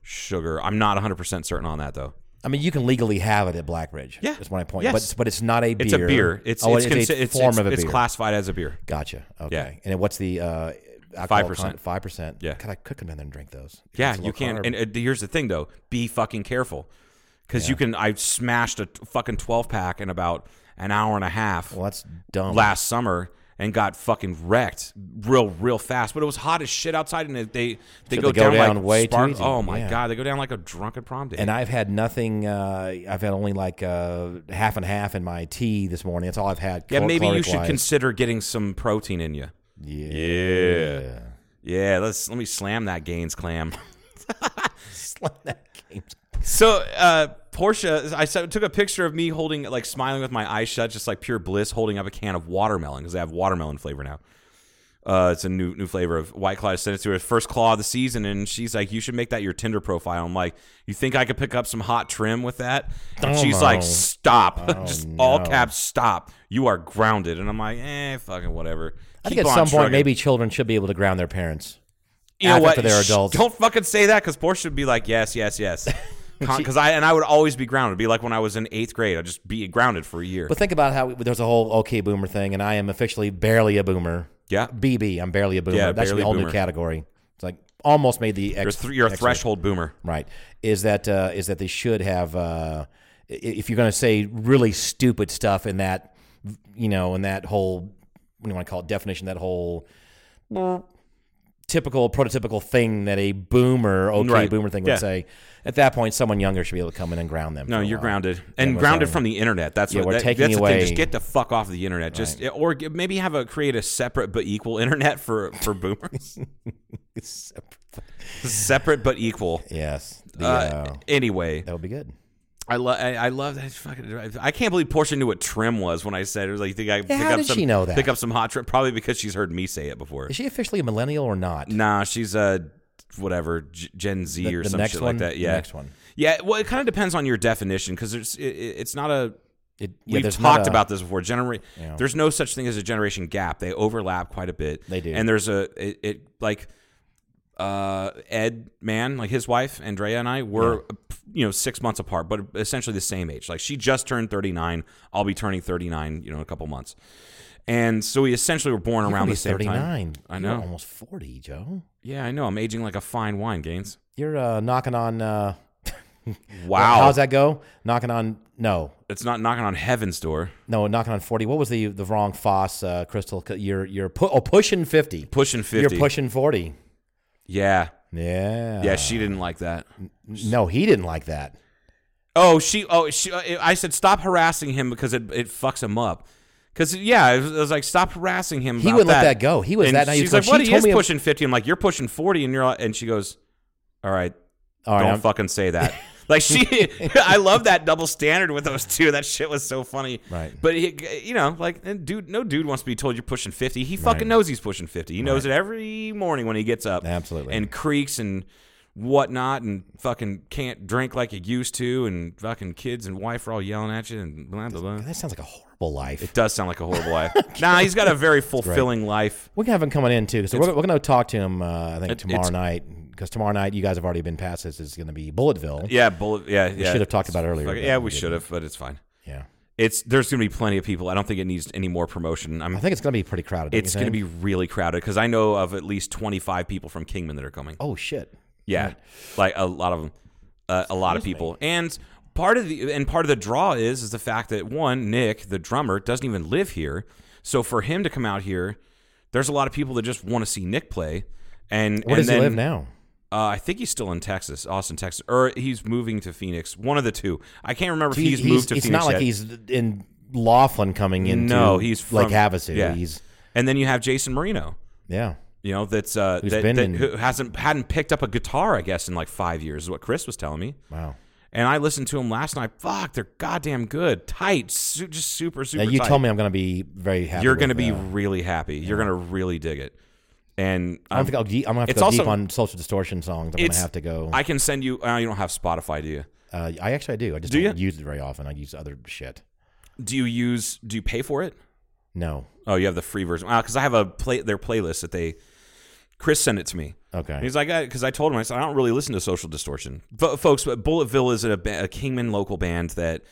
Speaker 5: sugar. I'm not 100 percent certain on that though.
Speaker 4: I mean, you can legally have it at Blackridge.
Speaker 5: Yeah.
Speaker 4: That's my point.
Speaker 5: Yes.
Speaker 4: But it's- but it's not a beer.
Speaker 5: It's a beer. It's
Speaker 4: oh,
Speaker 5: it's,
Speaker 4: it's,
Speaker 5: consi-
Speaker 4: a
Speaker 5: it's
Speaker 4: form
Speaker 5: it's,
Speaker 4: of a
Speaker 5: it's
Speaker 4: beer.
Speaker 5: classified as a beer.
Speaker 4: Gotcha. Okay.
Speaker 5: Yeah.
Speaker 4: And then what's the uh, alcohol?
Speaker 5: 5%.
Speaker 4: Five percent.
Speaker 5: Yeah.
Speaker 4: God, I could come down there and drink those. If
Speaker 5: Yeah,
Speaker 4: it's low
Speaker 5: you can.
Speaker 4: carb.
Speaker 5: And uh, here's the thing, though: be fucking careful, because you can. I smashed a t- fucking twelve pack in about an hour and a half
Speaker 4: well, that's dumb.
Speaker 5: last summer and got fucking wrecked, real, real fast. But it was hot as shit outside, and it, they they
Speaker 4: Sure,
Speaker 5: go,
Speaker 4: they go
Speaker 5: down,
Speaker 4: down
Speaker 5: like
Speaker 4: way too
Speaker 5: spark-
Speaker 4: easy.
Speaker 5: Oh my
Speaker 4: Yeah.
Speaker 5: god, they go down like a drunken prom date.
Speaker 4: and I've had nothing. Uh, I've had only like uh, half and half in my tea this morning. That's all I've had.
Speaker 5: yeah,
Speaker 4: calor-
Speaker 5: maybe you should
Speaker 4: caloric-wise.
Speaker 5: consider getting some protein in you. Yeah. Yeah, let's let me slam that gains clam. So, uh, Portia, I s- took a picture of me holding, like, smiling with my eyes shut, just like pure bliss, holding up a can of watermelon because they have watermelon flavor now. Uh, it's a new new flavor of White Claw. I sent it to her first claw of the season, and she's like, "You should make that your Tinder profile." I'm like, "You think I could pick up some hot trim with that?"
Speaker 4: Oh,
Speaker 5: And she's like,
Speaker 4: no. Oh,
Speaker 5: "Stop! just all
Speaker 4: no.
Speaker 5: caps, stop! You are grounded." And I'm like, "Eh, fucking whatever."
Speaker 4: I think
Speaker 5: Keep
Speaker 4: at
Speaker 5: on
Speaker 4: some point,
Speaker 5: trucking.
Speaker 4: maybe children should be able to ground their parents.
Speaker 5: you know
Speaker 4: after
Speaker 5: what?
Speaker 4: they're
Speaker 5: Shh,
Speaker 4: adults.
Speaker 5: Don't fucking say that because Portia would be like, yes, yes, yes. Because I and I would always be grounded. It'd be like when I was in eighth grade. I'd just be grounded for a year.
Speaker 4: But think about how there's a whole okay boomer thing, and I am officially barely a boomer.
Speaker 5: Yeah.
Speaker 4: BB, I'm barely a boomer.
Speaker 5: Yeah,
Speaker 4: that should be
Speaker 5: barely
Speaker 4: a whole
Speaker 5: boomer.
Speaker 4: new category. It's like almost made the
Speaker 5: you're,
Speaker 4: X.
Speaker 5: th- you're a
Speaker 4: X-
Speaker 5: threshold boomer.
Speaker 4: right? Is that uh, is that they should have uh, i- if you're going to say really stupid stuff in that you know in that whole what do you want to call it definition that whole typical prototypical thing that a boomer okay
Speaker 5: Right.
Speaker 4: boomer thing
Speaker 5: Yeah.
Speaker 4: would say at that point someone younger should be able to come in and ground them.
Speaker 5: No,
Speaker 4: for a
Speaker 5: you're
Speaker 4: while.
Speaker 5: grounded and
Speaker 4: we're
Speaker 5: grounded
Speaker 4: grounded.
Speaker 5: from the internet. That's
Speaker 4: uh, Yeah,
Speaker 5: what
Speaker 4: we're
Speaker 5: that-
Speaker 4: taking
Speaker 5: that's The thing. Just
Speaker 4: away-
Speaker 5: get the fuck off the internet. Just or g- maybe have a create a separate but equal internet for for boomers. separate but equal.
Speaker 4: Yes, the,
Speaker 5: Uh,
Speaker 4: uh,
Speaker 5: anyway,
Speaker 4: that would be good.
Speaker 5: I love I, I love that fucking I can't believe Portia knew what trim was when I said it was like you think I pick
Speaker 4: how
Speaker 5: up
Speaker 4: did
Speaker 5: some
Speaker 4: she know that?
Speaker 5: pick up some hot trim probably because she's heard me say it before.
Speaker 4: Is she officially a millennial or not?
Speaker 5: Nah, she's uh whatever G- Gen Z
Speaker 4: The-
Speaker 5: or
Speaker 4: the
Speaker 5: some
Speaker 4: next
Speaker 5: shit
Speaker 4: one?
Speaker 5: like that.
Speaker 4: The
Speaker 5: Yeah,
Speaker 4: next one.
Speaker 5: Yeah, well, it kind of depends on your definition because it's it, it- it's not a.
Speaker 4: It, yeah,
Speaker 5: we've
Speaker 4: there's not
Speaker 5: talked
Speaker 4: a-
Speaker 5: about this before. Genera-
Speaker 4: Yeah.
Speaker 5: There's no such thing as a generation gap. They overlap quite a bit.
Speaker 4: They do.
Speaker 5: And there's a it, it like uh Ed Mann, like his wife Andrea and I were uh, you know 6 months apart, but essentially the same age. Like she just turned 39, I'll be turning 39, you know, in a couple months. And so we essentially were born
Speaker 4: You're
Speaker 5: around
Speaker 4: gonna be
Speaker 5: the same
Speaker 4: 39.
Speaker 5: time. I
Speaker 4: You're
Speaker 5: know.
Speaker 4: almost 40, Joe.
Speaker 5: Yeah, I know. I'm aging like a fine wine, Gaines.
Speaker 4: You're uh, knocking on. Uh,
Speaker 5: Wow.
Speaker 4: How's that go? Knocking on no,
Speaker 5: It's not knocking on heaven's door.
Speaker 4: no, knocking on forty. What was the the wrong Foss uh, Crystal? You're you're pu- oh pushing fifty.
Speaker 5: Pushing 50.
Speaker 4: You're pushing forty.
Speaker 5: Yeah.
Speaker 4: Yeah.
Speaker 5: Yeah, she didn't like that.
Speaker 4: No, he didn't like that.
Speaker 5: Oh, she. Oh, she. uh, I said stop harassing him because it it fucks him up. Because yeah, it was, it was like stop harassing him.
Speaker 4: He
Speaker 5: about
Speaker 4: wouldn't let that go. He was
Speaker 5: and
Speaker 4: that nice.
Speaker 5: She's
Speaker 4: When
Speaker 5: like, what?
Speaker 4: she
Speaker 5: He
Speaker 4: told
Speaker 5: is
Speaker 4: me-
Speaker 5: pushing fifty. I'm like, you're pushing forty, and you're. all- And she goes, all right,
Speaker 4: All right,
Speaker 5: don't
Speaker 4: I'm-
Speaker 5: fucking say that. like she. I love that double standard with those two. That shit was so funny.
Speaker 4: Right.
Speaker 5: But he, you know, like and dude, no dude wants to be told you're pushing fifty. He fucking knows he's pushing fifty. He knows it every morning when he gets up.
Speaker 4: Absolutely.
Speaker 5: And creaks and whatnot and fucking can't drink like you used to and fucking kids and wife are all yelling at you and blah blah blah.
Speaker 4: that sounds like a horrible life.
Speaker 5: It does sound like a horrible life. Nah, he's got a very fulfilling life.
Speaker 4: we can have him coming in too. So we're, we're going to talk to him. Uh, I think
Speaker 5: It-
Speaker 4: tomorrow
Speaker 5: it's-
Speaker 4: night because tomorrow night you guys have already been past this. It's going to be Bulletville.
Speaker 5: Yeah, bullet. Yeah, yeah.
Speaker 4: should have talked about it earlier,
Speaker 5: Fucking-
Speaker 4: but
Speaker 5: Yeah,
Speaker 4: we
Speaker 5: we
Speaker 4: didn't.
Speaker 5: should have, but it's fine.
Speaker 4: Yeah.
Speaker 5: It's there's going to be plenty of people. I don't think it needs any more promotion. I'm,
Speaker 4: I think it's going to be pretty crowded. don't you
Speaker 5: it's going to
Speaker 4: think?
Speaker 5: be really crowded because I know of at least 25 people from Kingman that are coming.
Speaker 4: Oh shit.
Speaker 5: Yeah, like a lot of them, uh, a lot of people, and part of the and part of the draw is is the fact that one Nick, the drummer, doesn't even live here, so for him to come out here, there's a lot of people that just want to see Nick play. And
Speaker 4: Where
Speaker 5: and
Speaker 4: does he
Speaker 5: then,
Speaker 4: live now?
Speaker 5: Uh, I think he's still in Texas, Austin, Texas, or he's moving to Phoenix. One of the two. I can't remember if he's, moved to
Speaker 4: it's
Speaker 5: Phoenix.
Speaker 4: not like
Speaker 5: yet.
Speaker 4: he's in Laughlin coming in.
Speaker 5: no, he's from,
Speaker 4: like Havasu.
Speaker 5: Yeah.
Speaker 4: He's
Speaker 5: and then you have Jason Marino.
Speaker 4: yeah.
Speaker 5: You know that's uh,
Speaker 4: Who's
Speaker 5: that,
Speaker 4: been
Speaker 5: that
Speaker 4: in-
Speaker 5: who hasn't hadn't picked up a guitar, I guess, in like five years. Is what Chris was telling me.
Speaker 4: Wow.
Speaker 5: And I listened to them last night. Fuck, they're goddamn good, tight, su- just super, super.
Speaker 4: Now you
Speaker 5: tight.
Speaker 4: told me I'm going to be very happy. uh,
Speaker 5: you're
Speaker 4: going to
Speaker 5: be really happy. You're going to really dig it. And
Speaker 4: I
Speaker 5: um,
Speaker 4: don't think I'll, de- I'm going to have
Speaker 5: it's
Speaker 4: to go
Speaker 5: also-
Speaker 4: deep on social distortion songs. I'm going to
Speaker 5: it's-
Speaker 4: have to go.
Speaker 5: I can send you. Uh, you don't have Spotify, do you?
Speaker 4: uh, I actually I do. I just
Speaker 5: Do
Speaker 4: not
Speaker 5: you?
Speaker 4: use it very often. I use other shit.
Speaker 5: Do you use? Do you pay for it?
Speaker 4: No.
Speaker 5: Oh, you have the free version. Because I have a play their playlist that they. Chris sent it to me.
Speaker 4: Okay.
Speaker 5: He's like, because I told him, I said, I don't really listen to Social Distortion. But folks, but Bulletville is a, ba- a Kingman local band that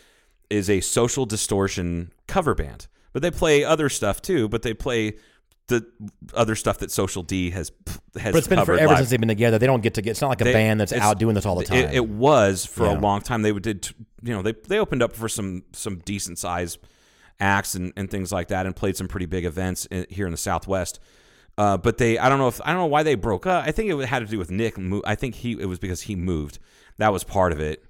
Speaker 5: is a Social Distortion cover band. But they play other stuff too, but they play the other stuff that Social D has has
Speaker 4: but it's been
Speaker 5: covered
Speaker 4: forever
Speaker 5: live.
Speaker 4: since they've been together. They don't get to get. It's not like a
Speaker 5: They-
Speaker 4: band that's
Speaker 5: it's-
Speaker 4: out doing this all the time.
Speaker 5: It, it was for
Speaker 4: Yeah.
Speaker 5: a long time. They would did t- you know they they opened up for some some decent size acts and, and things like that, and played some pretty big events in, here in the Southwest. Uh, but they, I don't know if I don't know why they broke up. I think it had to do with Nick. Mo- I think he it was because he moved. That was part of it.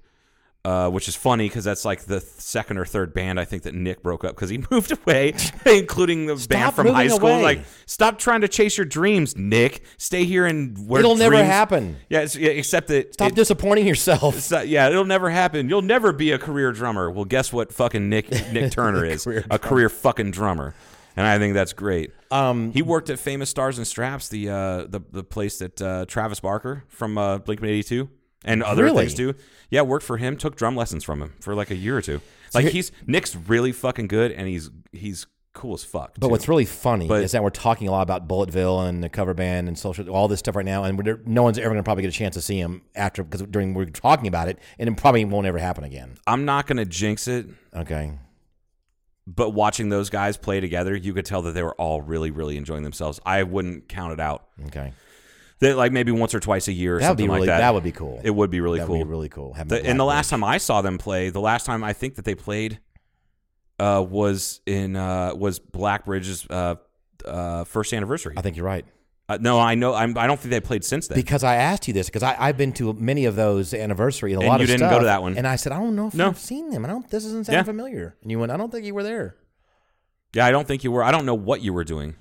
Speaker 5: Uh, which is funny because that's like the th- second or third band I think that Nick broke up because he moved away, including the band from
Speaker 4: moving
Speaker 5: high school.
Speaker 4: away.
Speaker 5: Like, stop trying to chase your dreams, Nick. Stay here and work.
Speaker 4: It'll never happen.
Speaker 5: Yeah, it's, yeah except that
Speaker 4: Stop
Speaker 5: it-
Speaker 4: disappointing yourself.
Speaker 5: so- yeah, it'll never happen. You'll never be a career drummer. Well, guess what? Fucking Nick Nick Turner is a career fucking drummer, and I think that's great. Um, he worked at Famous Stars and Straps, the uh, the the place that uh, Travis Barker from uh, Blink One Eighty Two and other
Speaker 4: Really?
Speaker 5: things do. Yeah, worked for him. Took drum lessons from him for like a year or two. Like he's Nick's really fucking good, and he's he's cool as fuck.
Speaker 4: But what's really funny
Speaker 5: But-
Speaker 4: is that we're talking a lot about Bulletville and the cover band and social, all this stuff right now, and we're, no one's ever going to probably get a chance to see him after because during we're talking about it, and it probably won't ever happen again.
Speaker 5: I'm not gonna jinx it.
Speaker 4: Okay,
Speaker 5: but watching those guys play together, you could tell that they were all really, really enjoying themselves. I wouldn't count it out.
Speaker 4: okay,
Speaker 5: That like maybe once or twice a year or
Speaker 4: That would be
Speaker 5: something like
Speaker 4: really-
Speaker 5: that.
Speaker 4: that would be cool.
Speaker 5: It would be really
Speaker 4: that
Speaker 5: cool.
Speaker 4: would be really cool. Have
Speaker 5: The- and the last time I saw them play, the last time I think that they played uh, was in uh, was Blackbridge's uh, uh, first anniversary.
Speaker 4: I think you're right
Speaker 5: uh, no, I know. I'm, I don't think they played since then.
Speaker 4: because I asked you this because I've been to many of those anniversary and a
Speaker 5: And
Speaker 4: lot
Speaker 5: you
Speaker 4: of
Speaker 5: didn't go to
Speaker 4: stuff,
Speaker 5: that one.
Speaker 4: and I said I don't know if
Speaker 5: No.
Speaker 4: I've seen them. I don't. This doesn't sound
Speaker 5: Yeah.
Speaker 4: familiar. And you went, I don't think you were there.
Speaker 5: yeah, I don't think you were. I don't know what you were doing.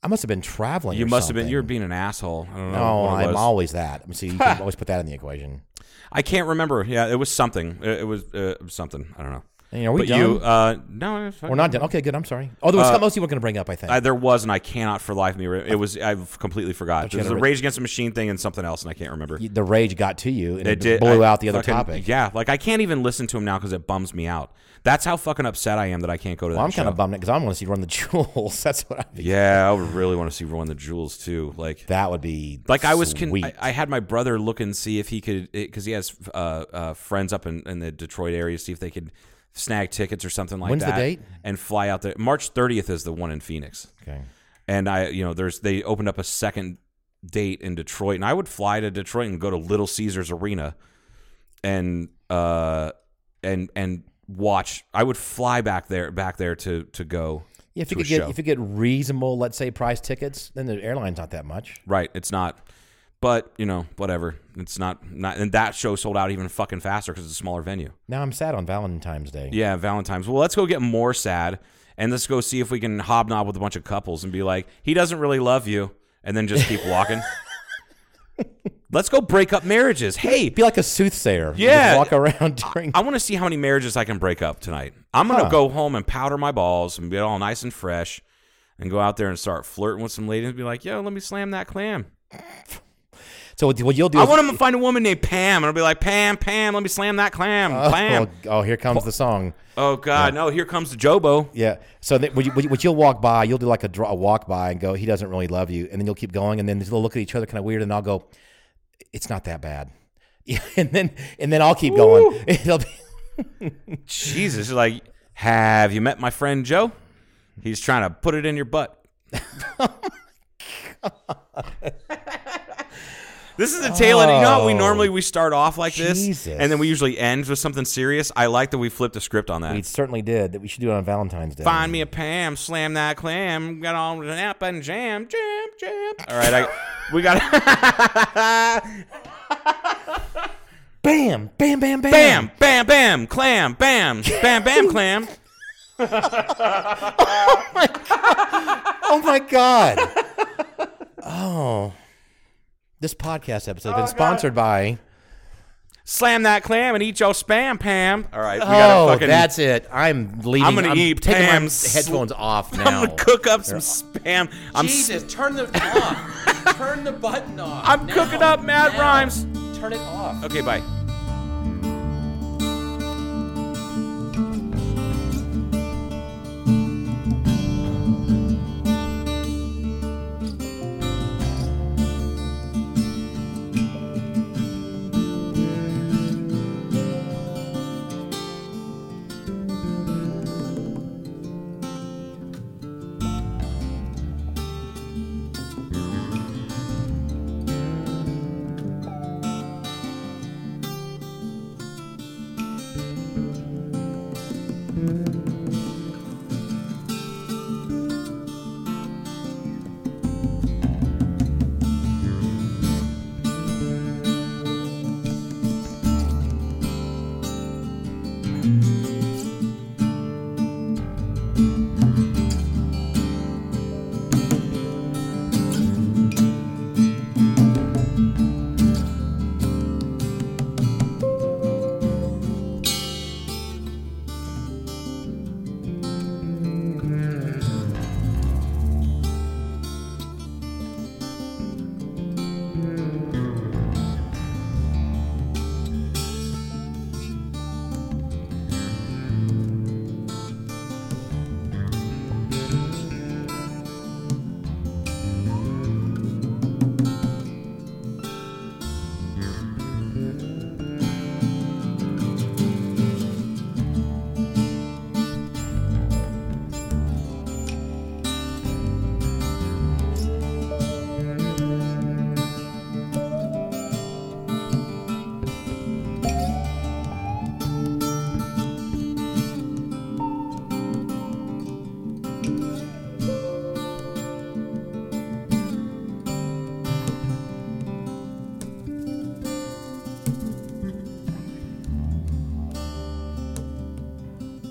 Speaker 4: I must have been traveling.
Speaker 5: You
Speaker 4: or
Speaker 5: must have been.
Speaker 4: something.
Speaker 5: You were being an asshole. I don't know.
Speaker 4: No,
Speaker 5: what it
Speaker 4: I'm
Speaker 5: was.
Speaker 4: always that. So you can always put that in the equation.
Speaker 5: I can't remember. Yeah, it was something. It, it was uh, something. I don't know.
Speaker 4: And are we
Speaker 5: but
Speaker 4: done?
Speaker 5: you, uh, no, it's fine.
Speaker 4: We're not done. Okay, good. I'm sorry. Oh, there was something else you were going to bring up. I think.
Speaker 5: I, there was, and I cannot for the life of me. re- It was I've completely forgot.
Speaker 4: you
Speaker 5: It was
Speaker 4: gotta
Speaker 5: the
Speaker 4: re-
Speaker 5: Rage Against the Machine thing and something else, and I can't remember.
Speaker 4: the rage got to you and
Speaker 5: They
Speaker 4: it blew out the other
Speaker 5: fucking-
Speaker 4: topic.
Speaker 5: Yeah, like I can't even listen to him now because it bums me out. That's how fucking upset I am that I can't go to that.
Speaker 4: Well, I'm kind
Speaker 5: show.
Speaker 4: of bummed because I want to see Run the Jewels. That's what I think.
Speaker 5: Yeah, I would really want to see Ruin the Jewels too. Like
Speaker 4: That would be
Speaker 5: like I was con-
Speaker 4: sweet.
Speaker 5: I, I had my brother look and see if he could because he has uh, uh, friends up in, in the Detroit area see if they could snag tickets or something like
Speaker 4: When's the
Speaker 5: that.
Speaker 4: date?
Speaker 5: And fly out there. March 30th is the one in Phoenix.
Speaker 4: okay.
Speaker 5: and I, you know, there's they opened up a second date in Detroit, and I would fly to Detroit and go to Little Caesars Arena, and uh, and and watch. I would fly back there, back there to to go.
Speaker 4: Yeah, if
Speaker 5: to
Speaker 4: you
Speaker 5: a
Speaker 4: could get
Speaker 5: show.
Speaker 4: if you get reasonable, let's say, price tickets, then the airline's not that much.
Speaker 5: right, it's not. But you know, whatever. It's not not, and that show sold out even fucking faster because it's a smaller venue.
Speaker 4: Now I'm sad on Valentine's Day.
Speaker 5: Yeah, Valentine's. Well, let's go get more sad, and let's go see if we can hobnob with a bunch of couples and be like, he doesn't really love you, and then just keep walking. let's go break up marriages. Hey,
Speaker 4: Be like a soothsayer. You
Speaker 5: Yeah.
Speaker 4: just walk around during.
Speaker 5: I want to see how many marriages I can break up tonight. I'm gonna go home and powder my balls and get all nice and fresh, and go out there and start flirting with some ladies and be like, "Yo, let me slam that clam."
Speaker 4: so what what you'll do?
Speaker 5: I
Speaker 4: is-
Speaker 5: want him to find a woman named Pam, and I'll be like, "Pam, Pam, let me slam that clam,
Speaker 4: Oh,
Speaker 5: clam."
Speaker 4: oh, here comes the song.
Speaker 5: Oh God, no! Here comes the Jobo.
Speaker 4: Yeah. So that, what, you, what you- what you'll walk by, you'll do like a, draw, a walk by and go, he doesn't really love you. And then you'll keep going. And then they'll look at each other kind of weird. And I'll go, it's not that bad. Yeah, and then and then I'll keep going. It'll be,
Speaker 5: Jesus, like, Have you met my friend Joe? He's trying to put it in your butt. This is a tail end. You know how we
Speaker 4: Oh,
Speaker 5: normally we start off like
Speaker 4: Jesus.
Speaker 5: this, and then we usually end with something serious. I like that we flipped the script on that.
Speaker 4: We certainly did. That we should do it on Valentine's Day.
Speaker 5: Find me a Pam, slam that clam, got on an app and jam, jam, jam. All right, I, we got
Speaker 4: Bam, bam, bam, bam,
Speaker 5: bam, bam, bam, clam, bam, bam, bam, clam.
Speaker 4: Oh my god. oh, this podcast
Speaker 5: Oh,
Speaker 4: episode has been sponsored by.
Speaker 5: Slam that clam and eat your spam, Pam. All right, we got
Speaker 4: Oh,
Speaker 5: to fucking.
Speaker 4: that's it. I'm leaving.
Speaker 5: I'm gonna eat
Speaker 4: taking my
Speaker 5: Pam's sl-
Speaker 4: headphones off now.
Speaker 5: I'm gonna cook up some spam. I'm s-
Speaker 7: Jesus, turn the off. turn the button off.
Speaker 5: I'm
Speaker 7: Now.
Speaker 5: cooking up mad
Speaker 7: Now.
Speaker 5: rhymes.
Speaker 7: Turn it off.
Speaker 5: Okay, bye.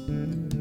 Speaker 4: Bam,